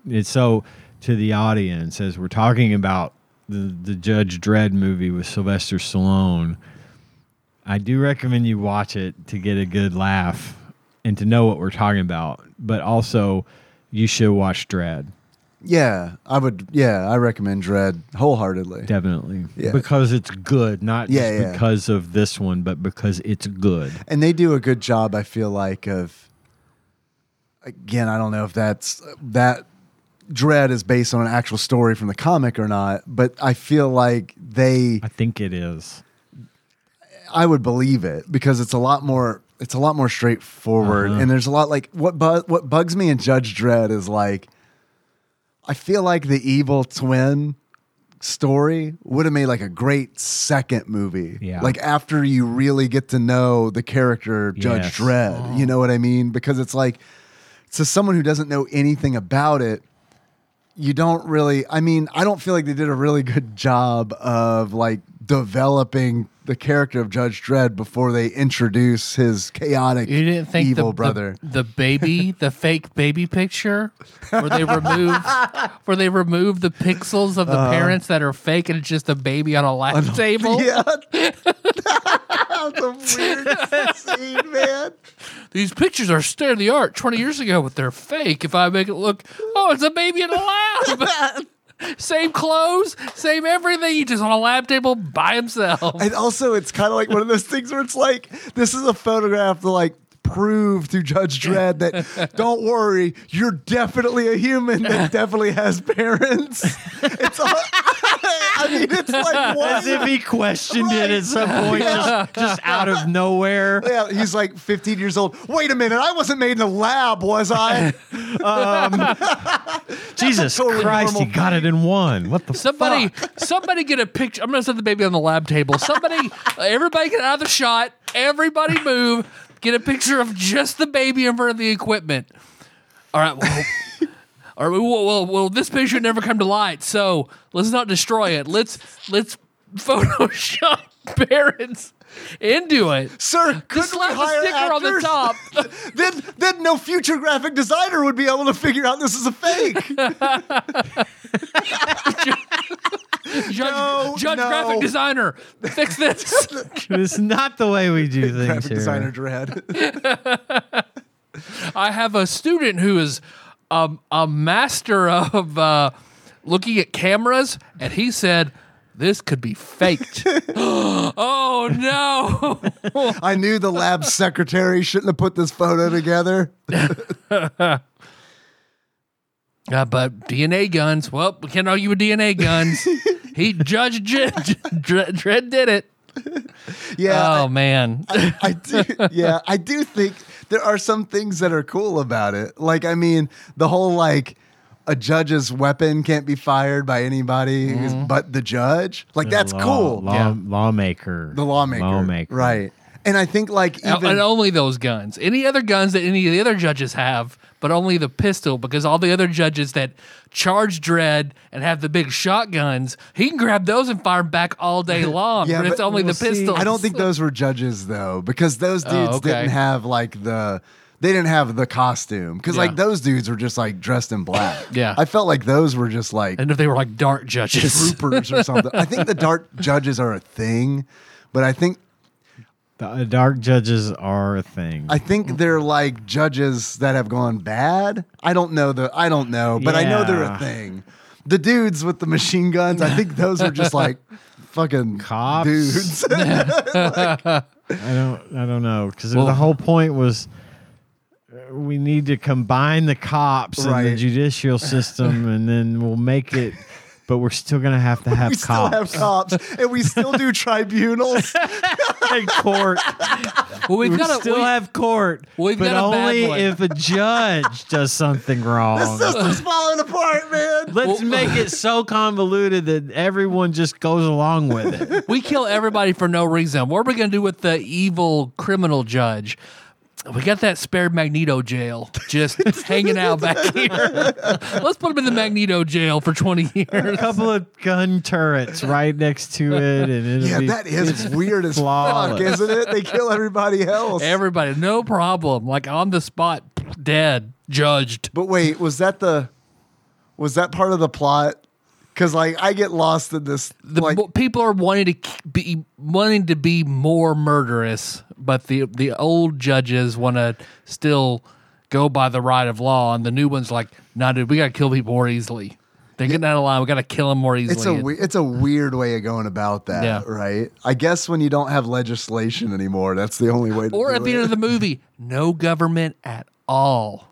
Speaker 3: It's so to the audience as we're talking about the the Judge Dredd movie with Sylvester Stallone. I do recommend you watch it to get a good laugh and to know what we're talking about, but also you should watch Dredd
Speaker 2: Yeah, I would. Yeah, I recommend Dread wholeheartedly.
Speaker 3: definitely
Speaker 2: Yeah.
Speaker 3: because it's good, not
Speaker 2: Yeah,
Speaker 3: just
Speaker 2: yeah.
Speaker 3: because of this one, but because it's good.
Speaker 2: and they do a good job, I feel like, of again, I don't know if that's that Dread is based on an actual story from the comic or not, but I feel like they
Speaker 3: I think it is.
Speaker 2: I would believe it because it's a lot more it's a lot more straightforward
Speaker 3: Uh-huh.
Speaker 2: and there's a lot like what bu- what bugs me in Judge Dredd is like I feel like the evil twin story would have made like a great second movie.
Speaker 3: Yeah.
Speaker 2: Like after you really get to know the character Judge
Speaker 3: Yes.
Speaker 2: Dredd, you know what I mean? Because it's like to someone who doesn't know anything about it, you don't really i mean i don't feel like they did a really good job of like developing the character of judge dredd before they introduce his chaotic
Speaker 1: You didn't think
Speaker 2: evil
Speaker 1: the,
Speaker 2: brother
Speaker 1: the, the baby, the fake baby picture, where they remove where they remove the pixels of the parents that are fake, and it's just a baby on a lap table.
Speaker 2: yeah that's a weird scene man
Speaker 1: These pictures are state of the art twenty years ago, but they're fake. If I make it look, oh, it's a baby in a lab. same clothes, same everything. He's just on a lab table by himself.
Speaker 2: and also it's kind of like one of those things where it's like this is a photograph to like prove to judge dredd that don't worry you're definitely a human that definitely has parents it's all i mean it's like what
Speaker 3: As if he questioned it at some point, just, just out of nowhere.
Speaker 2: Yeah, he's like 15 years old. Wait a minute, I wasn't made in a lab, was I?
Speaker 3: Jesus
Speaker 2: totally
Speaker 3: Christ, he
Speaker 2: normal
Speaker 3: got it in one. What the
Speaker 1: Somebody,
Speaker 3: fuck?
Speaker 1: somebody get a picture. I'm gonna set the baby on the lab table. Somebody, everybody get out of the shot. Everybody move. Get a picture of just the baby in front of the equipment. All right. Well, all right. Well, well, well, this picture never come to light. So let's not destroy it. Let's let's Photoshop parents into it.
Speaker 2: Sir, could
Speaker 1: Just
Speaker 2: we
Speaker 1: slap a
Speaker 2: hire
Speaker 1: sticker on the
Speaker 2: actors?
Speaker 1: top.
Speaker 2: then, then no future graphic designer would be able to figure out this is a fake.
Speaker 1: Judge,
Speaker 2: No,
Speaker 1: judge
Speaker 2: no.
Speaker 1: graphic designer, fix this.
Speaker 3: This is not the way we do things
Speaker 2: graphic
Speaker 3: here.
Speaker 2: designer Dread.
Speaker 1: I have a student who is um, a master of uh, looking at cameras, and he said, this could be faked. oh no!
Speaker 2: I knew the lab secretary shouldn't have put this photo together.
Speaker 1: Uh, but DNA guns. Well, we can't argue with DNA guns. he Judge Dredd, Dredd, Dredd did it.
Speaker 2: Yeah,
Speaker 1: oh man,
Speaker 2: I do, yeah, I do think there are some things that are cool about it. Like, I mean, the whole like a judge's weapon can't be fired by anybody
Speaker 1: Mm-hmm.
Speaker 2: but the judge. Like, that's
Speaker 3: Law-
Speaker 2: cool.
Speaker 3: Law,
Speaker 1: Yeah.
Speaker 3: Lawmaker.
Speaker 2: The lawmaker,
Speaker 3: Lawmaker.
Speaker 2: right? And I think like even
Speaker 1: and only those guns. Any other guns that any of the other judges have, but only the pistol, because all the other judges that charge Dredd and have the big shotguns, he can grab those and fire 'em back all day long.
Speaker 2: Yeah,
Speaker 1: but, it's
Speaker 2: but
Speaker 1: only
Speaker 3: we'll
Speaker 1: the
Speaker 3: see.
Speaker 1: pistol.
Speaker 2: I don't think those were judges though, because those dudes
Speaker 1: Oh, okay.
Speaker 2: didn't have like the they didn't have the costume because
Speaker 1: Yeah.
Speaker 2: like those dudes were just like dressed in black.
Speaker 1: Yeah.
Speaker 2: I felt like those were just like
Speaker 1: And if they were like dark judges,
Speaker 2: troopers or something. I think the dark judges are a thing, but I think
Speaker 3: The uh, dark judges are a thing.
Speaker 2: I think they're like judges that have gone bad. I don't know the I don't know, but I know they're a
Speaker 3: Yeah.
Speaker 2: thing. The dudes with the machine guns, I think those are just like fucking
Speaker 3: Cops.
Speaker 2: dudes.
Speaker 3: I don't. I don't know because
Speaker 1: Well-
Speaker 3: the whole point was uh, we need to combine the cops and the
Speaker 2: Right.
Speaker 3: judicial system, and then we'll make it. But we're still gonna have to have
Speaker 2: we still
Speaker 3: cops
Speaker 2: have cops and we still do tribunals.
Speaker 3: and court.
Speaker 1: well, we've
Speaker 3: we
Speaker 1: got
Speaker 3: still
Speaker 1: we,
Speaker 3: have court,
Speaker 1: we've
Speaker 3: but
Speaker 1: got a bad
Speaker 3: only
Speaker 1: one.
Speaker 3: if a judge does something wrong.
Speaker 2: System's falling apart, man.
Speaker 3: Let's make it so convoluted that everyone just goes along with it.
Speaker 1: we kill everybody for no reason. What are we gonna do with the evil criminal judge? We got that spare Magneto jail just hanging out back here. Let's put him in the Magneto jail for 20 years.
Speaker 3: A couple of gun turrets right next to it, and it'll
Speaker 2: Yeah,
Speaker 3: be
Speaker 2: that is weird as fuck,
Speaker 3: flawless.
Speaker 2: isn't it? They kill everybody else.
Speaker 1: Everybody, no problem. Like on the spot, dead, judged.
Speaker 2: But wait, was that the was that part of the plot? Because like I get lost in this.
Speaker 1: The
Speaker 2: like,
Speaker 1: mo- people are wanting to k- be wanting to be more murderous, but the the old judges want to still go by the right of law, and the new ones like, nah, dude, we gotta kill people more easily. They're getting out of line. We gotta kill them more easily.
Speaker 2: it's a we- it's a weird way of going about that,
Speaker 1: Yeah.
Speaker 2: right? I guess when you don't have legislation anymore, that's the only way. To
Speaker 1: or
Speaker 2: do
Speaker 1: at the
Speaker 2: it.
Speaker 1: end of the movie, no government at all.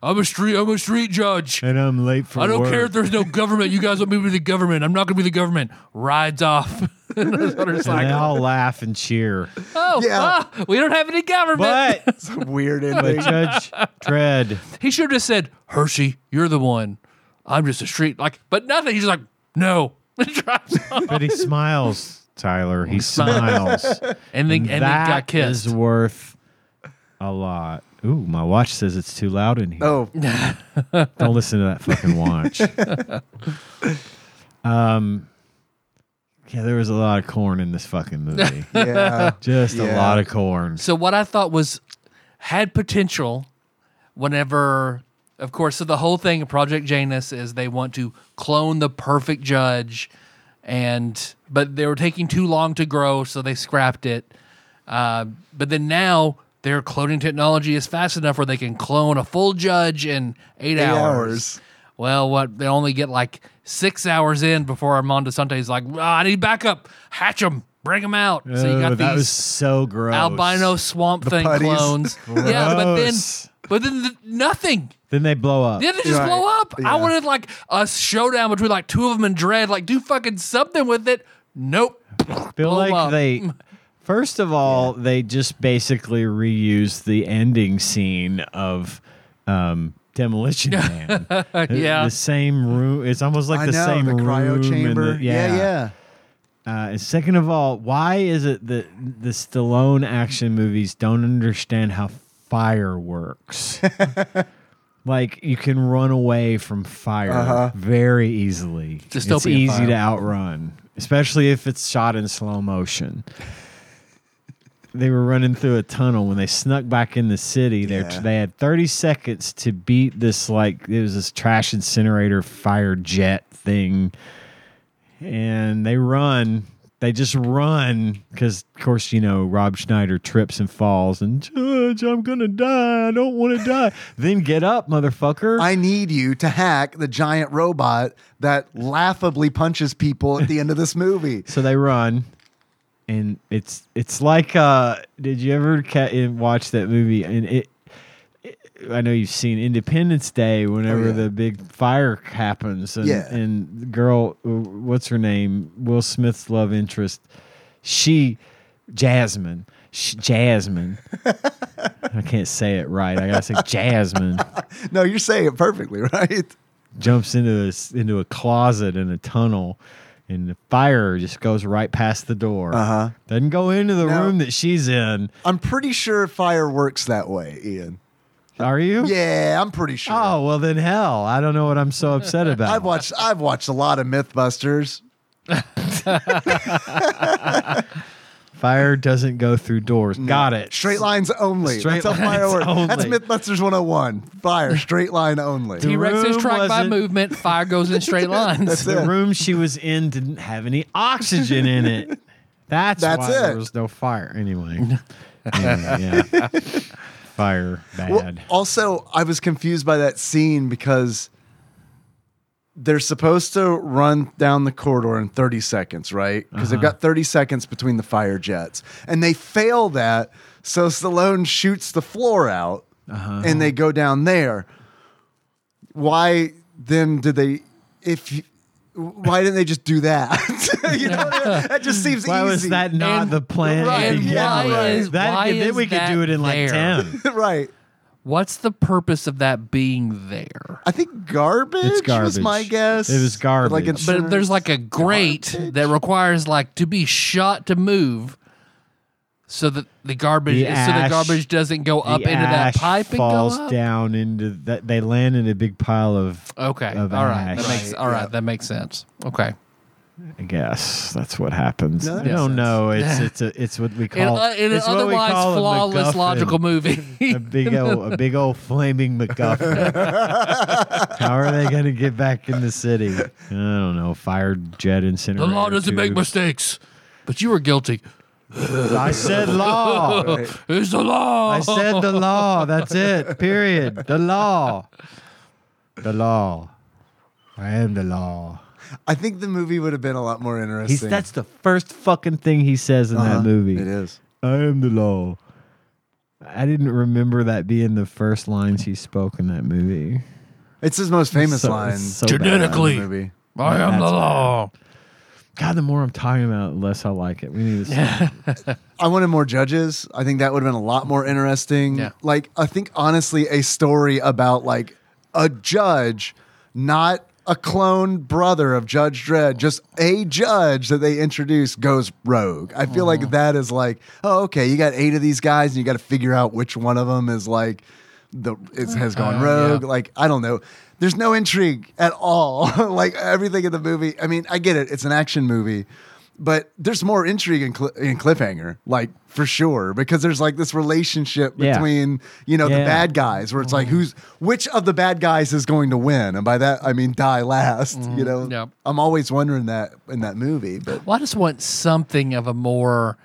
Speaker 1: I'm a street. I'm a street judge.
Speaker 3: and I'm late for
Speaker 1: I don't
Speaker 3: work.
Speaker 1: care if there's no government. You guys want me to be the government? I'm not gonna be the government. Rides off. Motorcycle.
Speaker 3: and they all laugh and cheer.
Speaker 1: Oh,
Speaker 2: Yeah.
Speaker 1: ah, we don't have any government.
Speaker 3: But
Speaker 2: it's a weird
Speaker 3: but
Speaker 2: ending.
Speaker 3: Judge Dredd,
Speaker 1: he should have just said, Hershey, you're the one. I'm just a street. Like, but nothing. He's just like, no. Drives off.
Speaker 3: but he smiles. Tyler, he smiles.
Speaker 1: and then and then
Speaker 3: That
Speaker 1: got kissed.
Speaker 3: is worth a lot. Ooh, my watch says it's too loud in here.
Speaker 2: Oh,
Speaker 3: Don't listen to that fucking watch. um, yeah, there was a lot of corn in this fucking movie.
Speaker 2: yeah.
Speaker 3: Just a
Speaker 2: Yeah.
Speaker 3: lot of corn.
Speaker 1: So what I thought was had potential whenever of course so the whole thing of Project Janus is they want to clone the perfect judge and but they were taking too long to grow so they scrapped it. Uh, but then now their cloning technology is fast enough where they can clone a full judge in 8 hours.
Speaker 2: hours.
Speaker 1: Well, what they only get like 6 hours in before Armando Sante's like, "Ah, "I need backup. Hatch them. Bring them out." So you got
Speaker 3: Oh, that
Speaker 1: these
Speaker 3: was so gross.
Speaker 1: albino swamp thing
Speaker 2: putties.
Speaker 1: clones. yeah, but then
Speaker 3: Gross.
Speaker 1: but then the, nothing.
Speaker 3: Then they blow up.
Speaker 1: Then they just
Speaker 2: Right.
Speaker 1: blow up. I
Speaker 2: Yeah.
Speaker 1: wanted like a showdown between like two of them in dread. Like do fucking something with it. Nope.
Speaker 3: feel
Speaker 1: blow
Speaker 3: like
Speaker 1: up.
Speaker 3: they first of all they just basically reused the ending scene of um demolition man The-
Speaker 1: Yeah.
Speaker 3: the same room it's almost like
Speaker 2: I
Speaker 3: the
Speaker 2: know
Speaker 3: same
Speaker 2: the cryo
Speaker 3: room and the-
Speaker 2: chamber. yeah, yeah.
Speaker 3: Uh, and second of all why is it that the stallone action movies don't understand how fire works Like you can run away from fire very easily. it's
Speaker 1: Dystopian
Speaker 3: easy
Speaker 1: fire.
Speaker 3: to outrun, especially if it's shot in slow motion. they were running through a tunnel when they snuck back in the city. They
Speaker 2: Yeah.
Speaker 3: they had thirty seconds to beat this like it was this trash incinerator fire jet thing, and they run. They just run because, of course, you know Rob Schneider trips and falls, and Judge, I'm gonna die. I don't want to die. then get up, motherfucker.
Speaker 2: I need you to hack the giant robot that laughably punches people at the end of this movie.
Speaker 3: So they run, and eh, it's it's like uh, did you ever ca- watch that movie? And it, I know you've seen Independence Day whenever
Speaker 2: Oh, yeah.
Speaker 3: the big fire happens, and
Speaker 2: Yeah.
Speaker 3: and the girl, uh, what's her name? Will Smith's love interest, she, Jasmine, Sh Jasmine. I can't say it right. I gotta say Jasmine
Speaker 2: No, you're saying it perfectly, right?
Speaker 3: jumps into this into a closet in a tunnel. And the fire just goes right past the door.
Speaker 2: Uh-huh.
Speaker 3: Doesn't go into the
Speaker 2: No.
Speaker 3: room that she's in.
Speaker 2: I'm pretty sure fire works that way, Ian.
Speaker 3: Are you?
Speaker 2: Yeah, I'm pretty sure.
Speaker 3: Oh well, then hell, I don't know what I'm so upset about.
Speaker 2: I've watched I've watched a lot of MythBusters.
Speaker 3: Fire doesn't go through doors. Got it.
Speaker 2: Straight lines only.
Speaker 3: Straight
Speaker 2: That's how
Speaker 3: lines
Speaker 2: fire works. That's
Speaker 3: only.
Speaker 2: MythBusters 101. Fire, straight line only.
Speaker 1: T Rex is
Speaker 3: room
Speaker 1: tracked by
Speaker 3: wasn't-
Speaker 1: movement. Fire goes in straight lines.
Speaker 3: The room she was in didn't have any oxygen in it. That's,
Speaker 2: That's
Speaker 3: why there
Speaker 2: it.
Speaker 3: was no fire. Anyway, Anyway, yeah. fire
Speaker 2: Well,
Speaker 3: bad.
Speaker 2: also, I was confused by that scene because they're supposed to run down the corridor in 30 seconds, right? Because
Speaker 3: Uh-huh.
Speaker 2: they've got 30 seconds between the fire jets. And they fail that. So Stallone shoots the floor out
Speaker 3: Uh-huh.
Speaker 2: and they go down there. Why then did they, if, you- why didn't they just do that? you know, what I mean? that just seems
Speaker 3: why
Speaker 2: easy.
Speaker 3: was that not
Speaker 1: And-
Speaker 3: the plan? to
Speaker 1: right,
Speaker 3: begin
Speaker 2: why
Speaker 3: with?
Speaker 1: is-
Speaker 3: that,
Speaker 1: why
Speaker 3: then
Speaker 1: is
Speaker 3: we could
Speaker 1: that
Speaker 3: do it in like
Speaker 1: there?
Speaker 3: ten.
Speaker 2: right.
Speaker 1: What's the purpose of that being there?
Speaker 2: I think garbage,
Speaker 3: It's
Speaker 2: was
Speaker 3: garbage.
Speaker 2: my guess.
Speaker 3: It was
Speaker 2: But,
Speaker 3: garbage. But
Speaker 1: But if there's like a grate that requires like to be shot to move, so that the garbage
Speaker 3: The
Speaker 1: so the
Speaker 3: ash-
Speaker 1: garbage doesn't go up
Speaker 3: The
Speaker 1: into that
Speaker 3: ash
Speaker 1: pipe and
Speaker 3: falls
Speaker 1: go up.
Speaker 3: down into that. They land in a big pile of.
Speaker 1: Okay, all
Speaker 3: of
Speaker 1: right,
Speaker 3: ash.
Speaker 1: that makes all right, that makes sense. Okay,
Speaker 3: I guess that's what happens.
Speaker 2: No, that
Speaker 3: I
Speaker 2: makes
Speaker 3: don't
Speaker 2: sense.
Speaker 3: know. It's it's a, it's what we
Speaker 1: in,
Speaker 3: call
Speaker 1: uh, in an
Speaker 3: it's what we
Speaker 1: otherwise
Speaker 3: call a
Speaker 1: flawless
Speaker 3: MacGuffin.
Speaker 1: logical movie,
Speaker 3: a big old a big old flaming MacGuffin. How are they going to get back in the city? I don't know. Fire jet
Speaker 1: the
Speaker 3: incinerator.
Speaker 1: law doesn't make
Speaker 3: tube.
Speaker 1: mistakes, but you were guilty.
Speaker 3: I said law.
Speaker 1: It's the law.
Speaker 3: I said the law. That's it. Period. The law. The law. I am the law.
Speaker 2: I think the movie would have been a lot more interesting.
Speaker 3: He's, that's the first fucking thing he says in
Speaker 2: Uh-huh.
Speaker 3: that movie.
Speaker 2: It is.
Speaker 3: I am the law. I didn't remember that being the first lines he spoke in that movie.
Speaker 2: It's his most famous
Speaker 3: So-
Speaker 2: line.
Speaker 3: so bad.
Speaker 1: Genetically.
Speaker 2: in the movie.
Speaker 1: I am the
Speaker 3: That's-
Speaker 1: law.
Speaker 3: God, the more I'm talking about, it, the less I like it. We need to
Speaker 2: I wanted more judges. I think that would have been a lot more interesting.
Speaker 1: Yeah.
Speaker 2: Like I think honestly, a story about like a judge, not a clone brother of Judge Dredd, just a judge that they introduce goes rogue. I feel
Speaker 1: Mm-hmm.
Speaker 2: like that is like, oh, okay, you got eight of these guys, and you got to figure out which one of them is like the is, has gone
Speaker 1: Uh,
Speaker 2: rogue.
Speaker 1: yeah.
Speaker 2: Like I don't know. There's no intrigue at all. like everything in the movie. I mean, I get it. It's an action movie, but there's more intrigue in, cl- in cliffhanger, like for sure, because there's like this relationship
Speaker 3: Yeah.
Speaker 2: between you know the
Speaker 3: Yeah. Mm-hmm.
Speaker 2: bad guys, where it's like who's which of the bad guys is going to win, and by that I mean die last.
Speaker 3: Mm-hmm.
Speaker 2: You know,
Speaker 1: Yep.
Speaker 2: I'm always wondering that in that movie, but
Speaker 1: Well, I just want something of a more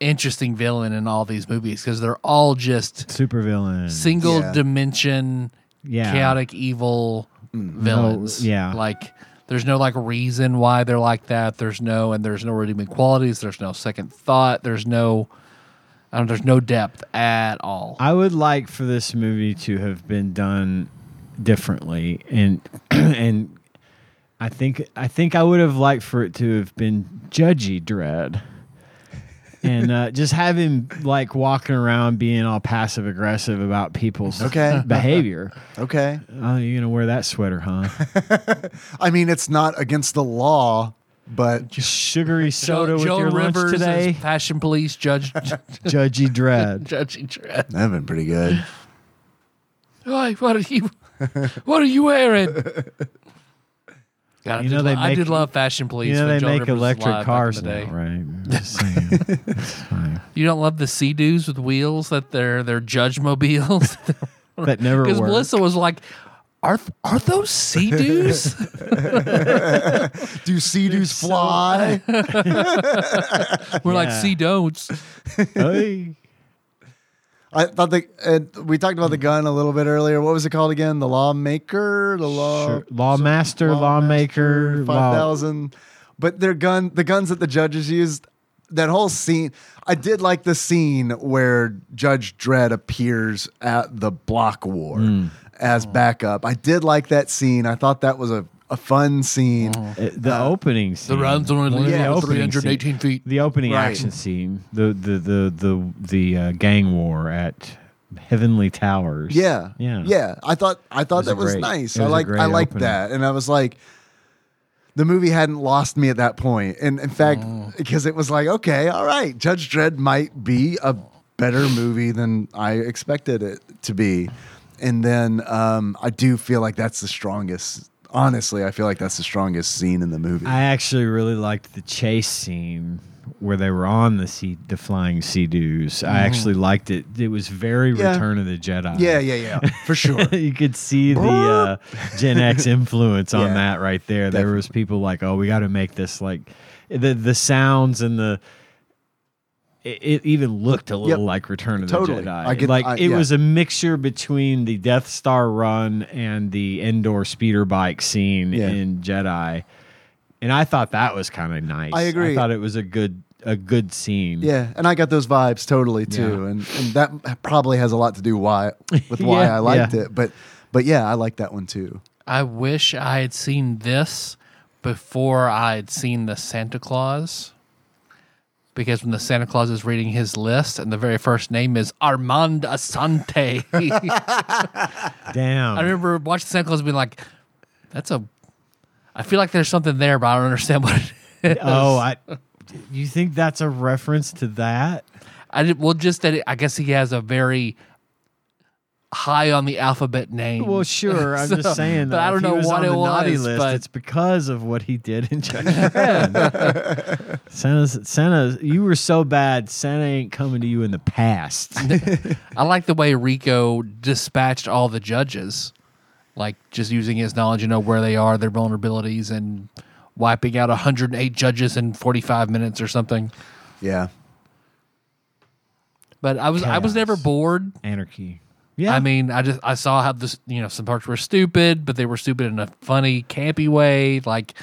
Speaker 1: interesting villain in all these movies because they're all just
Speaker 3: supervillain.
Speaker 1: single
Speaker 2: Yeah.
Speaker 1: dimension,
Speaker 3: Yeah.
Speaker 1: chaotic, evil villains.
Speaker 3: yeah.
Speaker 1: Like, there's no like reason why they're like that. There's no, and there's no redeeming qualities. There's no second thought. There's no, I don't, there's no depth at all.
Speaker 3: I would like for this movie to have been done differently, and and I think I think I would have liked for it to have been judgy dread, and uh, just have him like walking around being all passive aggressive about people's
Speaker 2: Okay.
Speaker 3: behavior.
Speaker 2: okay.
Speaker 3: Oh, you're gonna wear that sweater, huh?
Speaker 2: I mean, it's not against the law, but
Speaker 3: Sugary
Speaker 1: Jo-
Speaker 3: soda with
Speaker 1: Joan
Speaker 3: your
Speaker 1: Rivers
Speaker 3: lunch today.
Speaker 1: Is Passion Police Judge
Speaker 3: Judgy dread.
Speaker 1: Judge Dredd.
Speaker 2: that'd been pretty good.
Speaker 1: Hey, what are you? What are you wearing? God, I
Speaker 3: You
Speaker 1: did
Speaker 3: know they
Speaker 1: lo- I
Speaker 3: make-
Speaker 1: did love Fashion Police.
Speaker 3: You know
Speaker 1: when
Speaker 3: they
Speaker 1: Joan
Speaker 3: make
Speaker 1: Rivers was alive
Speaker 3: electric
Speaker 1: back
Speaker 3: cars
Speaker 1: in the day.
Speaker 3: now, right? I'm just saying. It's fine.
Speaker 1: You don't love the sea doos with wheels that they're they're judge mobiles.
Speaker 3: That never
Speaker 1: Because
Speaker 3: worked.
Speaker 1: Melissa was like, "Are are those sea doos?"
Speaker 2: Do sea doos fly?
Speaker 1: We're like
Speaker 3: Yeah.
Speaker 1: sea don'ts.
Speaker 3: Hey.
Speaker 2: I thought the uh, we talked about
Speaker 3: Hmm.
Speaker 2: the gun a little bit earlier. What was it called again? The lawmaker, the law,
Speaker 3: Sure. Lawmaster, lawmaker, law-
Speaker 2: five thousand. But their gun, the guns that the judges used, that whole scene. I did like the scene where Judge Dredd appears at the block war
Speaker 3: Hmm. Oh.
Speaker 2: as backup. I did like that scene. I thought that was a, a fun scene.
Speaker 3: Oh. Uh, the opening scene.
Speaker 1: rounds are only
Speaker 3: One of the
Speaker 1: yeah,
Speaker 3: opening
Speaker 1: 318
Speaker 3: scene-
Speaker 1: feet.
Speaker 3: The opening
Speaker 2: Right.
Speaker 3: action scene. The the the the the uh, gang war at Heavenly Towers.
Speaker 2: Yeah.
Speaker 3: Yeah.
Speaker 2: Yeah. I thought I thought
Speaker 3: was a
Speaker 2: that was
Speaker 3: great-
Speaker 2: nice.
Speaker 3: it
Speaker 2: I
Speaker 3: was a
Speaker 2: like
Speaker 3: great
Speaker 2: I liked
Speaker 3: opening.
Speaker 2: that. And I was like the movie hadn't lost me at that point. And in fact,
Speaker 3: Oh.
Speaker 2: because it was like, okay, all right, Judge Dredd might be a better movie than I expected it to be. And then um, I do feel like that's the strongest. Honestly, I feel like that's the strongest scene in the movie.
Speaker 3: I actually really liked the chase scene where they were on the sea, the flying sea doos. I actually liked it. It was very
Speaker 2: Yeah.
Speaker 3: Return of the Jedi.
Speaker 2: yeah, yeah, yeah, for sure.
Speaker 3: you could see the uh, Gen X influence on
Speaker 2: Yeah,
Speaker 3: that right there. There was people like, "Oh, we got to make this like the the sounds and the." It, it even looked a little
Speaker 2: Yep.
Speaker 3: like Return of
Speaker 2: Totally.
Speaker 3: the Jedi.
Speaker 2: I get-
Speaker 3: like
Speaker 2: I-
Speaker 3: it
Speaker 2: yeah.
Speaker 3: was a mixture between the Death Star run and the indoor speeder bike scene
Speaker 2: Yeah.
Speaker 3: in Jedi, and I thought that was kind of nice.
Speaker 2: I agree.
Speaker 3: I thought it was a good a good scene.
Speaker 2: Yeah, and I got those vibes totally too,
Speaker 3: Yeah.
Speaker 2: and and that probably has a lot to do why with why
Speaker 3: Yeah,
Speaker 2: I liked
Speaker 3: yeah.
Speaker 2: it, but but yeah, I like that one too.
Speaker 1: I wish I had seen this before I had seen the Santa Claus. Because when the Santa Claus is reading his list and the very first name is Armand Asante.
Speaker 3: Damn.
Speaker 1: I remember watching Santa Claus and being like, that's a. I feel like there's something there, but I don't understand what it is.
Speaker 3: oh, I. You think that's a reference to that?
Speaker 1: I did, well, just that it, I guess he has a very high on the alphabet name.
Speaker 3: Well, sure. I'm just saying.
Speaker 1: but
Speaker 3: that
Speaker 1: I don't
Speaker 3: if he
Speaker 1: know
Speaker 3: was
Speaker 1: what
Speaker 3: on
Speaker 1: it
Speaker 3: the naughty
Speaker 1: was,
Speaker 3: list,
Speaker 1: but-
Speaker 3: it's because of what he did in Judge Dredd. Santa's, Santa, you were so bad. Santa ain't coming to you in the past.
Speaker 1: I like the way Rico dispatched all the judges, like just using his knowledge to know where they are, their vulnerabilities, and wiping out 108 judges in 45 minutes or something.
Speaker 2: Yeah,
Speaker 1: But I was I was
Speaker 3: Chaos.
Speaker 1: never bored.
Speaker 3: Anarchy. Yeah.
Speaker 1: I mean, I just I saw how this you know some parts were stupid, but they were stupid in a funny, campy way. Like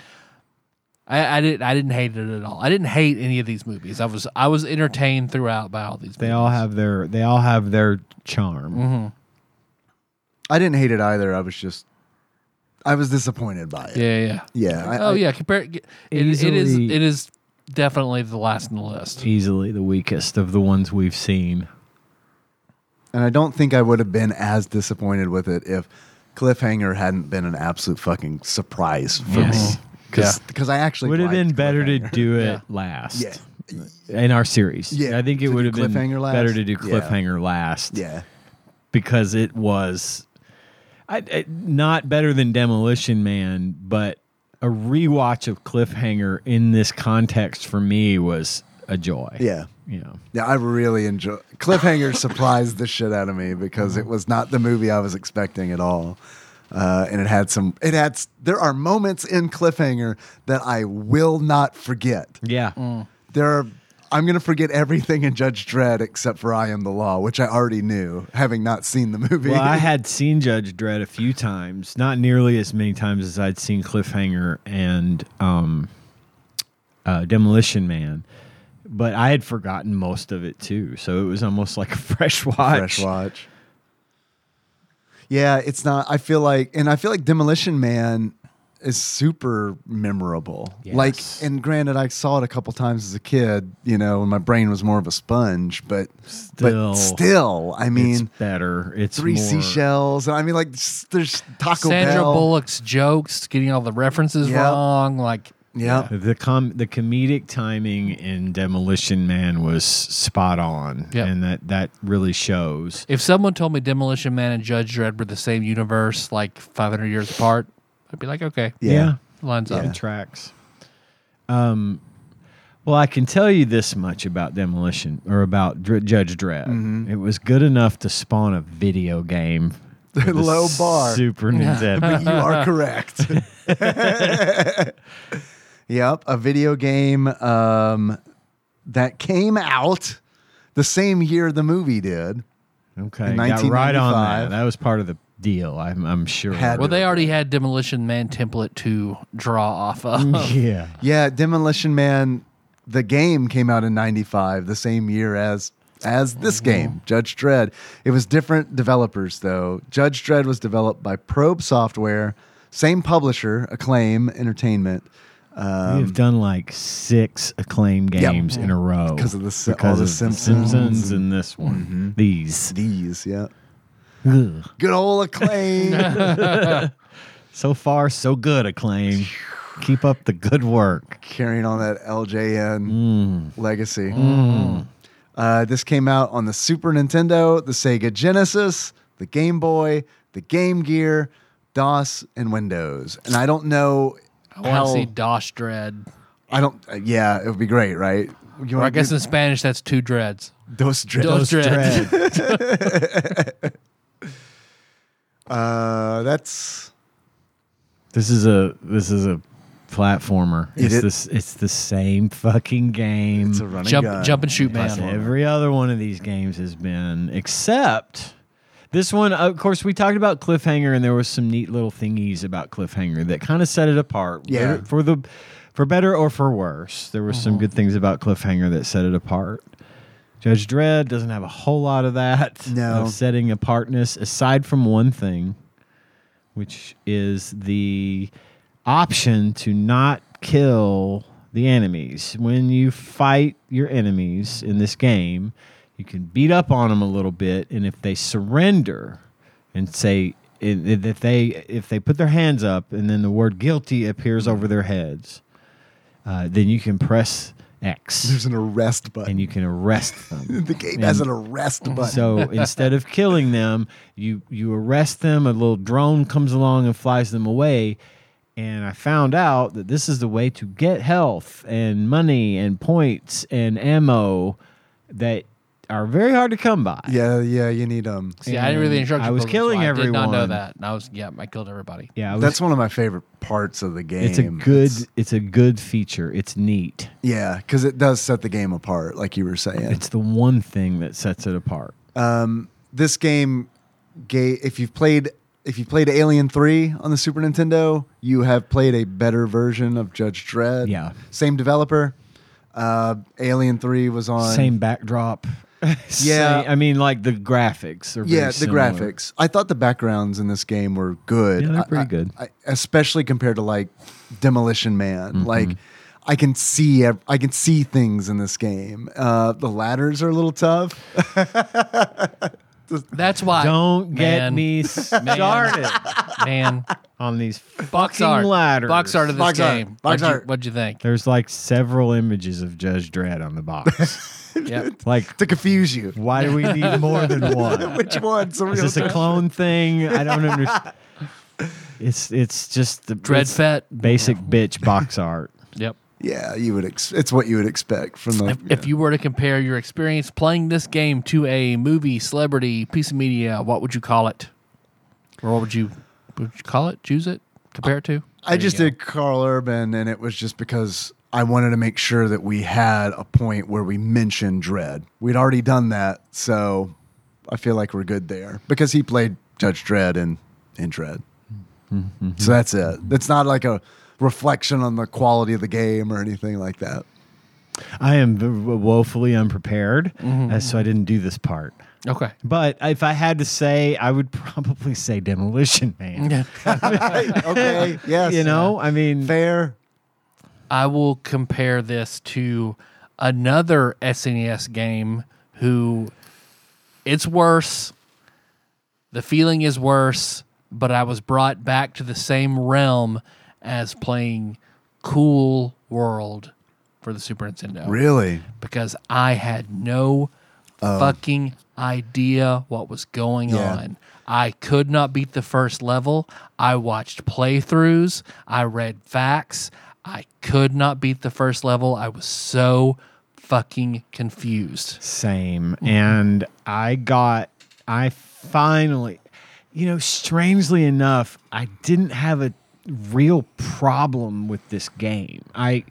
Speaker 1: I, I didn't I didn't hate it at all. I didn't hate any of these movies. I was I was entertained throughout by all these.
Speaker 3: they
Speaker 1: movies.
Speaker 3: all have their they all have their charm.
Speaker 1: Mm-hmm.
Speaker 2: I didn't hate it either. I was just I was disappointed by it. Yeah,
Speaker 1: yeah yeah.
Speaker 2: I,
Speaker 1: Oh
Speaker 2: I-
Speaker 1: yeah, compare. It, it is.
Speaker 3: Easily-
Speaker 1: It is definitely the last in the list.
Speaker 3: Easily the weakest of the ones we've seen.
Speaker 2: and I don't think I would have been as disappointed with it if Cliffhanger hadn't been an absolute fucking surprise for
Speaker 3: Yes.
Speaker 2: me.
Speaker 1: Mm-hmm.
Speaker 2: Because I actually
Speaker 3: Would have
Speaker 2: liked
Speaker 3: been better to
Speaker 2: Cliffhanger.
Speaker 3: do it last.
Speaker 2: Yeah.
Speaker 3: In our series.
Speaker 2: Yeah,
Speaker 3: I think it
Speaker 2: to do
Speaker 3: would have been
Speaker 2: Cliffhanger last?
Speaker 3: better to do
Speaker 2: Yeah.
Speaker 3: cliffhanger last.
Speaker 2: Yeah,
Speaker 3: because it was I, I- not better than Demolition Man, but a rewatch of Cliffhanger in this context for me was a joy.
Speaker 2: yeah.
Speaker 3: You know,
Speaker 2: Yeah, I really enjoy Cliffhanger surprised the shit out of me because it was not the movie I was expecting at all. Uh, and it had some it had s- there are moments in Cliffhanger that I will not forget.
Speaker 3: yeah.
Speaker 2: There are I'm gonna forget everything in Judge Dredd except for I Am the Law, which I already knew, having not seen the movie.
Speaker 3: Well, I had seen Judge Dredd a few times, not nearly as many times as I'd seen Cliffhanger and um, uh, Demolition Man, but I had forgotten most of it too. So it was almost like a fresh watch.
Speaker 2: Fresh watch. Yeah, it's not. I feel like, and I feel like Demolition Man is super memorable. Like,
Speaker 3: Yes.
Speaker 2: and granted, I saw it a couple times as a kid, you know, and my brain was more of a sponge, but
Speaker 3: Still,
Speaker 2: but still, I
Speaker 3: it's
Speaker 2: mean,
Speaker 3: better. It's
Speaker 2: three
Speaker 3: more,
Speaker 2: seashells, and I mean, like, s- there's Taco
Speaker 1: Sandra
Speaker 2: Bell.
Speaker 1: Bullock's jokes, getting all the references
Speaker 2: Yep.
Speaker 1: wrong. Like
Speaker 2: Yeah,
Speaker 3: The com the comedic timing in Demolition Man was spot on,
Speaker 1: Yeah.
Speaker 3: and that that really shows.
Speaker 1: if someone told me Demolition Man and Judge Dredd were the same universe, like 500 years apart, I'd be like, okay,
Speaker 2: yeah,
Speaker 1: lines up.
Speaker 3: it tracks. Um, well, I can tell you this much about Demolition or about Dr- Judge Dredd.
Speaker 1: Mm-hmm.
Speaker 3: It was good enough to spawn a video game. for the
Speaker 2: Low bar.
Speaker 3: Super Nintendo.
Speaker 2: you are correct. yep, a video game um, that came out the same year the movie did.
Speaker 3: Okay,
Speaker 2: In
Speaker 3: got right on
Speaker 2: 1995.
Speaker 3: that. That was part of the deal. I'm, I'm sure.
Speaker 2: Had-
Speaker 1: Well, they already had
Speaker 3: Mm.
Speaker 1: Demolition Man template to draw off of.
Speaker 3: yeah.
Speaker 2: Yeah, Demolition Man the game came out in 95 the same year as as this game judge dredd it was different developers though judge dredd was developed by probe software same publisher acclaim entertainment
Speaker 3: We've done like six acclaim
Speaker 2: Um, Yep.
Speaker 3: games in a row
Speaker 2: Because of the Sim- all the Simpsons Mm-hmm.
Speaker 3: Simpsons and this one. These
Speaker 2: these yeah good old acclaim
Speaker 3: so far so good. Acclaim, keep up the good work.
Speaker 2: carrying on that ljn legacy Uh, this came out on the Super Nintendo, the Sega Genesis, the Game Boy, the Game Gear, DOS, and Windows. And I don't know
Speaker 1: I
Speaker 2: how.
Speaker 1: want to see Dosh Dread.
Speaker 2: I don't. uh, yeah, it would be great, right? You
Speaker 1: Or
Speaker 2: wanna
Speaker 1: I guess
Speaker 2: do
Speaker 1: in Spanish, that's two dreads.
Speaker 2: Dos Dread.
Speaker 1: Dos Dread.
Speaker 3: Dread.
Speaker 2: Uh, that's
Speaker 3: this is a this is a platformer.
Speaker 2: It
Speaker 3: It's
Speaker 2: is-
Speaker 3: this it's the same fucking game.
Speaker 2: it's a running
Speaker 1: Jump,
Speaker 2: gun.
Speaker 1: jump and shoot,
Speaker 3: as
Speaker 1: man.
Speaker 3: every other one of these games has been, except this one. Of course, we talked about cliffhanger, and there was some neat little thingies about cliffhanger that kind of set it apart.
Speaker 2: Yeah.
Speaker 3: For- for the for better or for worse, there were some
Speaker 2: Uh-huh.
Speaker 3: good things about cliffhanger that set it apart. Judge Dredd doesn't have a whole lot of that
Speaker 2: No.
Speaker 3: of setting apartness, aside from one thing, which is the option to not kill the enemies. When you fight your enemies in this game, you can beat up on them a little bit, and if they surrender and say and if they if they put their hands up and then the word guilty appears over their heads, uh, then you can press X
Speaker 2: There's an arrest button.
Speaker 3: and you can arrest them.
Speaker 2: the game has an arrest button.
Speaker 3: So instead of killing them, you you arrest them. A little drone comes along and flies them away. And I found out that this is the way to get health and money and points and ammo that are very hard to come by.
Speaker 2: yeah, yeah, you need um.
Speaker 1: See, I didn't really
Speaker 3: And
Speaker 1: instruct
Speaker 3: I
Speaker 1: you
Speaker 3: was
Speaker 1: folks,
Speaker 3: killing
Speaker 1: so I Did not know
Speaker 3: everyone.
Speaker 1: that. And I was, yeah, I killed everybody.
Speaker 3: yeah. I was-
Speaker 2: That's one of my favorite parts of the game.
Speaker 3: it's a good
Speaker 2: It's-
Speaker 3: it's, a good feature. It's neat.
Speaker 2: yeah, because it does set the game apart, like you were saying.
Speaker 3: It's the one thing that sets it apart.
Speaker 2: this game ga if you've played if you played Alien 3 on the Super Nintendo, you have played a better version of Judge Dredd.
Speaker 3: Yeah.
Speaker 2: Same developer. Uh, Alien 3 was on
Speaker 3: Same backdrop.
Speaker 2: Yeah.
Speaker 3: Same- I mean like the graphics are very
Speaker 2: Yeah, the
Speaker 3: similar.
Speaker 2: graphics. I thought the backgrounds in this game were good.
Speaker 3: Yeah, they're
Speaker 2: I-
Speaker 3: pretty
Speaker 2: I-
Speaker 3: good.
Speaker 2: I, especially compared to like Demolition Man.
Speaker 3: Mm-hmm.
Speaker 2: Like I can see ev- I can see things in this game. Uh, the ladders are a little tough.
Speaker 1: That's why.
Speaker 3: Don't get
Speaker 1: man,
Speaker 3: me started
Speaker 1: Man.
Speaker 3: on these
Speaker 1: Box
Speaker 3: fucking
Speaker 1: art.
Speaker 3: ladders.
Speaker 1: Box art of this
Speaker 2: Box art.
Speaker 1: game. what'd,
Speaker 2: Box
Speaker 1: You,
Speaker 2: art.
Speaker 1: what'd you think?
Speaker 3: There's like several images of Judge Dredd on the box.
Speaker 1: Yep.
Speaker 3: like,
Speaker 2: to confuse you.
Speaker 3: why do we need more than one?
Speaker 2: Which one's the
Speaker 3: Is
Speaker 2: real
Speaker 3: this a
Speaker 2: Judge
Speaker 3: clone thing? I don't understand. It's it's just the it's
Speaker 1: Dreadfet.
Speaker 3: basic bitch box art.
Speaker 1: Yep.
Speaker 2: Yeah, you would. Ex- it's what you would expect from the.
Speaker 1: If, if you were to compare your experience playing this game to a movie, celebrity, piece of media, what would you call it? Or what would you, would you call it? Choose it? Compare it to?
Speaker 2: I
Speaker 1: There you
Speaker 2: just
Speaker 1: go.
Speaker 2: did Carl Urban, and it was just because I wanted to make sure that we had a point where we mentioned Dredd. We'd already done that, so I feel like we're good there because he played Judge Dredd in in Dredd.
Speaker 3: Mm-hmm.
Speaker 2: So that's it. It's not like a reflection on the quality of the game or anything like that.
Speaker 3: I am v- woefully unprepared, uh, so I didn't do this part.
Speaker 1: Okay.
Speaker 3: But if I had to say, I would probably say Demolition Man.
Speaker 2: Okay. yes.
Speaker 3: You know, I mean,
Speaker 2: Fair.
Speaker 1: I will compare this to another SNES game who it's worse. The feeling is worse, but I was brought back to the same realm as playing Cool World for the Super Nintendo.
Speaker 2: Really.
Speaker 1: Because I had no
Speaker 3: Oh.
Speaker 1: fucking idea what was going
Speaker 2: Yeah.
Speaker 1: on. I could not beat the first level. I watched playthroughs. I read facts. I could not beat the first level. I was so fucking confused.
Speaker 3: Same.
Speaker 2: Mm-hmm.
Speaker 3: And I got, I finally, you know, strangely enough, I didn't have a real problem with this game. I,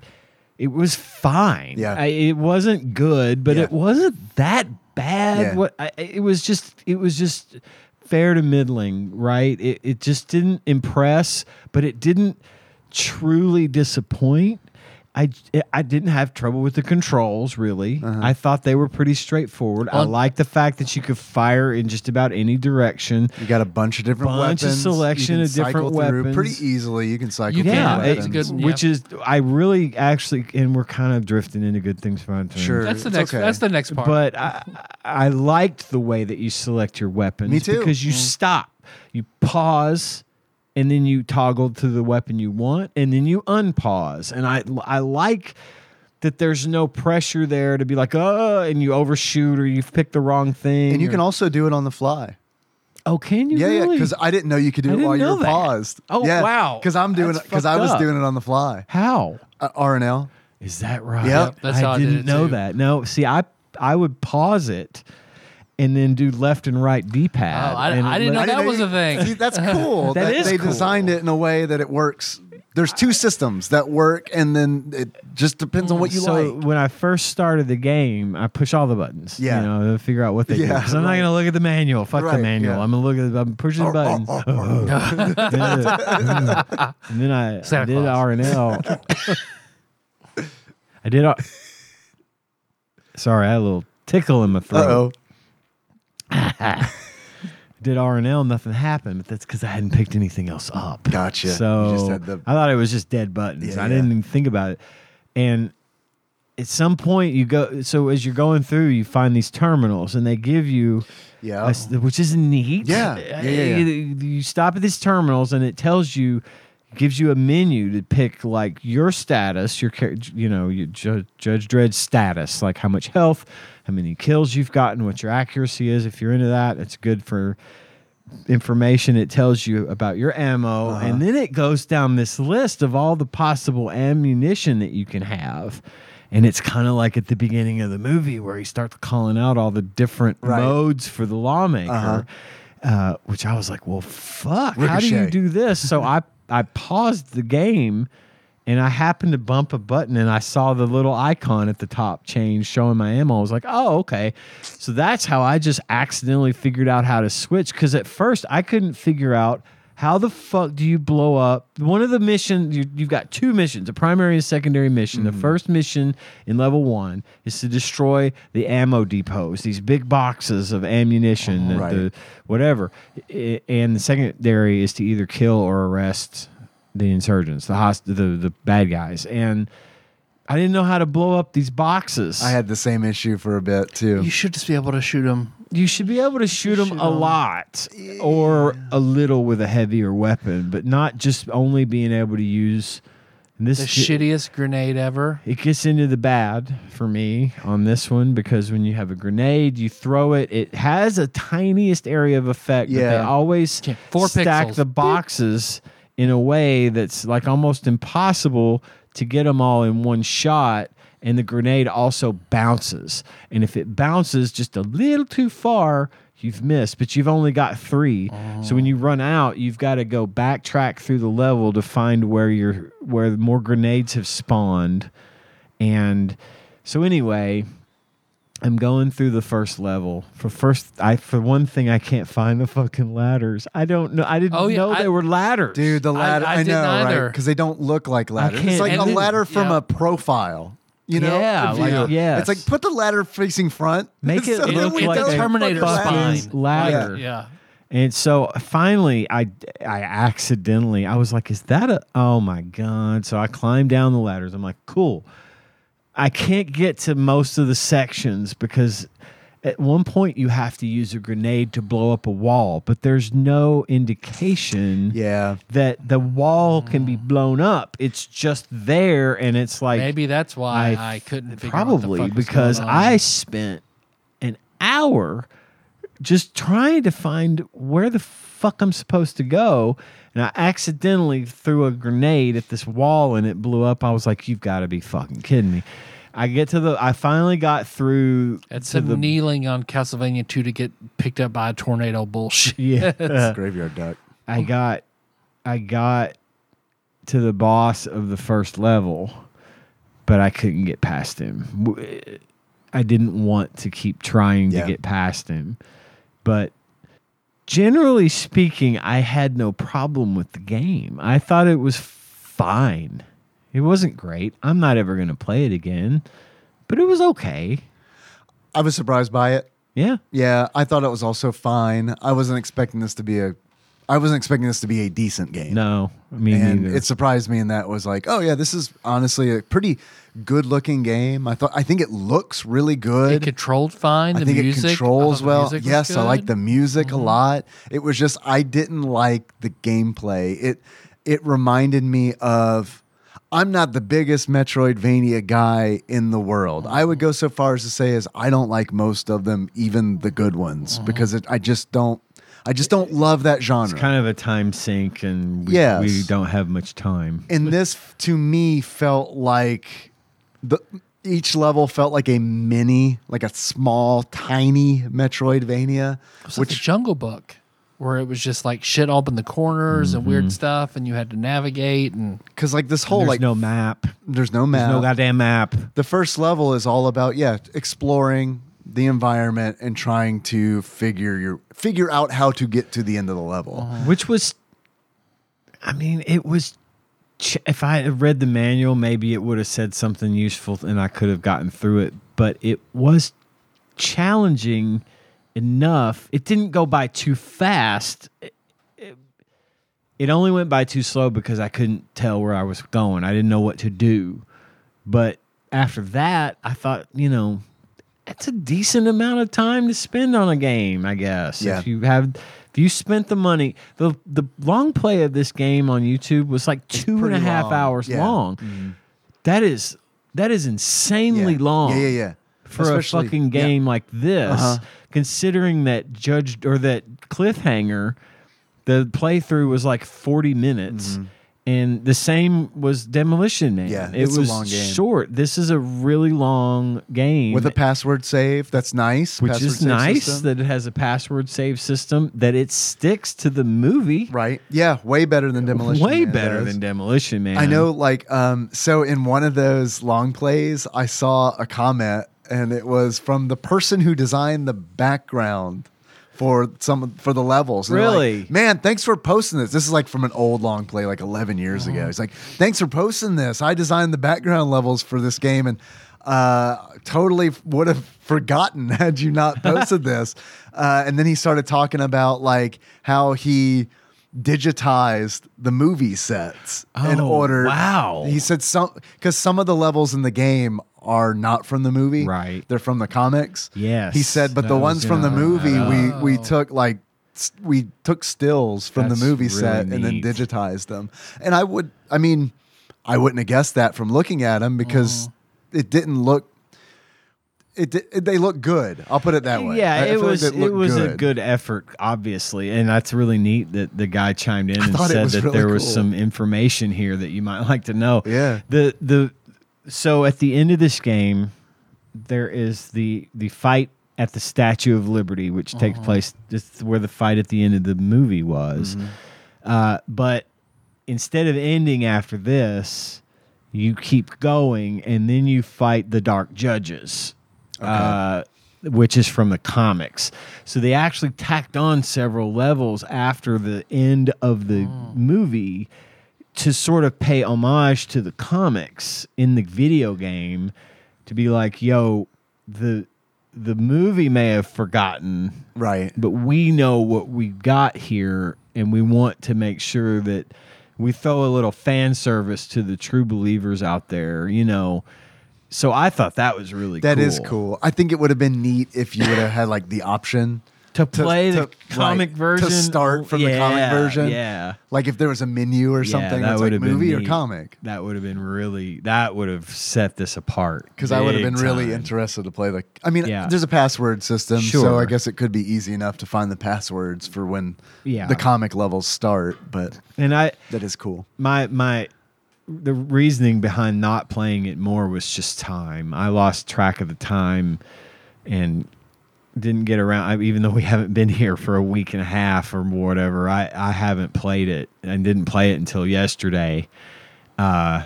Speaker 3: it was fine.
Speaker 2: Yeah.
Speaker 3: I, it wasn't good, but
Speaker 2: Yeah.
Speaker 3: it wasn't that bad.
Speaker 2: Yeah.
Speaker 3: What I, it was just, it was just fair to middling, right? It, it just didn't impress, but it didn't truly disappoint. I, I didn't have trouble with the controls really.
Speaker 2: Uh-huh.
Speaker 3: I thought they were pretty straightforward. I
Speaker 1: Well-
Speaker 3: like the fact that you could fire in just about any direction.
Speaker 2: You got a bunch of different
Speaker 3: Bunch of
Speaker 2: weapons. You
Speaker 3: selection
Speaker 2: can
Speaker 3: of different
Speaker 2: cycle through
Speaker 3: weapons.
Speaker 2: pretty easily. You can cycle.
Speaker 1: You
Speaker 2: through
Speaker 1: can,
Speaker 3: Yeah,
Speaker 1: it's
Speaker 2: weapons.
Speaker 1: good.
Speaker 3: which is I really actually and we're kind of drifting into good things for time.
Speaker 2: Sure.
Speaker 1: That's the
Speaker 2: Mm. It's
Speaker 1: next.
Speaker 2: okay.
Speaker 1: That's the next part.
Speaker 3: But I, I liked the way that you select your weapons.
Speaker 2: Me too.
Speaker 3: Because you stop, you pause, and then you toggle to the weapon you want, and then you unpause. And I, I like that there's no pressure there to be like, oh, and you overshoot or you've picked the wrong thing.
Speaker 2: And you
Speaker 3: or-
Speaker 2: can also do it on the fly.
Speaker 3: oh, can you?
Speaker 2: Yeah, yeah.
Speaker 3: really?
Speaker 2: Because I didn't know you could
Speaker 3: I
Speaker 2: do it
Speaker 3: didn't
Speaker 2: while you
Speaker 3: know
Speaker 2: were
Speaker 3: that.
Speaker 2: paused.
Speaker 3: Oh,
Speaker 2: yeah,
Speaker 3: wow.
Speaker 2: Because I'm doing
Speaker 3: That's
Speaker 2: it because I
Speaker 3: fucked
Speaker 2: was
Speaker 3: up.
Speaker 2: doing it on the fly.
Speaker 3: how
Speaker 2: Uh, R and L.
Speaker 3: is that right?
Speaker 2: Yep.
Speaker 1: That's how
Speaker 3: I
Speaker 1: I did
Speaker 3: didn't
Speaker 1: it,
Speaker 3: know
Speaker 1: too.
Speaker 3: that. No, see, I, I would pause it. And then do left and right D pad.
Speaker 1: Oh, I- I didn't know that was a thing.
Speaker 2: See, that's cool.
Speaker 3: That is
Speaker 2: they
Speaker 3: cool.
Speaker 2: designed it in a way that it works. There's two systems that work, and then it just depends on what you
Speaker 3: Mm, so
Speaker 2: like.
Speaker 3: when I first started the game, I push all the buttons.
Speaker 2: Yeah.
Speaker 3: you know, to figure out what they do.
Speaker 2: Yeah,
Speaker 3: 'Cause I'm not
Speaker 2: right.
Speaker 3: gonna look at the manual. Fuck
Speaker 2: Right,
Speaker 3: the manual.
Speaker 2: yeah.
Speaker 3: I'm gonna look at. The, I'm pushing the button. and then I, I
Speaker 1: Santa
Speaker 3: did
Speaker 1: Claus.
Speaker 3: R and L. I did. R- Sorry, I had a little tickle in my
Speaker 2: Uh
Speaker 3: throat.
Speaker 2: oh.
Speaker 3: Did R and L, nothing happened. But that's because I hadn't picked anything else up.
Speaker 2: Gotcha.
Speaker 3: So
Speaker 2: You just had the-
Speaker 3: I thought it was just dead buttons.
Speaker 2: Yeah,
Speaker 3: I didn't
Speaker 2: yeah.
Speaker 3: even think about it. And at some point, you go. So as you're going through, you find these terminals, and they give you,
Speaker 2: Yeah.
Speaker 3: a s- which is neat. Uh,
Speaker 2: Yeah, yeah, yeah, yeah.
Speaker 3: You, you stop at these terminals, and it tells you, gives you a menu to pick like your status, your char- you know, your Ju- Judge Dredd status, like how much health, how many kills you've gotten, what your accuracy is. If you're into that, it's good for information it tells you about your ammo
Speaker 2: Uh-huh.
Speaker 3: and then it goes down this list of all the possible ammunition that you can have and it's kind of like at the beginning of the movie where he starts calling out all the different
Speaker 2: Right. Uh-huh.
Speaker 3: modes for the lawmaker uh which i was like well fuck how do you
Speaker 2: Ricochet.
Speaker 3: do this so i i paused the game and I happened to bump a button and I saw the little icon at the top change showing my ammo. I was like, oh, okay. So that's how I just accidentally figured out how to switch. Cause at first I couldn't figure out how the fuck do you blow up one of the missions you, you've got two missions a primary and secondary mission the first mission in level one is to destroy the ammo depots these big boxes of ammunition that
Speaker 2: Right.
Speaker 3: the whatever I- and the secondary is to either kill or arrest the insurgents, the host, the the bad guys, and I didn't know how to blow up these boxes.
Speaker 2: I had the same issue for a bit too.
Speaker 1: you should just be able to shoot him.
Speaker 3: you should be able to shoot them a lot or a little with a heavier weapon, but not just only being able to use and this.
Speaker 1: The
Speaker 3: ge-
Speaker 1: shittiest grenade ever.
Speaker 3: It gets into the bad for me on this one because when you have a grenade, you throw it. It has a tiniest area of effect, but they
Speaker 2: Yeah.
Speaker 3: always
Speaker 1: Yeah, four
Speaker 3: stack
Speaker 1: pixels.
Speaker 3: the
Speaker 1: Boop.
Speaker 3: boxes in a way that's like almost impossible to get them all in one shot. And the grenade also bounces, and if it bounces just a little too far. You've missed, but you've only got three. So when you
Speaker 1: Oh.
Speaker 3: run out, you've got to go backtrack through the level to find where you're, where more grenades have spawned. And so anyway, I'm going through the first level. For first I for one thing I can't find the fucking ladders. I don't know I didn't
Speaker 1: Oh, yeah,
Speaker 3: know
Speaker 1: I-
Speaker 3: there were ladders.
Speaker 2: Dude, the
Speaker 1: I-
Speaker 2: ladder.
Speaker 1: I
Speaker 2: I,
Speaker 1: didn't
Speaker 2: know,
Speaker 1: either.
Speaker 2: right? Because they don't look like ladders.
Speaker 3: can't-
Speaker 2: It's like
Speaker 1: and
Speaker 2: a
Speaker 1: then-
Speaker 2: ladder from
Speaker 1: yeah.
Speaker 2: a profile. You know,
Speaker 1: Yeah,
Speaker 2: A
Speaker 1: like-
Speaker 2: view.
Speaker 3: yes.
Speaker 2: It's like put the ladder facing front.
Speaker 3: Make it
Speaker 2: so that
Speaker 3: look
Speaker 2: we
Speaker 3: like
Speaker 2: know
Speaker 3: a
Speaker 2: it's
Speaker 1: Terminator
Speaker 2: fucking
Speaker 3: fucking
Speaker 1: spine.
Speaker 2: ladders.
Speaker 3: ladder.
Speaker 1: Like, yeah.
Speaker 3: And so finally, I I accidentally I was like, "Is that a? Oh my god!" So I climbed down the ladders. I'm like, "Cool." I can't get to most of the sections because at one point you have to use a grenade to blow up a wall, but there's no indication
Speaker 2: Yeah.
Speaker 3: that the wall can be blown up. It's just there, and it's like
Speaker 1: Maybe that's why I, couldn't figure out what the
Speaker 3: probably
Speaker 1: fuck was
Speaker 3: because
Speaker 1: going on.
Speaker 3: I spent an hour just trying to find where the fuck I'm supposed to go, and I accidentally threw a grenade at this wall and it blew up. I was like, "You've got to be fucking kidding me!" I get to the. I finally got through.
Speaker 1: It's
Speaker 3: to
Speaker 1: some
Speaker 3: the
Speaker 1: kneeling on Castlevania 2 to get picked up by a tornado bullshit.
Speaker 3: yeah.
Speaker 2: Graveyard duck.
Speaker 3: I got I got to the boss of the first level, but I couldn't get past him. W- I didn't want to keep trying
Speaker 2: Yeah.
Speaker 3: to get past him. But generally speaking, I had no problem with the game. I thought it was fine. It It wasn't great. I'm not ever going to play it again, but it was okay.
Speaker 2: I was surprised by it.
Speaker 3: Yeah.
Speaker 2: Yeah, I thought it was also fine. I wasn't expecting this to be a, I wasn't expecting this to be a decent game.
Speaker 3: No, me
Speaker 2: and
Speaker 3: neither.
Speaker 2: it surprised me, and that was like, oh yeah, this is honestly a pretty good-looking game. I thought, I think it looks really
Speaker 1: It
Speaker 2: good.
Speaker 1: controlled fine.
Speaker 2: I
Speaker 1: the
Speaker 2: think
Speaker 1: music, I
Speaker 2: it
Speaker 1: thought
Speaker 2: controls
Speaker 1: the
Speaker 2: well.
Speaker 1: music was
Speaker 2: Yes, I like
Speaker 1: good. Mm-hmm.
Speaker 2: the music a lot. It was just I didn't like the gameplay. It it reminded me of I'm not the biggest Metroidvania guy in the world. I
Speaker 1: Mm-hmm.
Speaker 2: would go so far as to say is I don't like most of them, even the good ones,
Speaker 1: Mm-hmm.
Speaker 2: because it, I just don't I just don't love that genre.
Speaker 3: it's kind of a time sink, and we,
Speaker 2: Yes.
Speaker 3: we don't have much time.
Speaker 2: and this to me felt like the each level felt like a mini, like a small, tiny Metroidvania.
Speaker 1: was like the Jungle Book, where it was just like shit all up in the corners and
Speaker 2: Mm-hmm.
Speaker 1: weird stuff, and you had to navigate. And
Speaker 2: Because like this whole
Speaker 3: There's
Speaker 2: like
Speaker 3: no map.
Speaker 2: There's no map.
Speaker 3: There's no goddamn map.
Speaker 2: the first level is all about yeah, exploring the environment and trying to figure your figure out how to get to the end of the level.
Speaker 3: which was i mean it was ch- if i had read the manual maybe it would have said something useful and i could have gotten through it but it was challenging enough it didn't go by too fast it, it only went by too slow because i couldn't tell where i was going i didn't know what to do but after that i thought you know that's a decent amount of time to spend on a game i guess
Speaker 2: Yeah.
Speaker 3: if you have if you spent the money the the long play of this game on youtube was like two and a
Speaker 2: pretty
Speaker 3: half
Speaker 2: long,
Speaker 3: hours
Speaker 2: yeah. Mm-hmm.
Speaker 3: long that is that is insanely
Speaker 2: Yeah.
Speaker 3: long
Speaker 2: Yeah, yeah, yeah.
Speaker 3: for
Speaker 2: Especially-
Speaker 3: a fucking
Speaker 2: yeah. Uh-huh.
Speaker 3: game like this considering that judge or that cliffhanger the playthrough was like 40 minutes and the same was demolition man
Speaker 2: Mm-hmm. Yeah,
Speaker 3: it
Speaker 2: it's a
Speaker 3: was
Speaker 2: long game.
Speaker 3: short this is a really long game
Speaker 2: With a password save, that's nice.
Speaker 3: which
Speaker 2: password
Speaker 3: is
Speaker 2: save
Speaker 3: nice
Speaker 2: system.
Speaker 3: that it has a password save system that it sticks to the movie
Speaker 2: right? Yeah, way better than demolition.
Speaker 3: way
Speaker 2: Man
Speaker 3: better
Speaker 2: does.
Speaker 3: than demolition man
Speaker 2: I know, like, um, so in one of those long plays, I saw a comment, and it was from the person who designed the background for some for the levels. And they're like,
Speaker 3: Really?
Speaker 2: Man, thanks for posting this. This is like from an old long play, like eleven years
Speaker 3: Uh-huh.
Speaker 2: ago. He's like, thanks for posting this. I designed the background levels for this game, and uh, totally would have forgotten had you not posted this. Uh, and then he started talking about like how he digitized the movie sets in
Speaker 3: Oh,
Speaker 2: order.
Speaker 3: wow.
Speaker 2: He said some because some of the levels in the game are not from the movie.
Speaker 3: Right.
Speaker 2: They're from the comics.
Speaker 3: Yes,
Speaker 2: He said, but
Speaker 3: that
Speaker 2: the
Speaker 3: was
Speaker 2: ones from the
Speaker 3: gonna- Oh.
Speaker 2: movie we we took like s- we took stills from
Speaker 3: That's
Speaker 2: the movie
Speaker 3: really
Speaker 2: set and then
Speaker 3: neat.
Speaker 2: digitized them. And I would I mean, I wouldn't have guessed that from looking at them because
Speaker 3: Oh.
Speaker 2: it didn't look it, di- it they look good. I'll put it that way. I-
Speaker 3: Yeah,
Speaker 2: I
Speaker 3: it
Speaker 2: feel like
Speaker 3: was
Speaker 2: they
Speaker 3: it
Speaker 2: look
Speaker 3: was a good effort, obviously, and that's really neat that the guy chimed in and
Speaker 2: thought it
Speaker 3: said
Speaker 2: was
Speaker 3: that
Speaker 2: really
Speaker 3: there was
Speaker 2: cool.
Speaker 3: some information here that you might like to know.
Speaker 2: Yeah.
Speaker 3: the the so at the end of this game, there is the the fight at the Statue of Liberty, which
Speaker 2: Uh-huh.
Speaker 3: takes place just where the fight at the end of the movie was.
Speaker 2: Mm-hmm.
Speaker 3: Uh, but instead of ending after this, you keep going and then you fight the Dark Judges, uh, which is from the comics. So they actually tacked on several levels after the end of the movie to sort of pay homage to the comics in the video game to be like, yo, the the movie may have forgotten
Speaker 2: Right.
Speaker 3: but we know what we got here and we want to make sure that we throw a little fan service to the true believers out there you know so i thought that was really
Speaker 2: That
Speaker 3: cool
Speaker 2: is cool. I think it would have been neat if you would have had like the option
Speaker 3: to play the
Speaker 2: to-
Speaker 3: comic
Speaker 2: right,
Speaker 3: version
Speaker 2: to start from the
Speaker 3: Yeah,
Speaker 2: comic version.
Speaker 3: yeah
Speaker 2: like if there was a menu or something.
Speaker 3: yeah,
Speaker 2: that's like
Speaker 3: would've been
Speaker 2: movie or
Speaker 3: neat.
Speaker 2: comic.
Speaker 3: that would have been really that would have set this apart
Speaker 2: Because I would have
Speaker 3: big
Speaker 2: been really
Speaker 3: time.
Speaker 2: interested to play the. I mean,
Speaker 3: Yeah.
Speaker 2: there's a password system, so
Speaker 3: Sure.
Speaker 2: I guess it could be easy enough to find the passwords for when
Speaker 3: Yeah.
Speaker 2: the comic levels start. But
Speaker 3: and i
Speaker 2: that is cool.
Speaker 3: my my the reasoning behind not playing it more was just time. I lost track of the time and didn't get around I, even though we haven't been here for a week and a half or whatever. I I haven't played it and didn't play it until yesterday. Uh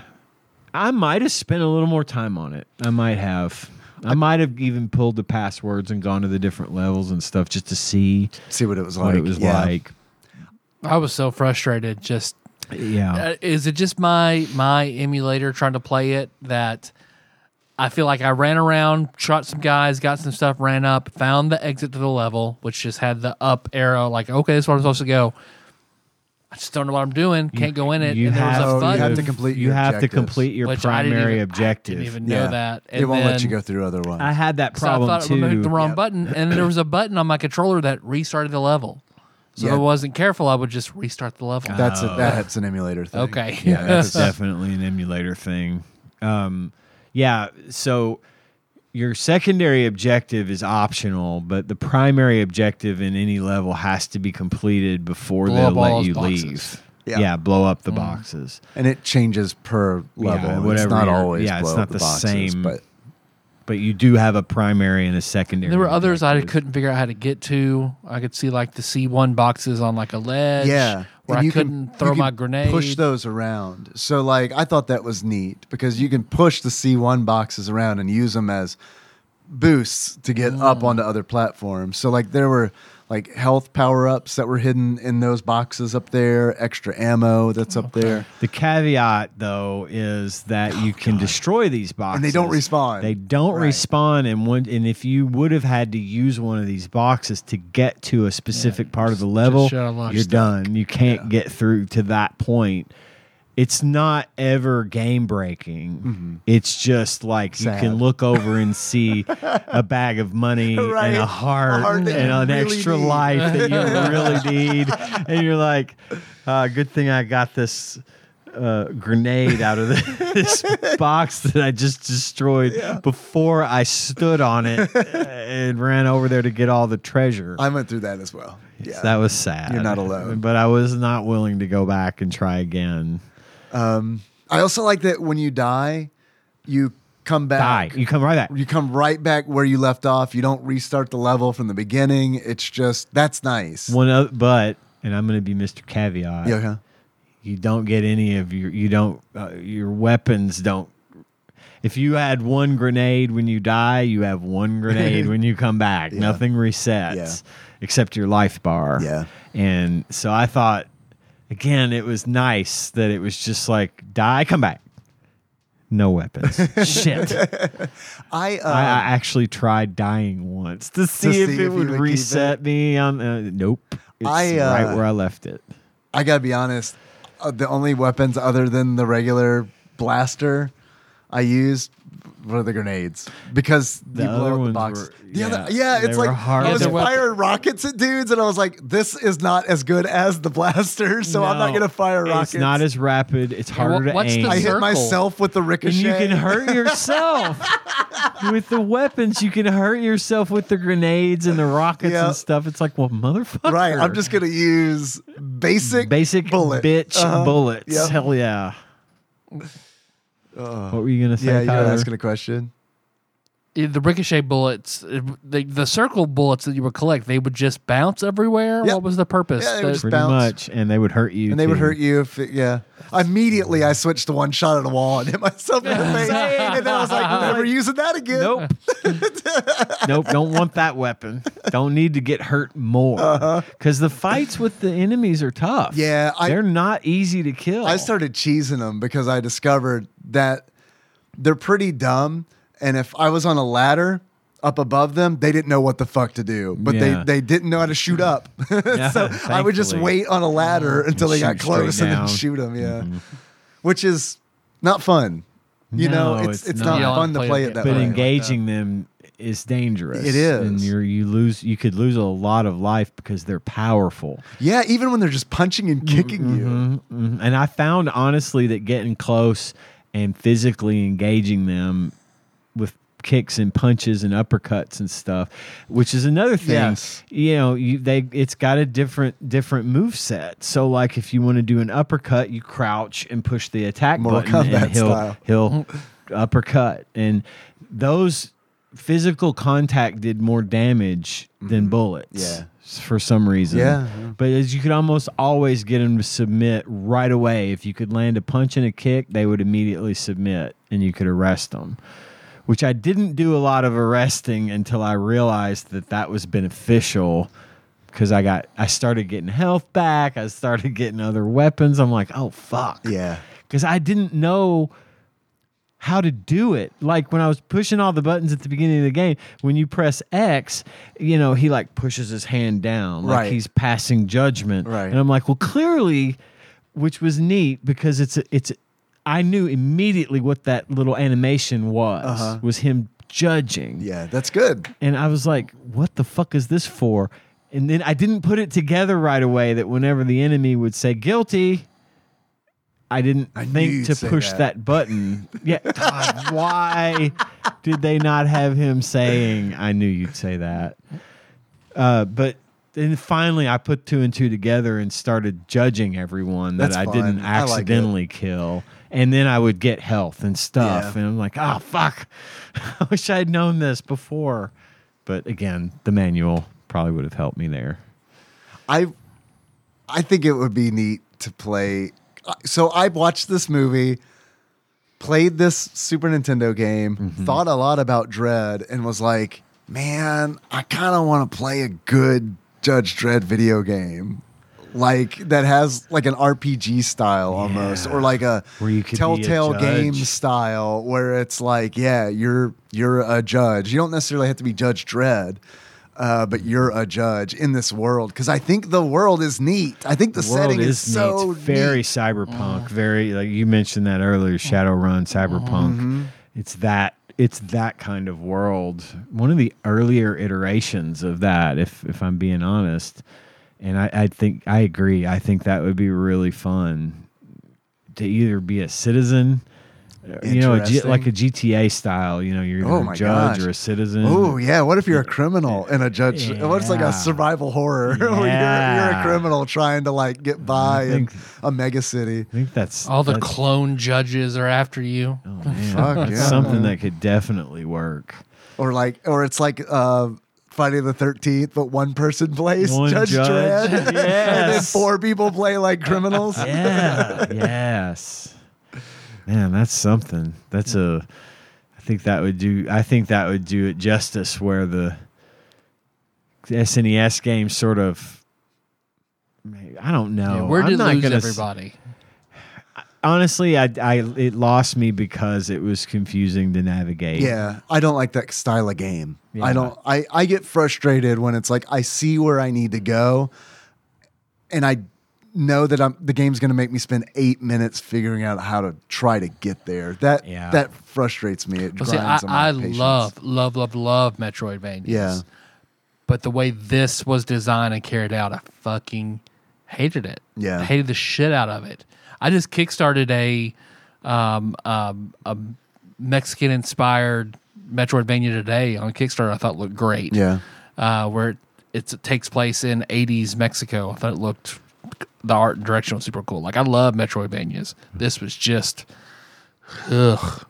Speaker 3: I might have spent a little more time on it. I might have. I might have even pulled the passwords and gone to the different levels and stuff just to see
Speaker 2: See what it was like.
Speaker 3: what it was
Speaker 2: Yeah.
Speaker 3: like.
Speaker 1: I was so frustrated just
Speaker 3: Yeah.
Speaker 1: Uh, is it just my my emulator trying to play it that I feel like I ran around, shot some guys, got some stuff, ran up, found the exit to the level, which just had the up arrow, like okay, this is where I'm supposed to go. I just don't know what I'm doing. Can't go in it.
Speaker 3: You
Speaker 1: and there was
Speaker 3: have,
Speaker 1: a
Speaker 2: Oh,
Speaker 1: fun,
Speaker 2: you have to complete
Speaker 3: You
Speaker 2: your
Speaker 3: have to
Speaker 2: objectives.
Speaker 3: complete your
Speaker 1: which I didn't
Speaker 3: primary
Speaker 1: even-
Speaker 3: objective.
Speaker 1: I didn't even know that.
Speaker 2: it won't let you
Speaker 1: then-
Speaker 2: go through other ones.
Speaker 3: I had that
Speaker 1: So I
Speaker 3: problem
Speaker 1: thought I
Speaker 3: too.
Speaker 1: moved the wrong
Speaker 2: Yep.
Speaker 1: button, and there was a button on my controller that restarted the level. So
Speaker 2: Yeah.
Speaker 1: if I wasn't careful, I would just restart the level.
Speaker 2: that's
Speaker 3: Oh.
Speaker 2: a, that's an emulator thing.
Speaker 1: Okay.
Speaker 2: Yeah. That's
Speaker 3: that's definitely an emulator thing. Um, yeah, so your secondary objective is optional, but the primary objective in any level has to be completed before
Speaker 1: Blow
Speaker 3: they'll
Speaker 1: up all
Speaker 3: let
Speaker 1: those
Speaker 3: you
Speaker 1: boxes. Mm.
Speaker 3: leave.
Speaker 2: Yeah.
Speaker 3: blow up the boxes.
Speaker 2: and it changes per level.
Speaker 3: Yeah,
Speaker 2: it's
Speaker 3: whatever
Speaker 2: not
Speaker 3: your-
Speaker 2: always
Speaker 3: yeah, it's
Speaker 2: blow
Speaker 3: not
Speaker 2: up
Speaker 3: the
Speaker 2: boxes,
Speaker 3: same-
Speaker 2: But
Speaker 3: But you do have a primary and a secondary.
Speaker 1: There were others I
Speaker 3: objective.
Speaker 1: couldn't figure out how to get to. I could see like the C one boxes on like a ledge.
Speaker 2: yeah,
Speaker 1: where
Speaker 2: and
Speaker 1: I
Speaker 2: you can-
Speaker 1: couldn't
Speaker 2: you
Speaker 1: throw
Speaker 2: can
Speaker 1: my grenade.
Speaker 2: Push those around. So like I thought that was neat because you can push the C one boxes around and use them as boosts to get
Speaker 1: Mm.
Speaker 2: up onto other platforms. So like there were like health power ups that were hidden in those boxes up there, extra ammo that's up there.
Speaker 3: The caveat, though, is that you can destroy these boxes,
Speaker 2: Oh, they don't respawn.
Speaker 3: They don't
Speaker 2: Right.
Speaker 3: respawn, and one, and if you would have had to use one of these boxes to get to a specific part of the level,
Speaker 1: shut off
Speaker 3: you're
Speaker 1: stuck.
Speaker 3: done. You can't get through to that point. It's not ever game breaking. It's just like you
Speaker 2: Mm-hmm. Sad.
Speaker 3: can look over and see a bag of money
Speaker 2: Right.
Speaker 3: and a
Speaker 2: A
Speaker 3: heart,
Speaker 2: heart that
Speaker 3: and
Speaker 2: you
Speaker 3: an
Speaker 2: really
Speaker 3: extra
Speaker 2: need.
Speaker 3: life that you really need. And you're like, uh, good thing I got this uh, grenade out of this box that I just destroyed before I stood on it and ran over there to get all the treasure.
Speaker 2: I went through that as well.
Speaker 3: So
Speaker 2: Yeah.
Speaker 3: that was sad.
Speaker 2: You're not alone.
Speaker 3: But I was not willing to go back and try again.
Speaker 2: I also like that when you die, you come
Speaker 3: Die.
Speaker 2: back.
Speaker 3: You come right back.
Speaker 2: Uh, You come right back where you left off. You don't restart the level from the beginning. It's just that's nice.
Speaker 3: One of, but, and I'm going to be Mr. Caveat.
Speaker 2: yeah, yeah.
Speaker 3: you don't get any of your you don't uh, your weapons don't if you had one grenade when you die you have one grenade when you come back nothing resets
Speaker 2: Yeah.
Speaker 3: except your life bar
Speaker 2: Yeah.
Speaker 3: and so i thought again it was nice that it was just like die come back no weapons shit
Speaker 2: Uh-huh. I, uh,
Speaker 3: I, I actually tried dying once to see if
Speaker 2: see
Speaker 3: it
Speaker 2: if you
Speaker 3: would
Speaker 2: would keep
Speaker 3: reset me on uh, nope it's
Speaker 2: I, uh,
Speaker 3: right where i left it
Speaker 2: I gotta be honest. Uh, the only weapons other than the regular blaster I used were the grenades because the
Speaker 3: other
Speaker 2: blow up the
Speaker 3: ones
Speaker 2: box.
Speaker 3: were-
Speaker 2: the other,
Speaker 3: yeah,
Speaker 2: yeah,
Speaker 3: they
Speaker 2: it's
Speaker 3: were
Speaker 2: like
Speaker 3: hard.
Speaker 2: I was
Speaker 1: Yeah, they're
Speaker 2: firing rockets at dudes, and I was like, "This is not as good as the blaster, so I'm not
Speaker 3: No,
Speaker 2: gonna fire rockets."
Speaker 3: It's not as rapid. It's
Speaker 1: wha-
Speaker 3: harder
Speaker 1: what's
Speaker 3: to aim.
Speaker 1: the
Speaker 2: I hit
Speaker 1: circle.
Speaker 2: myself with the
Speaker 3: and
Speaker 2: ricochet.
Speaker 3: you can hurt yourself with the weapons. You can hurt yourself with the grenades and the rockets
Speaker 2: Yeah.
Speaker 3: and stuff. It's like, well, motherfucker.
Speaker 2: Right. I'm just gonna use basic
Speaker 3: basic
Speaker 2: bullet.
Speaker 3: bitch
Speaker 2: Uh-huh.
Speaker 3: bullets.
Speaker 2: Yep.
Speaker 3: Hell yeah. what were you gonna say?
Speaker 2: Uh, Yeah, you were
Speaker 3: Tyler?
Speaker 2: asking a question.
Speaker 1: Yeah, the ricochet bullets, uh, the, the circle bullets that you would collect, they would just bounce everywhere.
Speaker 2: Yep.
Speaker 1: What was the purpose?
Speaker 2: Yeah, they
Speaker 1: The-
Speaker 2: would just-
Speaker 3: Pretty
Speaker 2: bounce.
Speaker 3: much, and they would hurt you.
Speaker 2: And they would
Speaker 3: too.
Speaker 2: hurt you if, it, yeah. Immediately, I switched to one shot at a wall and hit myself in the face. And then I was like, never using that again.
Speaker 3: Nope. nope. Don't want that weapon. Don't need to get hurt more. Because the fights with the enemies are tough.
Speaker 2: Uh-huh. Yeah, I-
Speaker 3: they're not easy to kill.
Speaker 2: I started cheesing them because I discovered that they're pretty dumb. And if I was on a ladder up above them, they didn't know what the fuck to do. But
Speaker 3: Yeah.
Speaker 2: they, they didn't know how to shoot up.
Speaker 3: Yeah,
Speaker 2: so I would just
Speaker 3: thankfully.
Speaker 2: wait on a ladder until they got
Speaker 3: shoot straight
Speaker 2: close and then
Speaker 3: down. Mm-hmm.
Speaker 2: shoot them. Yeah. Which is not fun. You
Speaker 3: No,
Speaker 2: know, it's,
Speaker 3: it's
Speaker 2: it's not,
Speaker 3: not.
Speaker 1: Yeah,
Speaker 2: fun to
Speaker 1: play
Speaker 2: play
Speaker 1: it
Speaker 2: it that
Speaker 3: but
Speaker 2: way.
Speaker 3: engaging them is dangerous.
Speaker 2: It is.
Speaker 3: and you you lose you could lose a lot of life because they're powerful.
Speaker 2: Yeah, even when they're just punching and kicking you.
Speaker 3: Mhm. And I found honestly that getting close and physically engaging them with kicks and punches and uppercuts and stuff, which is another thing.
Speaker 2: Yes.
Speaker 3: You know, you they it's got a different different move set. So like if you want to do an uppercut, you crouch and push the attack
Speaker 2: Mortal
Speaker 3: button and
Speaker 2: Kombat
Speaker 3: he'll
Speaker 2: style.
Speaker 3: he'll uppercut. And those physical contact did more damage than bullets.
Speaker 2: Mm-hmm. Yeah.
Speaker 3: For some reason.
Speaker 2: Yeah, yeah.
Speaker 3: But as you could almost always get them to submit right away. If you could land a punch and a kick, they would immediately submit and you could arrest them. Which I didn't do a lot of arresting until I realized that that was beneficial because I got I started getting health back. I started getting other weapons. I'm like, oh fuck,
Speaker 2: Yeah.
Speaker 3: because I didn't know how to do it. Like when I was pushing all the buttons at the beginning of the game, when you press X, you know, he like pushes his hand down, like
Speaker 2: Right.
Speaker 3: he's passing judgment.
Speaker 2: Right.
Speaker 3: And I'm like, well, clearly, which was neat because it's a, it's. a- I knew immediately what that little animation was. Was him judging.
Speaker 2: Uh-huh. Yeah, that's good.
Speaker 3: And I was like, what the fuck is this for? And then I didn't put it together right away that whenever the enemy would say guilty, I didn't
Speaker 2: I knew
Speaker 3: think
Speaker 2: you'd
Speaker 3: to
Speaker 2: say
Speaker 3: push that.
Speaker 2: that.
Speaker 3: button. Yeah. God, why did they not have him saying, I knew you'd say that? Uh, but then finally I put two and two together and started judging everyone that
Speaker 2: That's
Speaker 3: I
Speaker 2: fine.
Speaker 3: didn't
Speaker 2: I like it.
Speaker 3: accidentally kill. And then I would get health and stuff.
Speaker 2: Yeah.
Speaker 3: And I'm like, oh, fuck. I wish I'd known this before. But again, the manual probably would have helped me there.
Speaker 2: I I think it would be neat to play. So I watched this movie, played this Super Nintendo game, thought a lot about Dread, and was like, man, I kind of want to play a good Judge Dread video game. Like that has like an RPG style almost, or like a
Speaker 3: Where you could be a
Speaker 2: Telltale game
Speaker 3: judge.
Speaker 2: style, where it's like, yeah, you're you're a judge. You don't necessarily have to be Judge Dread, uh, but you're a judge in this world because I think the world is neat. I think the,
Speaker 3: The world
Speaker 2: setting
Speaker 3: is,
Speaker 2: is, so
Speaker 3: neat. very
Speaker 2: neat.
Speaker 1: Mm.
Speaker 3: cyberpunk. Very like you mentioned that earlier, Shadowrun,
Speaker 1: Mm-hmm.
Speaker 3: cyberpunk.
Speaker 2: Mm-hmm.
Speaker 3: It's that it's that kind of world. One of the earlier iterations of that, if if I'm being honest. And I, I think I agree. I think that would be really fun to either be a citizen, uh, you know, a G,
Speaker 2: Interesting.
Speaker 3: like a GTA style. You know, you're either
Speaker 2: Oh
Speaker 3: a
Speaker 2: my
Speaker 3: judge
Speaker 2: gosh.
Speaker 3: or a citizen.
Speaker 2: Oh yeah, what if you're a criminal and a judge? What if it's like
Speaker 3: Yeah.
Speaker 2: a survival horror where you're, you're
Speaker 3: Yeah.
Speaker 2: a criminal trying to like get by in
Speaker 3: think-
Speaker 2: a mega city?
Speaker 3: I think that's
Speaker 1: All the
Speaker 3: that's-
Speaker 1: clone judges are after you.
Speaker 3: Oh, man,
Speaker 2: Fuck,
Speaker 3: that's
Speaker 2: yeah.
Speaker 3: something that could definitely work.
Speaker 2: Or like, or it's like uh, Friday the Thirteenth, but one person plays
Speaker 3: One
Speaker 2: Judge,
Speaker 3: judge.
Speaker 2: Dredd, and then
Speaker 3: Yes.
Speaker 2: four people play like criminals.
Speaker 3: Yeah. yes. Man, that's something. That's a. I think that would do. I think that would do it justice where the SNES game sort of. I don't know.
Speaker 1: Yeah, where
Speaker 3: I'm
Speaker 1: did
Speaker 3: not
Speaker 1: lose
Speaker 3: gonna s-
Speaker 1: everybody?
Speaker 3: honestly, I, I it lost me because it was confusing to navigate.
Speaker 2: Yeah, I don't like that style of game.
Speaker 3: Yeah.
Speaker 2: I don't. I I get frustrated when it's like I see where I need to go, and I know that I'm the game's going to make me spend eight minutes figuring out how to try to get there. That
Speaker 3: Yeah.
Speaker 2: that frustrates me. It
Speaker 1: Well,
Speaker 2: grinds
Speaker 1: see, I,
Speaker 2: on my
Speaker 1: I
Speaker 2: patience.
Speaker 1: love, love, love, love Metroidvanias.
Speaker 2: Yeah.
Speaker 1: But the way this was designed and carried out, I fucking hated it.
Speaker 2: Yeah.
Speaker 1: I hated the shit out of it. I just kickstarted a um, um, a Mexican inspired Metroidvania today on Kickstarter. I thought looked great.
Speaker 2: Yeah,
Speaker 1: uh, where it, it's, it takes place in 80s Mexico. I thought it looked, the art and direction was super cool. Like, I love Metroidvanias. This was just, ugh.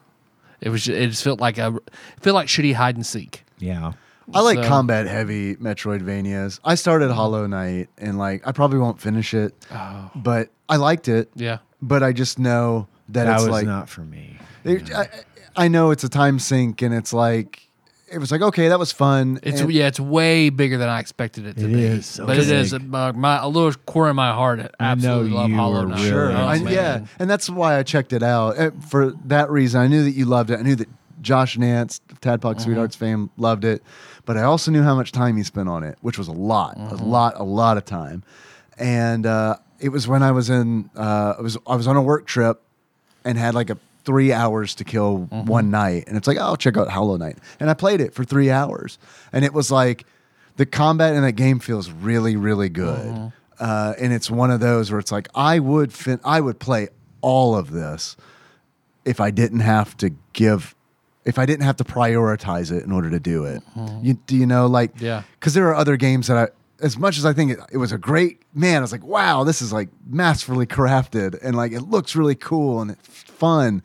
Speaker 1: It was. Just, it just felt like a, it felt like shitty hide and seek.
Speaker 3: Yeah.
Speaker 2: I like
Speaker 1: So-
Speaker 2: combat heavy Metroidvanias. I started Hollow Knight, and like I probably won't finish it, but I liked it.
Speaker 1: Yeah.
Speaker 2: But I just know that,
Speaker 3: That
Speaker 2: it's
Speaker 3: was
Speaker 2: like
Speaker 3: not for me.
Speaker 2: It, I, I know it's a time sink, and it's like it was like okay, that was fun.
Speaker 1: It's
Speaker 2: and,
Speaker 1: yeah. It's way bigger than I expected it to
Speaker 3: It
Speaker 1: be.
Speaker 3: is so
Speaker 1: but it is
Speaker 3: big.
Speaker 1: uh, my a little core in my heart. I
Speaker 3: I know
Speaker 1: absolutely love
Speaker 3: you
Speaker 1: Hollow
Speaker 3: were
Speaker 1: Knight.
Speaker 3: really
Speaker 2: sure,
Speaker 1: Oh,
Speaker 2: I-
Speaker 1: man.
Speaker 2: yeah, and that's why I checked it out Uh, for that reason. I knew that you loved it. I knew that Josh Nance, Tadpog Sweethearts fame, loved it, but I also knew how much time he spent on it, which was a lot, a lot, a lot of time. And uh, it was when I was in, uh, I was I was on a work trip and had like a three hours to kill one night. And it's like, oh, I'll check out Hollow Knight. And I played it for three hours. And it was like, the combat in that game feels really, really good. Uh, and it's one of those where it's like, I would fin- I would play all of this if I didn't have to give, if I didn't have to prioritize it in order to do it. You, do you know, like,
Speaker 1: Mm-hmm. Yeah.
Speaker 2: because there are other games that I, as much as I think it, it was a great man, I was like, wow, this is like masterfully crafted and like it looks really cool and it's fun.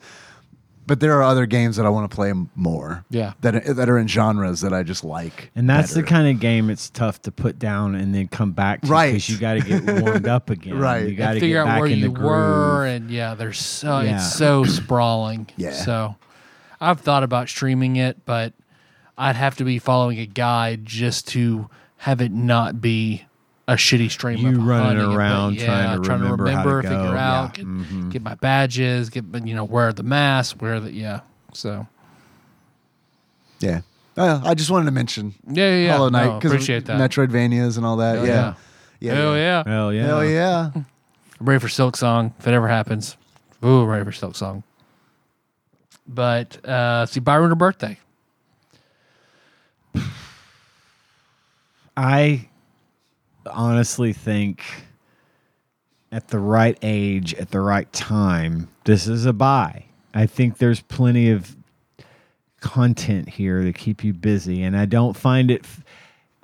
Speaker 2: But there are other games that I want to play m- more.
Speaker 1: Yeah.
Speaker 2: that are, that are in genres that I just like.
Speaker 3: And that's
Speaker 2: better.
Speaker 3: the kind of game it's tough to put down and then come back to
Speaker 2: Right.
Speaker 3: because you got to get warmed up again.
Speaker 2: Right.
Speaker 3: You
Speaker 2: And
Speaker 3: got to
Speaker 1: figure
Speaker 3: get
Speaker 1: out
Speaker 3: back
Speaker 1: where
Speaker 3: in
Speaker 1: you
Speaker 3: the groove.
Speaker 1: were and yeah there's so
Speaker 3: Yeah.
Speaker 1: it's so sprawling
Speaker 2: Yeah.
Speaker 1: so i've thought about streaming it but i'd have to be following a guide just to have it not be a shitty stream.
Speaker 3: You
Speaker 1: of
Speaker 3: running
Speaker 1: hunting it, but
Speaker 3: around
Speaker 1: yeah,
Speaker 3: trying to remember how to
Speaker 1: remember,
Speaker 3: go,
Speaker 1: figure
Speaker 3: yeah,
Speaker 1: out,
Speaker 3: Mm-hmm.
Speaker 1: get, get my badges, get you know wear the mask, wear the yeah. So
Speaker 2: Yeah. Uh, I just wanted to mention
Speaker 1: yeah, yeah, yeah.
Speaker 2: Hollow Knight
Speaker 1: No,
Speaker 2: 'cause
Speaker 1: appreciate that.
Speaker 2: Metroidvanias and all that.
Speaker 1: Hell
Speaker 2: yeah.
Speaker 1: yeah. Hell yeah.
Speaker 3: Hell yeah.
Speaker 2: Hell yeah.
Speaker 1: I'm ready for Silk Song if it ever happens. Ooh, I'm ready for Silk Song. But uh, see, Byron her birthday.
Speaker 3: I honestly think at the right age, at the right time, this is a buy. I think there's plenty of content here to keep you busy, and I don't find it. f-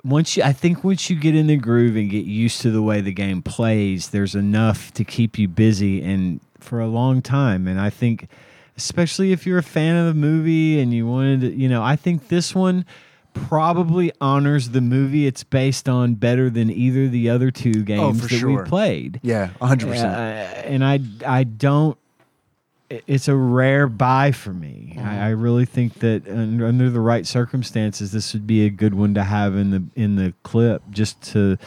Speaker 3: once you, I think once you get in the groove and get used to the way the game plays, there's enough to keep you busy and for a long time. And I think, especially if you're a fan of the movie and you wanted to, you know, I think this one probably honors the movie it's based on better than either the other two games
Speaker 2: Oh, for
Speaker 3: that
Speaker 2: sure.
Speaker 3: we played.
Speaker 2: Yeah. 100%.
Speaker 3: Uh, and I I don't. it- It's a rare buy for me. I, I really think that un- under the right circumstances, this would be a good one to have in the in the clip, just to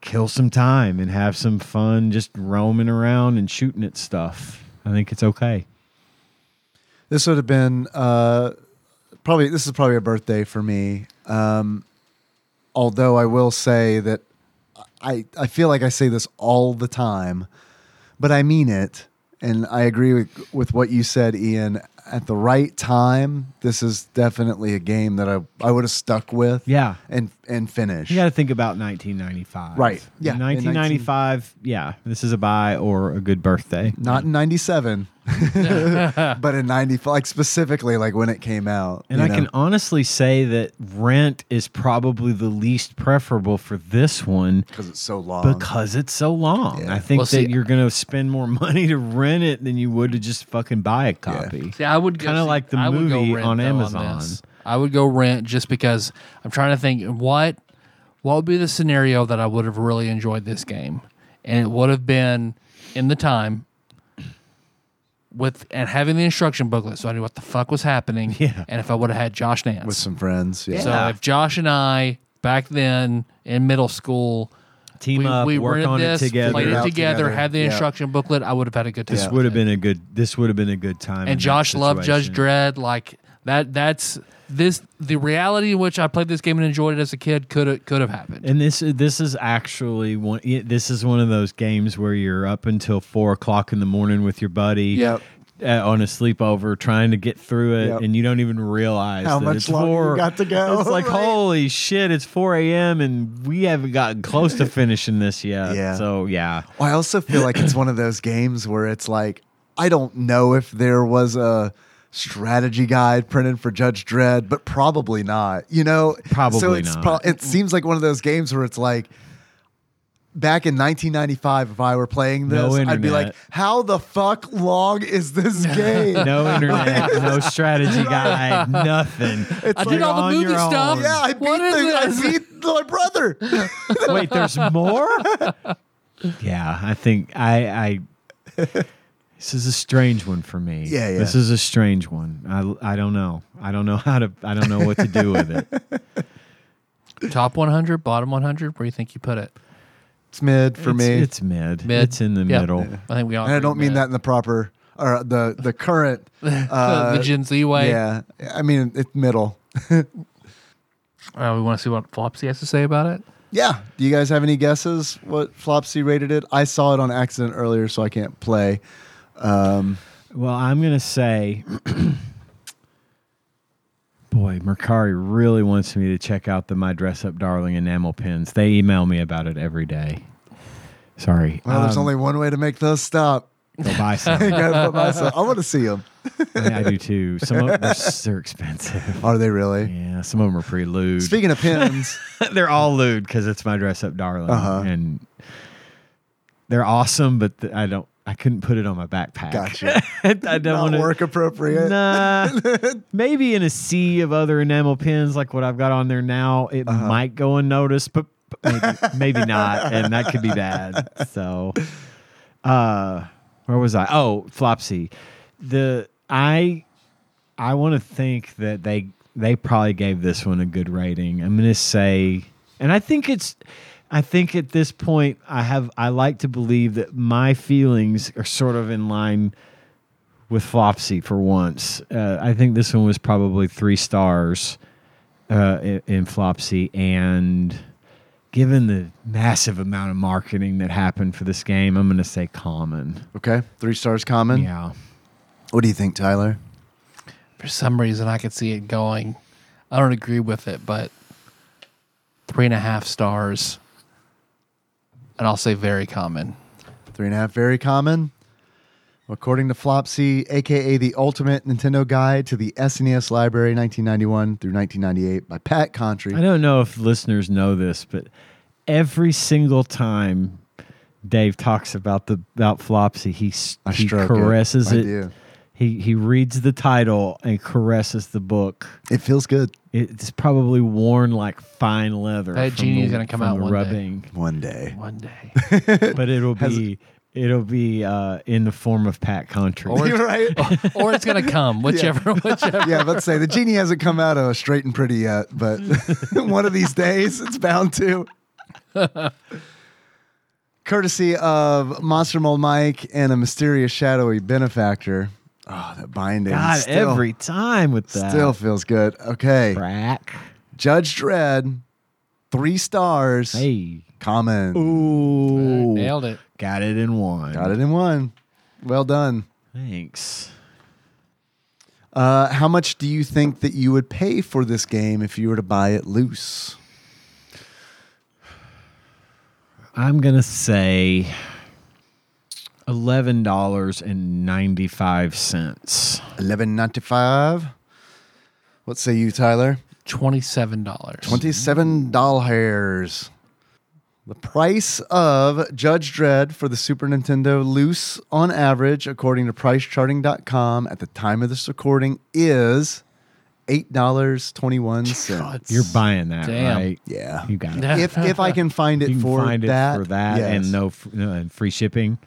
Speaker 3: kill some time and have some fun, just roaming around and shooting at stuff. I think it's okay.
Speaker 2: This would have been uh, probably. This is probably a birthday for me. Um, although I will say that I I feel like I say this all the time, but I mean it, and I agree with with what you said, Ian. At the right time, this is definitely a game that I I would have stuck with.
Speaker 3: Yeah.
Speaker 2: and and finished.
Speaker 3: You got to think about 1995,
Speaker 2: Right. Yeah,
Speaker 3: Yeah,
Speaker 2: in
Speaker 3: 1995. Yeah, this is a buy or a good birthday.
Speaker 2: Not in '97, but in '95, like specifically, like when it came out.
Speaker 3: And
Speaker 2: you
Speaker 3: I
Speaker 2: know?
Speaker 3: can honestly say that rent is probably the least preferable for this one
Speaker 2: because it's so long.
Speaker 3: because it's so long. I think
Speaker 1: Well,
Speaker 3: that
Speaker 1: see-
Speaker 3: you're going to spend more money to rent it than you would to just fucking buy a copy.
Speaker 1: See, I would go-
Speaker 3: Kinda
Speaker 1: see,
Speaker 3: like the
Speaker 1: I would go
Speaker 3: movie
Speaker 1: rent,
Speaker 3: on
Speaker 1: though,
Speaker 3: Amazon.
Speaker 1: this. I would go rent just because I'm trying to think what what would be the scenario that I would have really enjoyed this game, and it would have been in the time with and having the instruction booklet, so I knew what the fuck was happening.
Speaker 3: Yeah.
Speaker 1: and if I would have had Josh Nance
Speaker 2: with some friends. Yeah.
Speaker 1: So if Josh and I back then in middle school.
Speaker 3: Team up, work
Speaker 1: rented
Speaker 3: on
Speaker 1: this,
Speaker 3: it together.
Speaker 1: Played
Speaker 2: Figure it
Speaker 1: it
Speaker 2: out
Speaker 1: together,
Speaker 2: together.
Speaker 1: had the
Speaker 2: Yeah.
Speaker 1: instruction booklet. I would have had a good time.
Speaker 3: This would have been a good. This would have been a good time. in
Speaker 1: and
Speaker 3: that
Speaker 1: Josh loved Judge
Speaker 3: situation.
Speaker 1: Dredd. Like that. That's this. The reality in which I played this game and enjoyed it as a kid could have could have happened.
Speaker 3: And this this is actually one. it- This is one of those games where you're up until four o'clock in the morning with your buddy.
Speaker 2: Yep.
Speaker 3: uh, on a sleepover, trying to get through it,
Speaker 2: Yep.
Speaker 3: and you don't even realize
Speaker 2: How
Speaker 3: that
Speaker 2: much
Speaker 3: it's
Speaker 2: longer you
Speaker 3: four-
Speaker 2: got to go,
Speaker 3: It's like
Speaker 2: right?
Speaker 3: holy shit! It's four a.m. and we haven't gotten close to finishing this yet.
Speaker 2: Yeah.
Speaker 3: So yeah,
Speaker 2: Well, I also feel like it's one of those games where it's like I don't know if there was a strategy guide printed for Judge Dredd, but probably not. You know, so
Speaker 3: Probably
Speaker 2: it's
Speaker 3: not.
Speaker 2: it seems like one of those games where it's like. Back in 1995, if I were playing this,
Speaker 3: No
Speaker 2: I'd be like,
Speaker 3: internet.
Speaker 2: "How the fuck long is this game?"
Speaker 3: no internet, no strategy guide, nothing.
Speaker 1: I did all the
Speaker 3: You're on
Speaker 1: movie
Speaker 3: your
Speaker 1: stuff.
Speaker 3: own.
Speaker 2: Yeah, I beat,
Speaker 1: What is
Speaker 2: the, I
Speaker 1: this?
Speaker 2: beat my brother.
Speaker 3: Wait, there's more? yeah, I think I I this is a strange one for me.
Speaker 2: Yeah, yeah.
Speaker 3: This is a strange one. I I don't know. I don't know how to I don't know what to do with it.
Speaker 1: Top 100, bottom 100. Where do you think you put it?
Speaker 2: It's mid for
Speaker 3: it's,
Speaker 2: me,
Speaker 3: It's mid.
Speaker 1: Mid?
Speaker 3: It's in the
Speaker 1: Yeah.
Speaker 3: middle.
Speaker 1: I think we all.
Speaker 2: and I
Speaker 1: agree
Speaker 2: don't mean that in the proper or the the current.
Speaker 1: Uh,
Speaker 2: Uh,
Speaker 1: the Gen Z way.
Speaker 2: yeah, I mean it's middle.
Speaker 1: Uh, we want to see what Flopsy has to say about it.
Speaker 2: Yeah. Do you guys have any guesses what Flopsy rated it? I saw it on accident earlier, so I can't play.
Speaker 3: Well, I'm gonna say Boy, Mercari really wants me to check out the My Dress Up Darling enamel pins. They email me about it every day. Sorry.
Speaker 2: Well, there's
Speaker 3: Um,
Speaker 2: only one way to make those stop.
Speaker 3: go buy some.
Speaker 2: Gotta put myself- I want to see them.
Speaker 3: Yeah, I do too. Some of them are so expensive.
Speaker 2: Are they really?
Speaker 3: Yeah, some of them are pretty lewd.
Speaker 2: Speaking of Uh-huh. pins,
Speaker 3: they're all lewd because it's my dress up darling, and they're awesome. But th- I don't. I couldn't put it on my backpack.
Speaker 2: gotcha.
Speaker 3: I don't
Speaker 2: Not
Speaker 3: want to
Speaker 2: work appropriate.
Speaker 3: Nah. Maybe in a sea of other enamel pins like what I've got on there now, it might go unnoticed, but but maybe, maybe not, and that could be bad. So, uh, where was I? Oh, Flopsy. The I I want to think that they they probably gave this one a good rating. I'm going to say, and I think it's. I think at this point, I have I like to believe that my feelings are sort of in line with Flopsy for once. Uh, I think this one was probably three stars uh, in, in Flopsy, and given the massive amount of marketing that happened for this game, I'm going to say common.
Speaker 2: Okay, three stars common.
Speaker 3: Yeah.
Speaker 2: What do you think, Tyler?
Speaker 1: For some reason, I could see it going. I don't agree with it, but three and a half stars. And I'll say very common.
Speaker 2: Three and a half, very common. According to Flopsy, aka the Ultimate Nintendo Guide to the SNES Library, 1991 through 1998, by Pat Contry.
Speaker 3: I don't know if listeners know this, but every single time Dave talks about the about Flopsy, he s-
Speaker 2: I
Speaker 3: he
Speaker 2: stroke it.
Speaker 3: caresses
Speaker 2: I
Speaker 3: it.
Speaker 2: do.
Speaker 3: He he reads the title and caresses the book.
Speaker 2: It feels good
Speaker 3: It's probably worn like fine leather.
Speaker 1: That
Speaker 3: from
Speaker 1: genie's
Speaker 3: the-
Speaker 1: gonna come
Speaker 3: from
Speaker 1: out
Speaker 3: the
Speaker 1: one day.
Speaker 3: rubbing,
Speaker 2: one day.
Speaker 1: One day.
Speaker 3: but it'll be it'll be uh, in the form of Pat Country.
Speaker 1: Or-
Speaker 2: You're right.
Speaker 1: or it's going to come, whichever, whichever.
Speaker 2: yeah, let's say the genie hasn't come out of straight and pretty yet, but one of these days it's bound to. Courtesy of Monster Mold Mike and a mysterious shadowy benefactor. Oh, that binding.
Speaker 3: God,
Speaker 2: still,
Speaker 3: every time with that
Speaker 2: still feels good. Okay.
Speaker 3: crack.
Speaker 2: Judge Dredd, three stars.
Speaker 3: Hey,
Speaker 2: Common.
Speaker 3: ooh,
Speaker 1: Nailed it.
Speaker 3: Got it in one.
Speaker 2: Got it in one. Well done.
Speaker 3: Thanks.
Speaker 2: Uh, how much do you think that you would pay for this game if you were to buy it loose?
Speaker 3: I'm going to say $11.95.
Speaker 2: Eleven ninety five. What say you, Tyler?
Speaker 1: $27.
Speaker 2: Twenty seven dollars. The price of Judge Dredd for the Super Nintendo loose on average, according to pricecharting.com at the time of this recording, is eight dollars twenty one cents.
Speaker 3: You're buying that,
Speaker 1: Damn.
Speaker 3: right?
Speaker 2: Yeah.
Speaker 3: You got it.
Speaker 2: If if I can find it
Speaker 3: you can
Speaker 2: for
Speaker 3: find
Speaker 2: that,
Speaker 3: it for that
Speaker 2: yes.
Speaker 3: and no, f- no and free shipping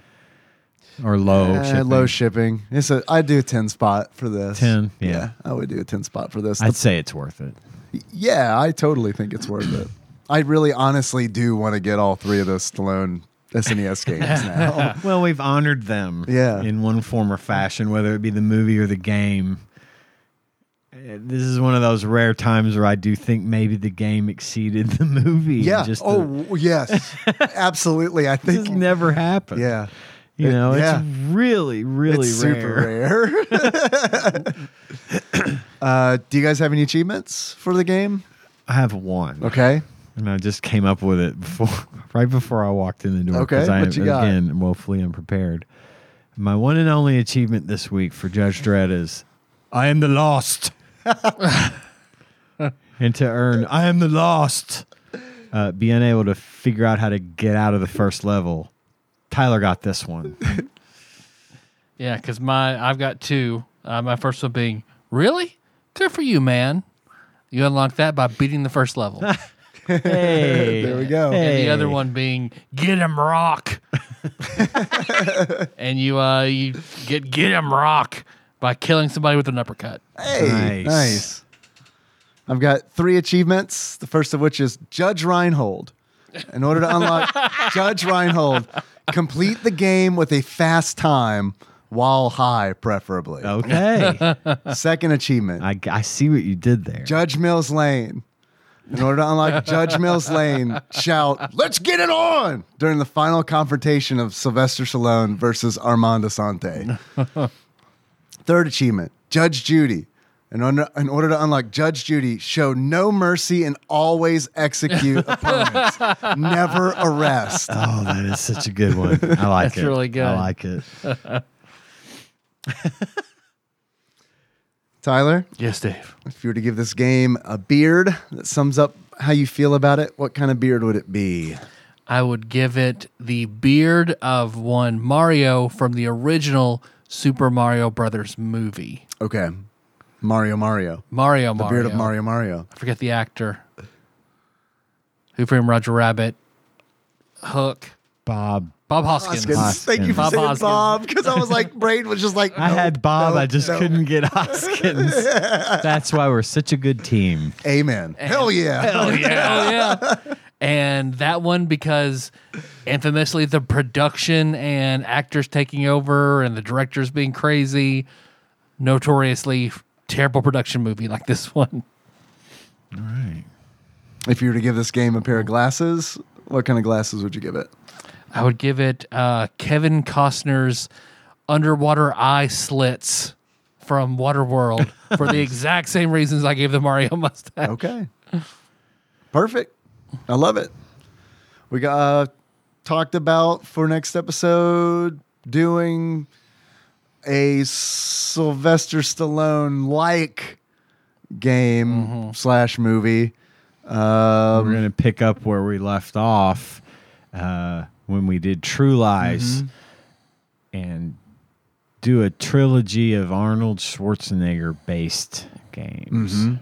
Speaker 3: or low
Speaker 2: Eh,
Speaker 3: shipping.
Speaker 2: low shipping. It's a I do a ten spot for this.
Speaker 3: 10, yeah.
Speaker 2: I would do a ten spot for this. The
Speaker 3: I'd say it's worth it.
Speaker 2: Yeah, I totally think it's worth it. I really honestly do want to get all three of those Stallone SNES games now.
Speaker 3: Well, we've honored them
Speaker 2: Yeah.
Speaker 3: in one form or fashion, whether it be the movie or the game. Uh, This is one of those rare times where I do think maybe the game exceeded the movie. and
Speaker 2: yeah.
Speaker 3: Just the-
Speaker 2: oh, w- yes. Absolutely. I
Speaker 3: this
Speaker 2: think.
Speaker 3: never happened.
Speaker 2: yeah.
Speaker 3: You know,
Speaker 2: yeah.
Speaker 3: it's really, really
Speaker 2: it's
Speaker 3: rare.
Speaker 2: super rare. uh, do you guys have any achievements for the game?
Speaker 3: I have one.
Speaker 2: Okay.
Speaker 3: And I just came up with it before, right before I walked in the door.
Speaker 2: Okay,
Speaker 3: 'cause I
Speaker 2: what
Speaker 3: am,
Speaker 2: you got?
Speaker 3: Again, woefully unprepared. My one and only achievement this week for Judge Dredd is I am the lost. and to earn I am the lost, uh, being able to figure out how to get out of the first level. Tyler got this one.
Speaker 1: Yeah, because my I've got two. Uh, my first one being really good for you, man. You unlock that by beating the first level,
Speaker 3: Hey,
Speaker 2: There we go.
Speaker 1: and the other
Speaker 3: Hey.
Speaker 1: one being get him rock. and you uh you get get him rock by killing somebody with an uppercut.
Speaker 2: Hey,
Speaker 3: Nice.
Speaker 2: nice. I've got three achievements. The first of which is Judge Reinhold. In order to unlock Judge Reinhold, complete the game with a fast time while high, preferably.
Speaker 3: Okay,
Speaker 2: Second achievement
Speaker 3: I, I see what you did there.
Speaker 2: Judge Mills Lane. In order to unlock Judge Mills Lane, shout, let's get it on during the final confrontation of Sylvester Stallone versus Armando Sante. Third achievement, Judge Judy. In order, in order to unlock Judge Judy, show no mercy and always execute opponents. Never arrest.
Speaker 3: Oh, that is such a good one. I like
Speaker 1: That's
Speaker 3: it.
Speaker 1: really good. Uh,
Speaker 3: I like it.
Speaker 2: Tyler,
Speaker 1: Yes, Dave.
Speaker 2: if you were to give this game a beard that sums up how you feel about it, what kind of beard would it be?
Speaker 1: I would give it the beard of one Mario from the original Super Mario Brothers movie.
Speaker 2: Okay. Mario Mario.
Speaker 1: Mario
Speaker 2: The
Speaker 1: Mario.
Speaker 2: beard of Mario Mario.
Speaker 1: I forget the actor. Who framed Roger Rabbit? Hook.
Speaker 3: Bob.
Speaker 1: Bob Hoskins.
Speaker 2: Hoskins. Thank you for
Speaker 1: Bob
Speaker 2: saying
Speaker 1: Hoskins.
Speaker 2: Bob because I was like, brain was just like,
Speaker 3: I
Speaker 2: nope,
Speaker 3: had Bob.
Speaker 2: nope,
Speaker 3: I just
Speaker 2: nope.
Speaker 3: couldn't get Hoskins. That's why we're such a good team.
Speaker 2: Amen. Hell yeah. Oh,
Speaker 1: Hell Oh, yeah. Hell yeah. and that one because infamously the production and actors taking over and the directors being crazy, notoriously terrible production movie like this one.
Speaker 2: If you were to give this game a pair of glasses, what kind of glasses would you give it?
Speaker 1: I would give it uh, Kevin Costner's underwater eye slits from Waterworld for the exact same reasons I gave the Mario mustache.
Speaker 2: Okay. Perfect. I love it. We got uh, talked about for next episode doing a Sylvester Stallone like game slash movie. Uh,
Speaker 3: We're going to pick up where we left off uh, when we did True Lies and do a trilogy of Arnold Schwarzenegger based games.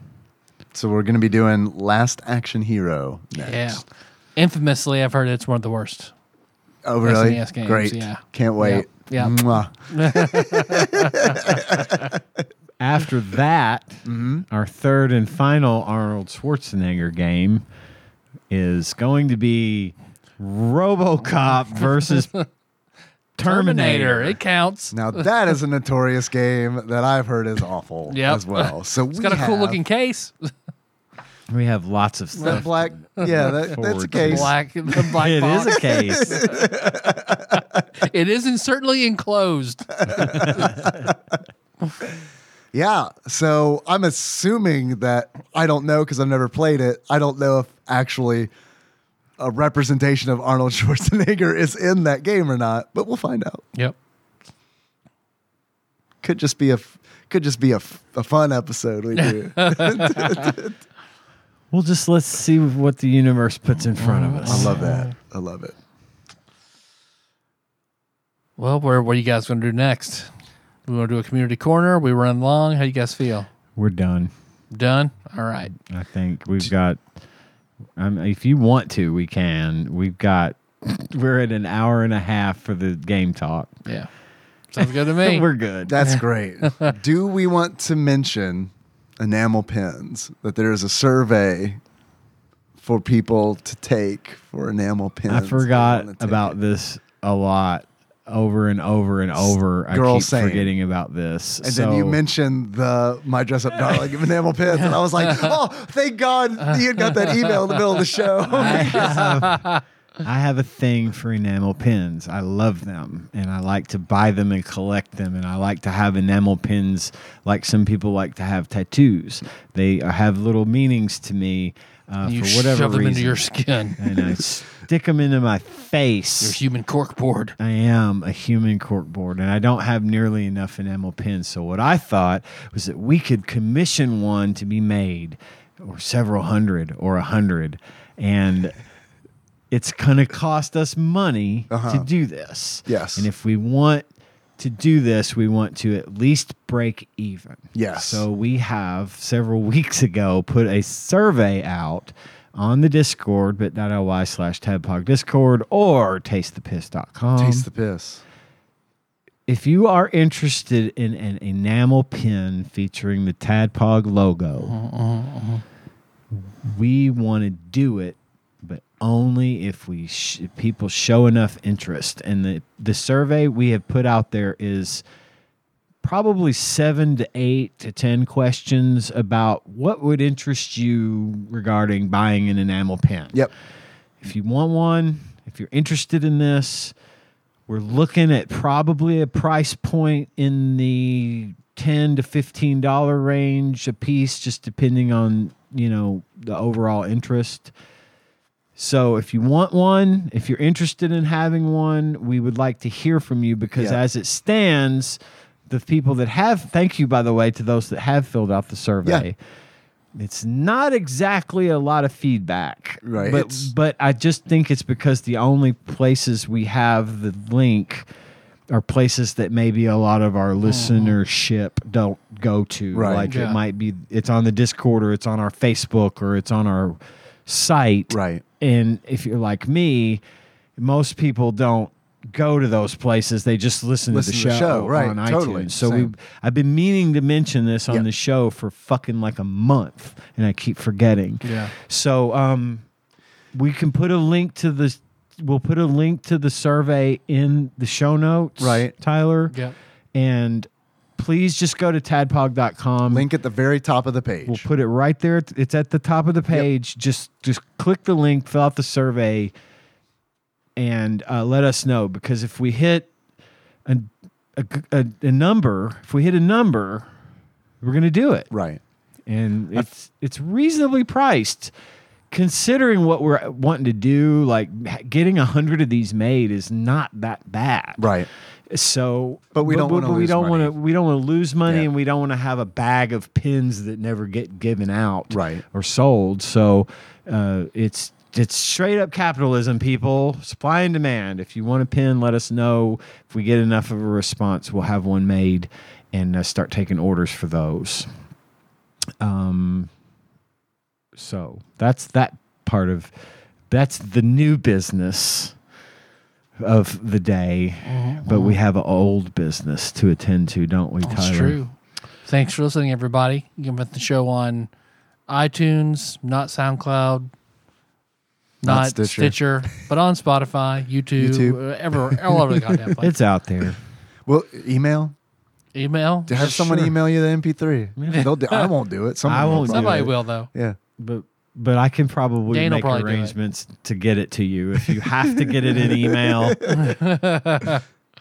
Speaker 2: So we're going to be doing Last Action Hero next.
Speaker 1: Yeah. Infamously, I've heard it's one of the worst.
Speaker 2: Oh, really?
Speaker 1: SNES E games,
Speaker 2: Great.
Speaker 1: yeah.
Speaker 2: Can't wait.
Speaker 1: Yeah, yeah.
Speaker 2: Mwah.
Speaker 3: After that, our third and final Arnold Schwarzenegger game is going to be RoboCop versus Terminator.
Speaker 1: It counts.
Speaker 2: Now that is a notorious game that I've heard is awful
Speaker 1: Yep.
Speaker 2: as well. So
Speaker 1: It's
Speaker 2: we
Speaker 1: got a
Speaker 2: have
Speaker 1: cool looking case.
Speaker 3: We have lots of
Speaker 2: the
Speaker 3: stuff.
Speaker 2: black. Yeah, that, that's a
Speaker 3: Forward to
Speaker 2: case.
Speaker 1: Black, the black
Speaker 3: It
Speaker 1: box.
Speaker 3: is a case.
Speaker 1: It isn't certainly enclosed.
Speaker 2: Yeah. So I'm assuming that I don't know because I've never played it. I don't know if actually a representation of Arnold Schwarzenegger is in that game or not, but we'll find out.
Speaker 1: Yep.
Speaker 2: Could just be a f- could just be a, f- a fun episode we do.
Speaker 3: Well, just let's see what the universe puts in front of
Speaker 2: I
Speaker 3: us.
Speaker 2: love that. I love it.
Speaker 1: Well, where what are you guys going to do next? We want to do a community corner. We run long. How you guys feel?
Speaker 3: We're done.
Speaker 1: Done. All right.
Speaker 3: I think we've got. Um, if you want to, we can. We've got. We're at an hour and a half for the game talk.
Speaker 1: Yeah. Sounds good to me.
Speaker 3: We're good.
Speaker 2: That's great. Do we want to mention enamel pins? That there is a survey for people to take for enamel pins.
Speaker 3: I
Speaker 2: they
Speaker 3: forgot
Speaker 2: wanna take.
Speaker 3: about this a lot, over and over and over. I
Speaker 2: Girl
Speaker 3: keep
Speaker 2: saying.
Speaker 3: forgetting about this.
Speaker 2: And
Speaker 3: so
Speaker 2: then you mentioned the my dress up darling of enamel pins, and I was like, oh, thank God Ian got that email in the middle of the show.
Speaker 3: I have- I have a thing for enamel pins. I love them and I like to buy them and collect them. And I like to have enamel pins like some people like to have tattoos. They uh, have little meanings to me uh,
Speaker 1: you
Speaker 3: for whatever
Speaker 1: shove them
Speaker 3: reason.
Speaker 1: into your skin.
Speaker 3: and I stick them into my
Speaker 1: Your
Speaker 3: face.
Speaker 1: human cork board.
Speaker 3: I am a human corkboard, and I don't have nearly enough enamel pins. So what I thought was that we could commission one to be made, or several hundred, or a hundred, and it's going to cost us money to do this.
Speaker 2: Yes.
Speaker 3: and if we want to do this, we want to at least break even.
Speaker 2: Yes.
Speaker 3: So we have several weeks ago put a survey out on the Discord, bit.ly slash tadpog discord or tastethepiss.com.
Speaker 2: Taste the piss.
Speaker 3: if you are interested in an enamel pin featuring the tadpog logo, we want to do it, but only if we sh- if people show enough interest. And the, the survey we have put out there is probably seven to eight to ten questions about what would interest you regarding buying an enamel pin.
Speaker 2: Yep.
Speaker 3: If you want one, if you're interested in this, we're looking at probably a price point in the ten to fifteen dollar range a piece, just depending on you know the overall interest. So if you want one, if you're interested in having one, we would like to hear from you because
Speaker 2: Yeah.
Speaker 3: as it stands, the people that have thank you by the way to those that have filled out the survey. It's not exactly a lot of feedback,
Speaker 2: Right.
Speaker 3: But
Speaker 2: It's-
Speaker 3: but I just think it's because the only places we have the link are places that maybe a lot of our listenership don't go to.
Speaker 2: Right.
Speaker 3: Like
Speaker 1: Yeah.
Speaker 3: it might be it's on the Discord or it's on our Facebook or it's on our site.
Speaker 2: Right.
Speaker 3: And if you're like me, most people don't go to those places. They just listen,
Speaker 2: Listen
Speaker 3: to the show,
Speaker 2: right,
Speaker 3: on
Speaker 2: totally,
Speaker 3: iTunes. So we
Speaker 2: same.
Speaker 3: I've been meaning to mention this on
Speaker 2: Yeah.
Speaker 3: the show for fucking like a month and I keep forgetting.
Speaker 1: Yeah.
Speaker 3: So um we can put a link to the we'll put a link to the survey in the show notes
Speaker 2: Right.
Speaker 3: tyler
Speaker 1: Yeah.
Speaker 3: and please just go to tadpog.com
Speaker 2: Link at the very top of the page.
Speaker 3: we'll put it right there it's at the top of the page just just click the link fill out the survey and uh, let us know because if we hit a, a, a, a number if we hit a number we're gonna do it
Speaker 2: right.
Speaker 3: and it's it's reasonably priced considering what we're wanting to do like h- getting a hundred of these made is not that bad
Speaker 2: Right.
Speaker 3: so
Speaker 2: But we don't wanna
Speaker 3: we
Speaker 2: lose
Speaker 3: don't want to
Speaker 2: money.
Speaker 3: we don't want to lose money
Speaker 2: Yeah.
Speaker 3: and we don't want to have a bag of pins that never get given out
Speaker 2: Right.
Speaker 3: or sold so uh, it's it's straight up capitalism people supply and demand if you want a pin let us know if we get enough of a response we'll have one made and uh, start taking orders for those Um, So that's that part of that's the new business of the day. But we have an old business to attend to, don't we, Tyler?
Speaker 1: Mm-hmm. That's true. Thanks for listening, everybody. You can find the show on iTunes, not SoundCloud,
Speaker 2: Not
Speaker 1: not,
Speaker 2: Stitcher.
Speaker 1: Stitcher. but on Spotify, YouTube,
Speaker 2: YouTube.
Speaker 1: uh, everywhere, all over the goddamn place.
Speaker 3: It's out there.
Speaker 2: Well, email.
Speaker 1: Email.
Speaker 2: Have someone
Speaker 3: sure.
Speaker 2: email you the MP3. They'll do, I won't do it. Someone
Speaker 3: I won't do
Speaker 1: Somebody
Speaker 3: it.
Speaker 1: will though.
Speaker 2: Yeah.
Speaker 3: But but I can probably
Speaker 1: Dane will
Speaker 3: make
Speaker 1: probably do it.
Speaker 3: arrangements to get it to you. If you have to get it in email,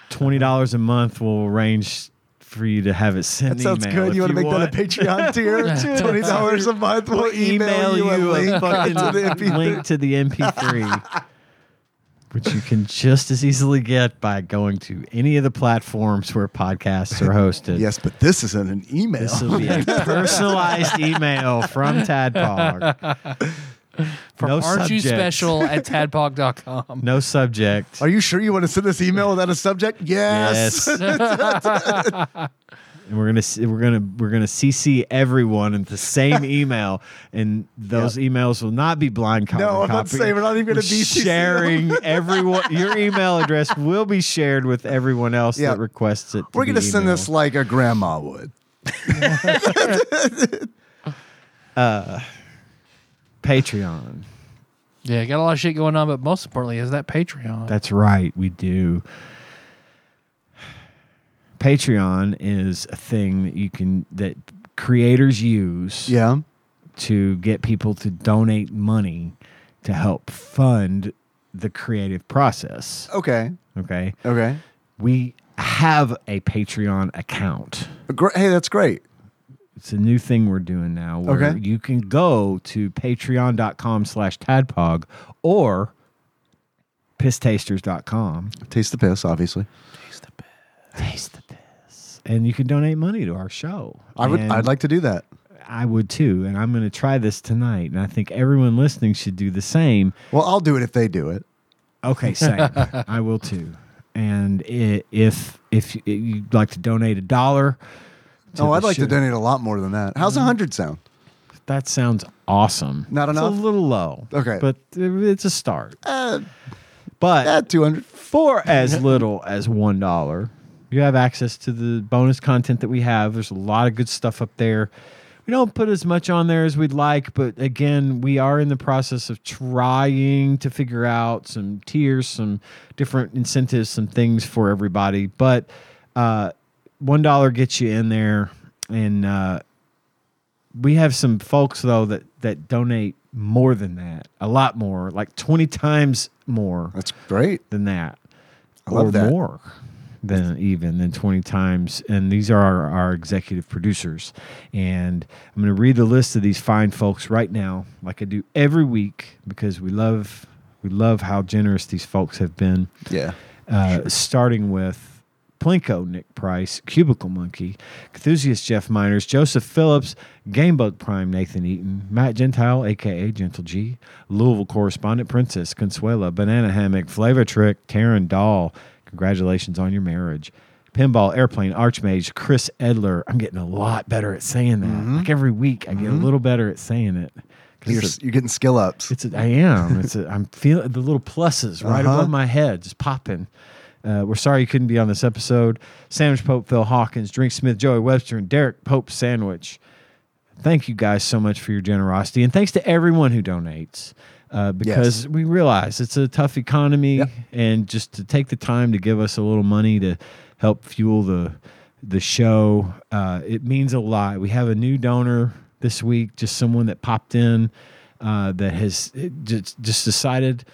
Speaker 3: twenty dollars a month will arrange for you to have it sent.
Speaker 2: That sounds
Speaker 3: email.
Speaker 2: good. You
Speaker 3: If
Speaker 2: want to make
Speaker 3: want-
Speaker 2: that a Patreon tier? Twenty dollars a month. We'll, email, you a link
Speaker 3: fucking
Speaker 2: to the MP3.
Speaker 3: link to the MP3, which you can just as easily get by going to any of the platforms where podcasts are hosted.
Speaker 2: Yes, but this isn't an email.
Speaker 3: This will be a personalized email from Tadpog.
Speaker 1: From
Speaker 3: No
Speaker 1: Aren't You
Speaker 3: subject.
Speaker 1: Special at tadpog.com.
Speaker 3: No subject.
Speaker 2: Are you sure you want to send this email without a subject? Yes.
Speaker 3: Yes. and we're gonna s- we're gonna we're gonna CC everyone in the same email, and those emails will not be blind copy.
Speaker 2: No, I'm not saying we're not even gonna be CC
Speaker 3: sharing everyone. Your email address will be shared with everyone else
Speaker 2: Yeah.
Speaker 3: that requests it.
Speaker 2: We're
Speaker 3: be
Speaker 2: gonna send
Speaker 3: emailed.
Speaker 2: this like a grandma would.
Speaker 3: Patreon.
Speaker 1: Yeah, got a lot of shit going on, but most importantly is that Patreon.
Speaker 3: That's right, we do. Patreon is a thing that you can that creators use.
Speaker 2: Yeah.
Speaker 3: to get people to donate money to help fund the creative process.
Speaker 2: Okay.
Speaker 3: Okay.
Speaker 2: Okay.
Speaker 3: We have a Patreon account.
Speaker 2: Gr- Hey, that's great.
Speaker 3: It's a new thing we're doing now where
Speaker 2: Okay.
Speaker 3: you can go to patreon.com slash tadpog or pisstasters.com.
Speaker 2: Taste the piss, obviously.
Speaker 3: Taste the piss. And you can donate money to our show.
Speaker 2: I would.
Speaker 3: And
Speaker 2: I'd like to do that.
Speaker 3: I would too. And I'm going to try this tonight. And I think everyone listening should do the same.
Speaker 2: Well, I'll do it if they do it.
Speaker 3: Okay, same. I will too. And i- if if y- you'd like to donate a dollar, to
Speaker 2: oh,
Speaker 3: the
Speaker 2: I'd like
Speaker 3: show-
Speaker 2: to donate a lot more than that. How's a hundred sound?
Speaker 3: That sounds awesome.
Speaker 2: Not enough?
Speaker 3: It's a little low.
Speaker 2: Okay.
Speaker 3: but i- it's a start. but
Speaker 2: At Eh, two hundred.
Speaker 3: for as little as one dollar, you have access to the bonus content that we have. There's a lot of good stuff up there. We don't put as much on there as we'd like, but again, we are in the process of trying to figure out some tiers, some different incentives, some things for everybody. But uh, one dollar gets you in there, and uh, we have some folks though that that donate more than that, a lot more, like twenty times more
Speaker 2: That's great.
Speaker 3: than that,
Speaker 2: love
Speaker 3: or
Speaker 2: that.
Speaker 3: more than even than twenty times. And these are our, our executive producers. And I'm going to read the list of these fine folks right now, like I do every week, because we love we love how generous these folks have been.
Speaker 2: Yeah.
Speaker 3: Uh, Starting with. Plinko, Nick Price, Cubicle Monkey, Cthusiast, Jeff Miners, Joseph Phillips, Gamebug Prime, Nathan Eaton, Matt Gentile, aka Gentle G, Louisville correspondent Princess, Consuela, Banana Hammock, Flavor Trick, Taryn Dahl. Congratulations on your marriage. Pinball, Airplane, Archmage, Chris Edler. I'm getting a lot better at saying that. Like every week, I get a little better at saying it. 'Cause
Speaker 2: You're,
Speaker 3: it's a-
Speaker 2: you're getting skill ups.
Speaker 3: it's a, I am. It's a, I'm feeling the little pluses right
Speaker 2: Uh-huh.
Speaker 3: above my head, just popping. Uh, we're sorry you couldn't be on this episode. Sandwich Pope, Phil Hawkins, Drink Smith, Joey Webster, and Derek Pope Sandwich. Thank you guys so much for your generosity, and thanks to everyone who donates. uh, because we realize it's a tough economy, and just to take the time to give us a little money to help fuel the the show, uh, it means a lot. We have a new donor this week, just someone that popped in uh, that has eh, just, just decided,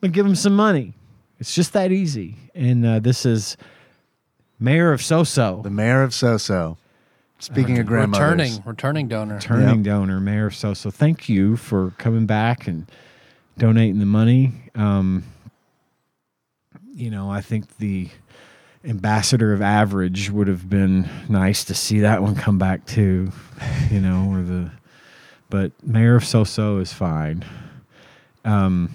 Speaker 3: but give them some money. It's just that easy. And uh, this is Mayor of So-So.
Speaker 2: The mayor of Soso. Speaking of grandmothers.
Speaker 1: Returning, returning donor.
Speaker 3: returning
Speaker 2: Yep.
Speaker 3: donor, Mayor of So. So thank you for coming back and donating the money. Um, you know, I think the ambassador of average would have been nice to see that one come back too. You know, or the but Mayor of So So is fine. Um,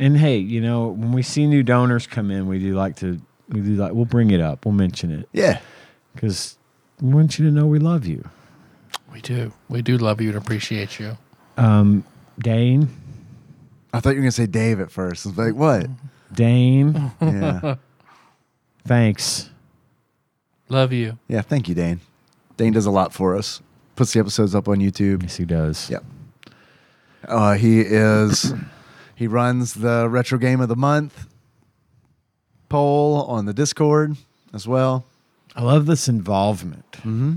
Speaker 3: and hey, you know, when we see new donors come in, we do like to we do like we'll bring it up, we'll mention it
Speaker 2: Yeah.
Speaker 3: because we want you to know we love you.
Speaker 1: We do. We do love you and appreciate you.
Speaker 3: Dane,
Speaker 2: I thought you were going to say Dave at first. I was like, what?
Speaker 3: Dane,
Speaker 2: Yeah.
Speaker 3: thanks.
Speaker 1: Love you.
Speaker 2: yeah. Thank you, Dane. Dane does a lot for us, puts the episodes up on YouTube.
Speaker 3: Yes, he does.
Speaker 2: Yep. Uh, he is, he runs the Retro Game of the Month poll on the Discord as well.
Speaker 3: I love this involvement. Mm-hmm.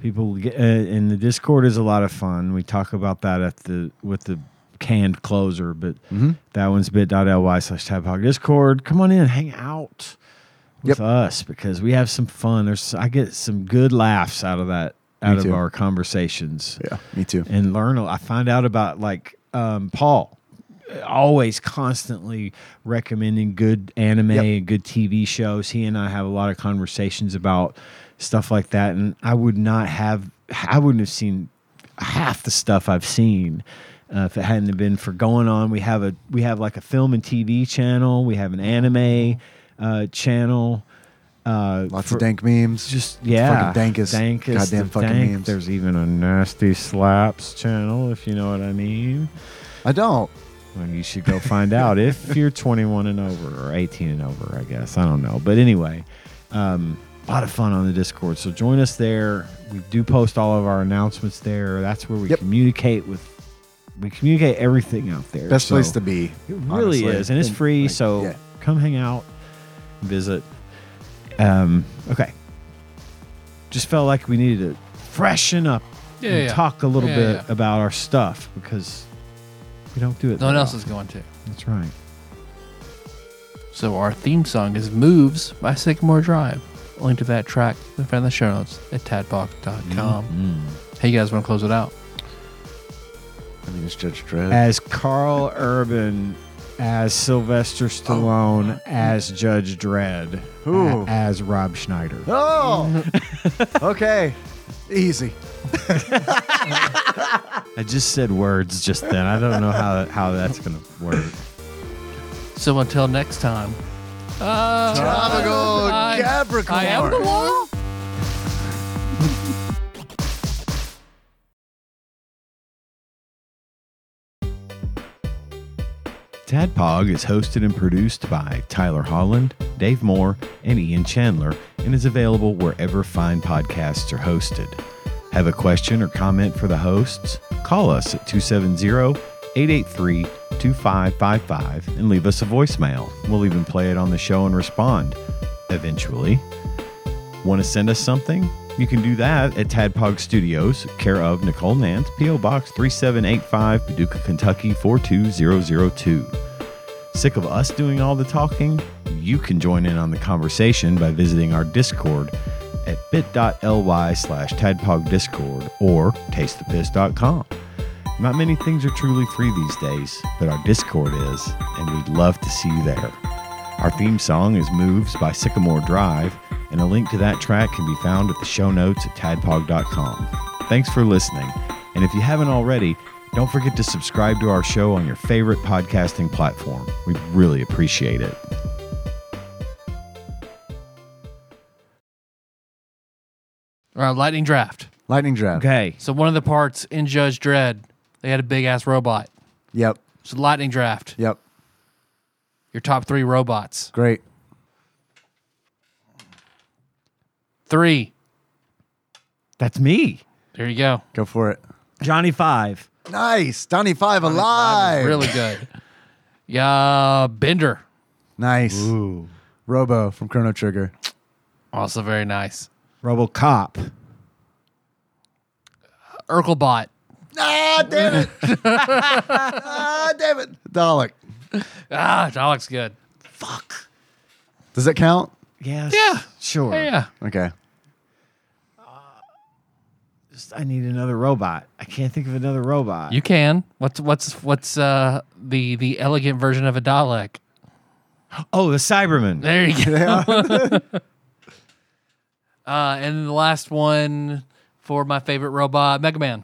Speaker 3: People get, uh, and the Discord is a lot of fun. We talk about that at the with the canned closer, but
Speaker 2: Mm-hmm.
Speaker 3: that one's bit.ly slash tabhog Discord. Come on in, hang out with
Speaker 2: Yep.
Speaker 3: us because we have some fun. There's I get some good laughs out of that out of
Speaker 2: too.
Speaker 3: our conversations.
Speaker 2: Yeah. Me too.
Speaker 3: and learn. a- I find out about like um, Paul, always constantly recommending good anime
Speaker 2: Yep.
Speaker 3: and good TV shows. He and I have a lot of conversations about stuff like that, and I would not have, I wouldn't have seen half the stuff I've seen. Uh, if it hadn't have been for going on, we have a we have like a film and TV channel. We have an anime uh, channel. Uh,
Speaker 2: Lots
Speaker 3: for-
Speaker 2: of dank memes.
Speaker 3: just yeah,
Speaker 2: fucking dankest, goddamn
Speaker 3: of
Speaker 2: fucking
Speaker 3: dank.
Speaker 2: memes.
Speaker 3: There's even a nasty slaps channel, if you know what I mean.
Speaker 2: I don't.
Speaker 3: Well, you should go find out if you're 21 and over or 18 and over, I guess. I don't know, but anyway, um, a lot of fun on the Discord. So join us there. We do post all of our announcements there. That's where we
Speaker 2: Yep.
Speaker 3: communicate with. We communicate everything out there.
Speaker 2: Best place
Speaker 3: So-
Speaker 2: to be.
Speaker 3: it really
Speaker 2: honestly.
Speaker 3: is, and it's free.
Speaker 2: like,
Speaker 3: so
Speaker 2: yeah.
Speaker 3: come hang out, visit. Um, okay. Just felt like we needed to freshen up
Speaker 1: Yeah,
Speaker 3: and
Speaker 1: yeah.
Speaker 3: talk a little
Speaker 1: Yeah,
Speaker 3: bit
Speaker 1: yeah.
Speaker 3: about our stuff because we don't do it.
Speaker 1: No one
Speaker 3: that
Speaker 1: else is
Speaker 3: often.
Speaker 1: going to.
Speaker 3: That's right.
Speaker 1: So our theme song is Moves by Sycamore Drive. Link to that track will be found in the show notes at tadbach.com.
Speaker 3: Mm-hmm.
Speaker 1: Hey, you guys want to close it out?
Speaker 2: I mean, it's Judge Dredd.
Speaker 3: As Carl Urban, as Sylvester Stallone, as Judge Dredd, a-
Speaker 2: Ooh.
Speaker 3: as Rob Schneider.
Speaker 2: oh. okay. Easy.
Speaker 3: I just said words just then. I don't know how how that's gonna work.
Speaker 1: So until next time. Uh,
Speaker 2: Tropical
Speaker 1: I-
Speaker 2: Capricorn.
Speaker 1: I am the law.
Speaker 3: Tadpog is hosted and produced by Tyler Holland, Dave Moore, and Ian Chandler, and is available wherever fine podcasts are hosted. Have a question or comment for the hosts? Call us at 270 883 2555 and leave us a voicemail. We'll even play it on the show and respond eventually. Want to send us something? You can do that at Tadpog Studios, care of Nicole Nance, P.O. Box 3785, Paducah, Kentucky 42002. Sick of us doing all the talking? You can join in on the conversation by visiting our Discord at bit.ly slash tadpogdiscord or tastethepiss.com. Not many things are truly free these days, but our Discord is, and we'd love to see you there. Our theme song is Moves by Sycamore Drive, and a link to that track can be found at the show notes at tadpog.com. Thanks for listening, and if you haven't already, don't forget to subscribe to our show on your favorite podcasting platform. We really appreciate it.
Speaker 1: All right, lightning draft.
Speaker 2: Lightning Dredd.
Speaker 3: Okay.
Speaker 1: So one of the parts in Judge Dredd, they had a big ass robot.
Speaker 2: Yep.
Speaker 1: So lightning draft.
Speaker 2: Yep.
Speaker 1: Your top three robots.
Speaker 2: Great.
Speaker 1: Three.
Speaker 3: That's me.
Speaker 1: There you go.
Speaker 2: Go for it.
Speaker 3: Johnny Five.
Speaker 2: Nice. Donnie Five alive.
Speaker 1: Really good. Yeah, Bender.
Speaker 2: nice. Robo from Chrono Trigger.
Speaker 1: Also very nice.
Speaker 3: RoboCop.
Speaker 1: Urkelbot.
Speaker 2: Ah, damn it. ah, damn it. Dalek.
Speaker 1: Ah, Dalek's good.
Speaker 2: Does that count?
Speaker 3: Yes.
Speaker 1: Yeah.
Speaker 3: Sure.
Speaker 1: Yeah, yeah.
Speaker 2: Okay.
Speaker 3: Just, I need another robot. I can't think of another robot.
Speaker 1: You can. What's what's what's uh the the elegant version of a Dalek?
Speaker 3: oh, the Cyberman.
Speaker 1: There you go. uh, and the last one for my favorite robot, Mega Man.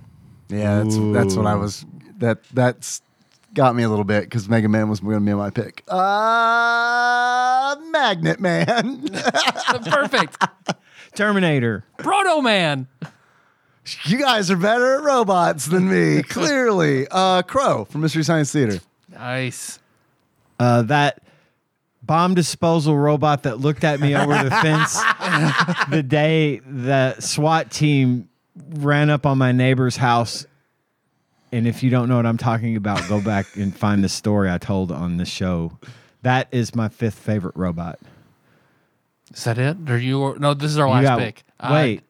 Speaker 2: Yeah, that's that's what I was. That that's got me a little bit because Mega Man was going to be my pick. Uh Magnet Man.
Speaker 1: Perfect.
Speaker 3: Terminator.
Speaker 1: Proto Man.
Speaker 2: you guys are better at robots than me, clearly. Uh, Crow from Mystery Science Theater.
Speaker 1: Nice.
Speaker 3: Uh, that bomb disposal robot that looked at me over the fence the day the SWAT team ran up on my neighbor's house. And if you don't know what I'm talking about, go back and find the story I told on the show. That is my fifth favorite robot.
Speaker 1: Is that it? Are you? No, this is our
Speaker 3: You
Speaker 1: last
Speaker 3: got-
Speaker 1: pick. Uh,
Speaker 3: wait.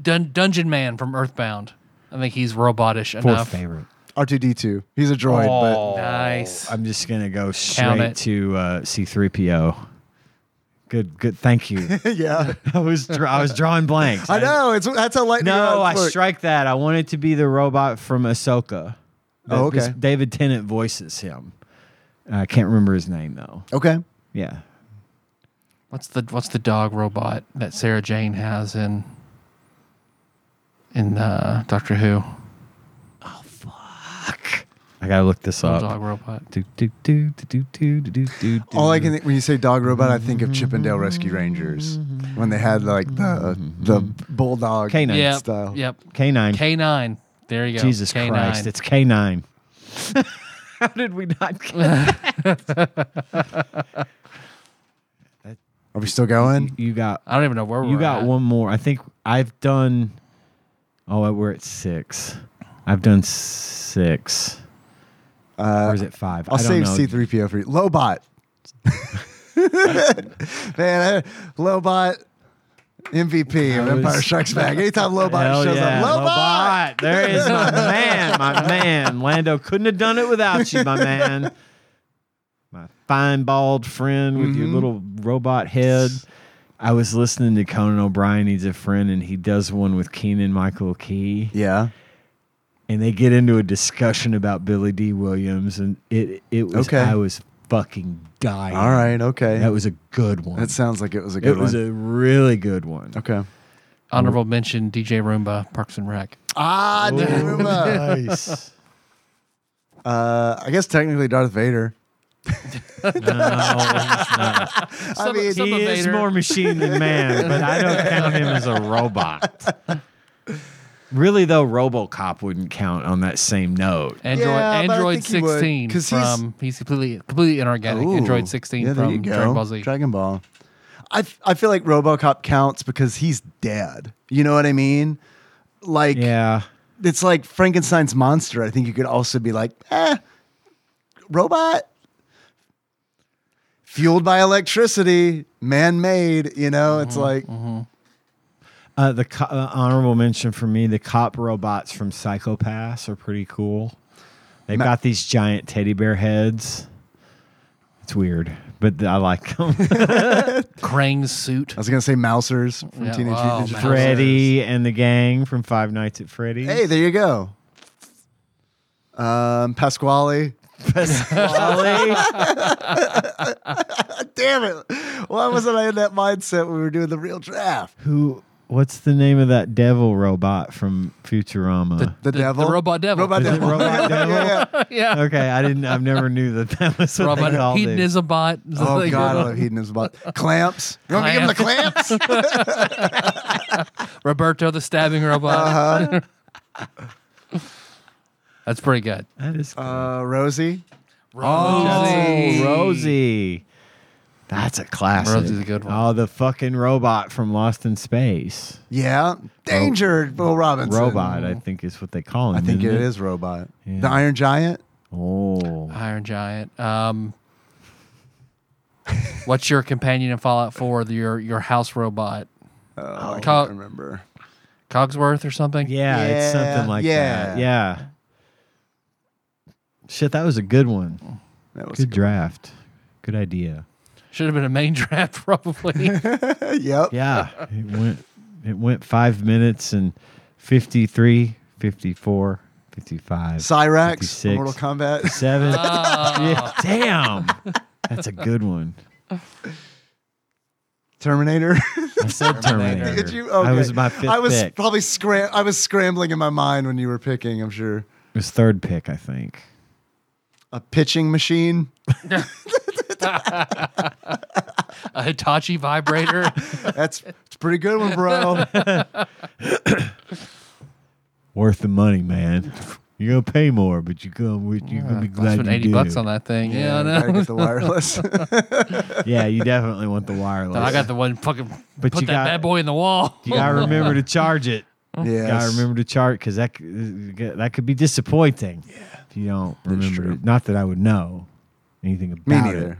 Speaker 1: Dun- Dungeon Man from Earthbound. I think he's robotish
Speaker 3: Fourth
Speaker 1: enough.
Speaker 3: favorite.
Speaker 2: R2D2. He's a droid,
Speaker 1: Nice.
Speaker 3: I'm just gonna go
Speaker 1: Count
Speaker 3: straight
Speaker 1: it.
Speaker 3: to uh, C3PO. Good, good. Thank you.
Speaker 2: but yeah.
Speaker 3: I was dra- I was drawing blanks.
Speaker 2: I know. It's that's a lightning.
Speaker 3: No, I
Speaker 2: rod. Look.
Speaker 3: strike that. I want it to be the robot from Ahsoka.
Speaker 2: Oh,
Speaker 3: That- this-
Speaker 2: okay.
Speaker 3: David Tennant voices him. I can't remember his name though.
Speaker 2: Okay.
Speaker 3: Yeah.
Speaker 1: What's the What's the dog robot that Sarah Jane has in in uh, Doctor Who?
Speaker 3: I gotta look this
Speaker 1: Little
Speaker 3: up.
Speaker 1: dog robot.
Speaker 3: Do, do, do, do, do, do, do, do, do.
Speaker 2: All I can think, when you say dog robot, I think of
Speaker 3: Mm-hmm.
Speaker 2: Chippendale Rescue Rangers when they had like the the
Speaker 3: Mm-hmm.
Speaker 2: bulldog
Speaker 3: Canine.
Speaker 1: Yep.
Speaker 2: style.
Speaker 1: Yep.
Speaker 3: K9.
Speaker 1: K nine. There you go.
Speaker 3: Jesus
Speaker 1: K9.
Speaker 3: Christ, it's K9. How did we not get
Speaker 2: Are we still going?
Speaker 3: You got
Speaker 1: I don't even know where we're
Speaker 3: You got
Speaker 1: at.
Speaker 3: one more. I think I've done. Oh, we're at six. I've done six. or is it five?
Speaker 2: Uh, I'll
Speaker 3: I
Speaker 2: save
Speaker 3: don't know.
Speaker 2: C3PO for you. Lobot. Man, I, Lobot MVP of
Speaker 3: I was-
Speaker 2: Empire Strikes Back. Anytime Lobot
Speaker 3: Hell
Speaker 2: shows
Speaker 3: yeah,
Speaker 2: up, Lobot!
Speaker 3: Lobot! There is my man, my man. Lando couldn't have done it without you, my man. My fine bald friend with
Speaker 2: Mm-hmm.
Speaker 3: your little robot head. I was listening to Conan O'Brien Needs a Friend, and he does one with Keenan Michael Key.
Speaker 2: Yeah.
Speaker 3: and they get into a discussion about Billy D. Williams, and it it was
Speaker 2: Okay.
Speaker 3: I was fucking dying.
Speaker 2: All right. Okay.
Speaker 3: that
Speaker 2: That,
Speaker 3: was a good one.
Speaker 2: sounds like it was a good
Speaker 3: it was
Speaker 2: one.
Speaker 3: a really good one.
Speaker 2: okay.
Speaker 1: Honorable mention: DJ Roomba, Parks and Rec.
Speaker 2: Ah, dude, Roomba.
Speaker 3: Nice.
Speaker 2: Uh, I guess technically Darth Vader. I mean,
Speaker 1: some-
Speaker 3: he
Speaker 1: of
Speaker 3: is
Speaker 1: Vader.
Speaker 3: more machine than man, but I don't count him as a robot. Really though, RoboCop wouldn't count on that same note.
Speaker 1: Android
Speaker 2: Yeah, but I
Speaker 1: Android
Speaker 2: think he would,
Speaker 1: sixteen
Speaker 2: 'cause he's-
Speaker 1: from he's, completely completely inorganic.
Speaker 2: Ooh.
Speaker 1: Android sixteen
Speaker 2: Yeah, there you
Speaker 1: from
Speaker 2: go.
Speaker 1: Dragon Ball Z.
Speaker 2: Dragon Ball. I, f- I feel like RoboCop counts because he's dead. You know what I mean? Like,
Speaker 3: Yeah,
Speaker 2: it's like Frankenstein's monster. I think you could also be like, eh, robot fueled by electricity, man made. You know, it's
Speaker 1: Mm-hmm,
Speaker 2: like
Speaker 3: uh, the co- uh, honorable mention for me, the cop robots from Psychopaths are pretty cool. They've got these giant teddy bear heads. It's weird, but I like them.
Speaker 1: Krang's suit.
Speaker 2: I was gonna say Mousers from
Speaker 1: Yeah,
Speaker 2: Teenage
Speaker 1: wow,
Speaker 2: Mutant
Speaker 1: Mousers.
Speaker 2: Ninja Turtles.
Speaker 3: Freddy and the gang from Five Nights at Freddy's.
Speaker 2: Hey, there you go. Um, Pasquale.
Speaker 3: Ollie.
Speaker 2: Damn it! Why wasn't I in that mindset when we were doing the real draft?
Speaker 3: Who? What's the name of that devil robot from Futurama?
Speaker 2: The,
Speaker 1: The-
Speaker 2: devil,
Speaker 1: the robot devil.
Speaker 2: robot
Speaker 3: Is it
Speaker 2: devil.
Speaker 3: Robot
Speaker 2: Yeah, yeah,
Speaker 3: Devil?
Speaker 2: yeah.
Speaker 1: yeah.
Speaker 3: okay, I didn't. I've never knew that that was what they
Speaker 1: Robot
Speaker 3: called it.
Speaker 1: hedonism bot. Is that
Speaker 2: Oh
Speaker 1: the-
Speaker 2: god, I love hedonism. Bot. Clamps. You want to give him the clamps?
Speaker 1: Roberto the stabbing robot.
Speaker 2: Uh-huh.
Speaker 1: That's pretty good.
Speaker 3: That is cool.
Speaker 2: Uh, Rosie.
Speaker 3: oh, Rosie. That's a classic.
Speaker 1: Rose's a good one.
Speaker 3: Oh, the fucking robot from Lost in Space.
Speaker 2: Yeah, danger, Bill Robinson.
Speaker 3: Robot, I think is what they call him.
Speaker 2: I think
Speaker 3: isn't
Speaker 2: it is robot.
Speaker 3: Yeah.
Speaker 2: The Iron Giant.
Speaker 3: Oh,
Speaker 1: Iron Giant. Um, what's your companion in Fallout Four? The- Your your house robot,
Speaker 2: Oh, I
Speaker 1: Cog-
Speaker 2: can't remember.
Speaker 1: Cogsworth or something?
Speaker 3: yeah, it's
Speaker 2: Yeah,
Speaker 3: something like that. Yeah. Shit, that was a good one.
Speaker 2: That was
Speaker 3: Good draft. Good idea.
Speaker 1: should have been a main draft probably.
Speaker 2: yep.
Speaker 3: Yeah, it went. It went five minutes and 53, 54, 55.
Speaker 2: Cyrax,
Speaker 3: 56.
Speaker 2: from Mortal Kombat.
Speaker 3: Seven. Oh. Yeah, damn. That's a good one.
Speaker 2: Terminator.
Speaker 3: I said Terminator.
Speaker 2: Did you?
Speaker 3: I
Speaker 2: Okay.
Speaker 3: was my fifth
Speaker 2: I was
Speaker 3: pick. It
Speaker 2: probably scram. I was scrambling in my mind when you were picking. I'm sure
Speaker 3: was third pick, I think.
Speaker 2: a pitching machine.
Speaker 1: a Hitachi vibrator.
Speaker 2: That's it's a pretty good one, bro.
Speaker 3: Worth the money, man. You're gonna pay more, but you come with you're gonna be
Speaker 1: I
Speaker 3: glad
Speaker 1: spent
Speaker 3: you
Speaker 1: eighty
Speaker 3: did.
Speaker 1: bucks on that thing. Yeah, I know.
Speaker 2: Gotta get the wireless.
Speaker 3: Yeah, you definitely want the wireless.
Speaker 1: I got the one fucking
Speaker 3: But
Speaker 1: put
Speaker 3: you
Speaker 1: that
Speaker 3: got-
Speaker 1: bad boy in the wall.
Speaker 3: you gotta remember to charge it.
Speaker 2: yes.
Speaker 3: You gotta remember to charge because that c- that could be disappointing. Yeah. If you don't remember
Speaker 2: true.
Speaker 3: it. Not that I would know anything
Speaker 2: Me
Speaker 3: about it.
Speaker 2: neither.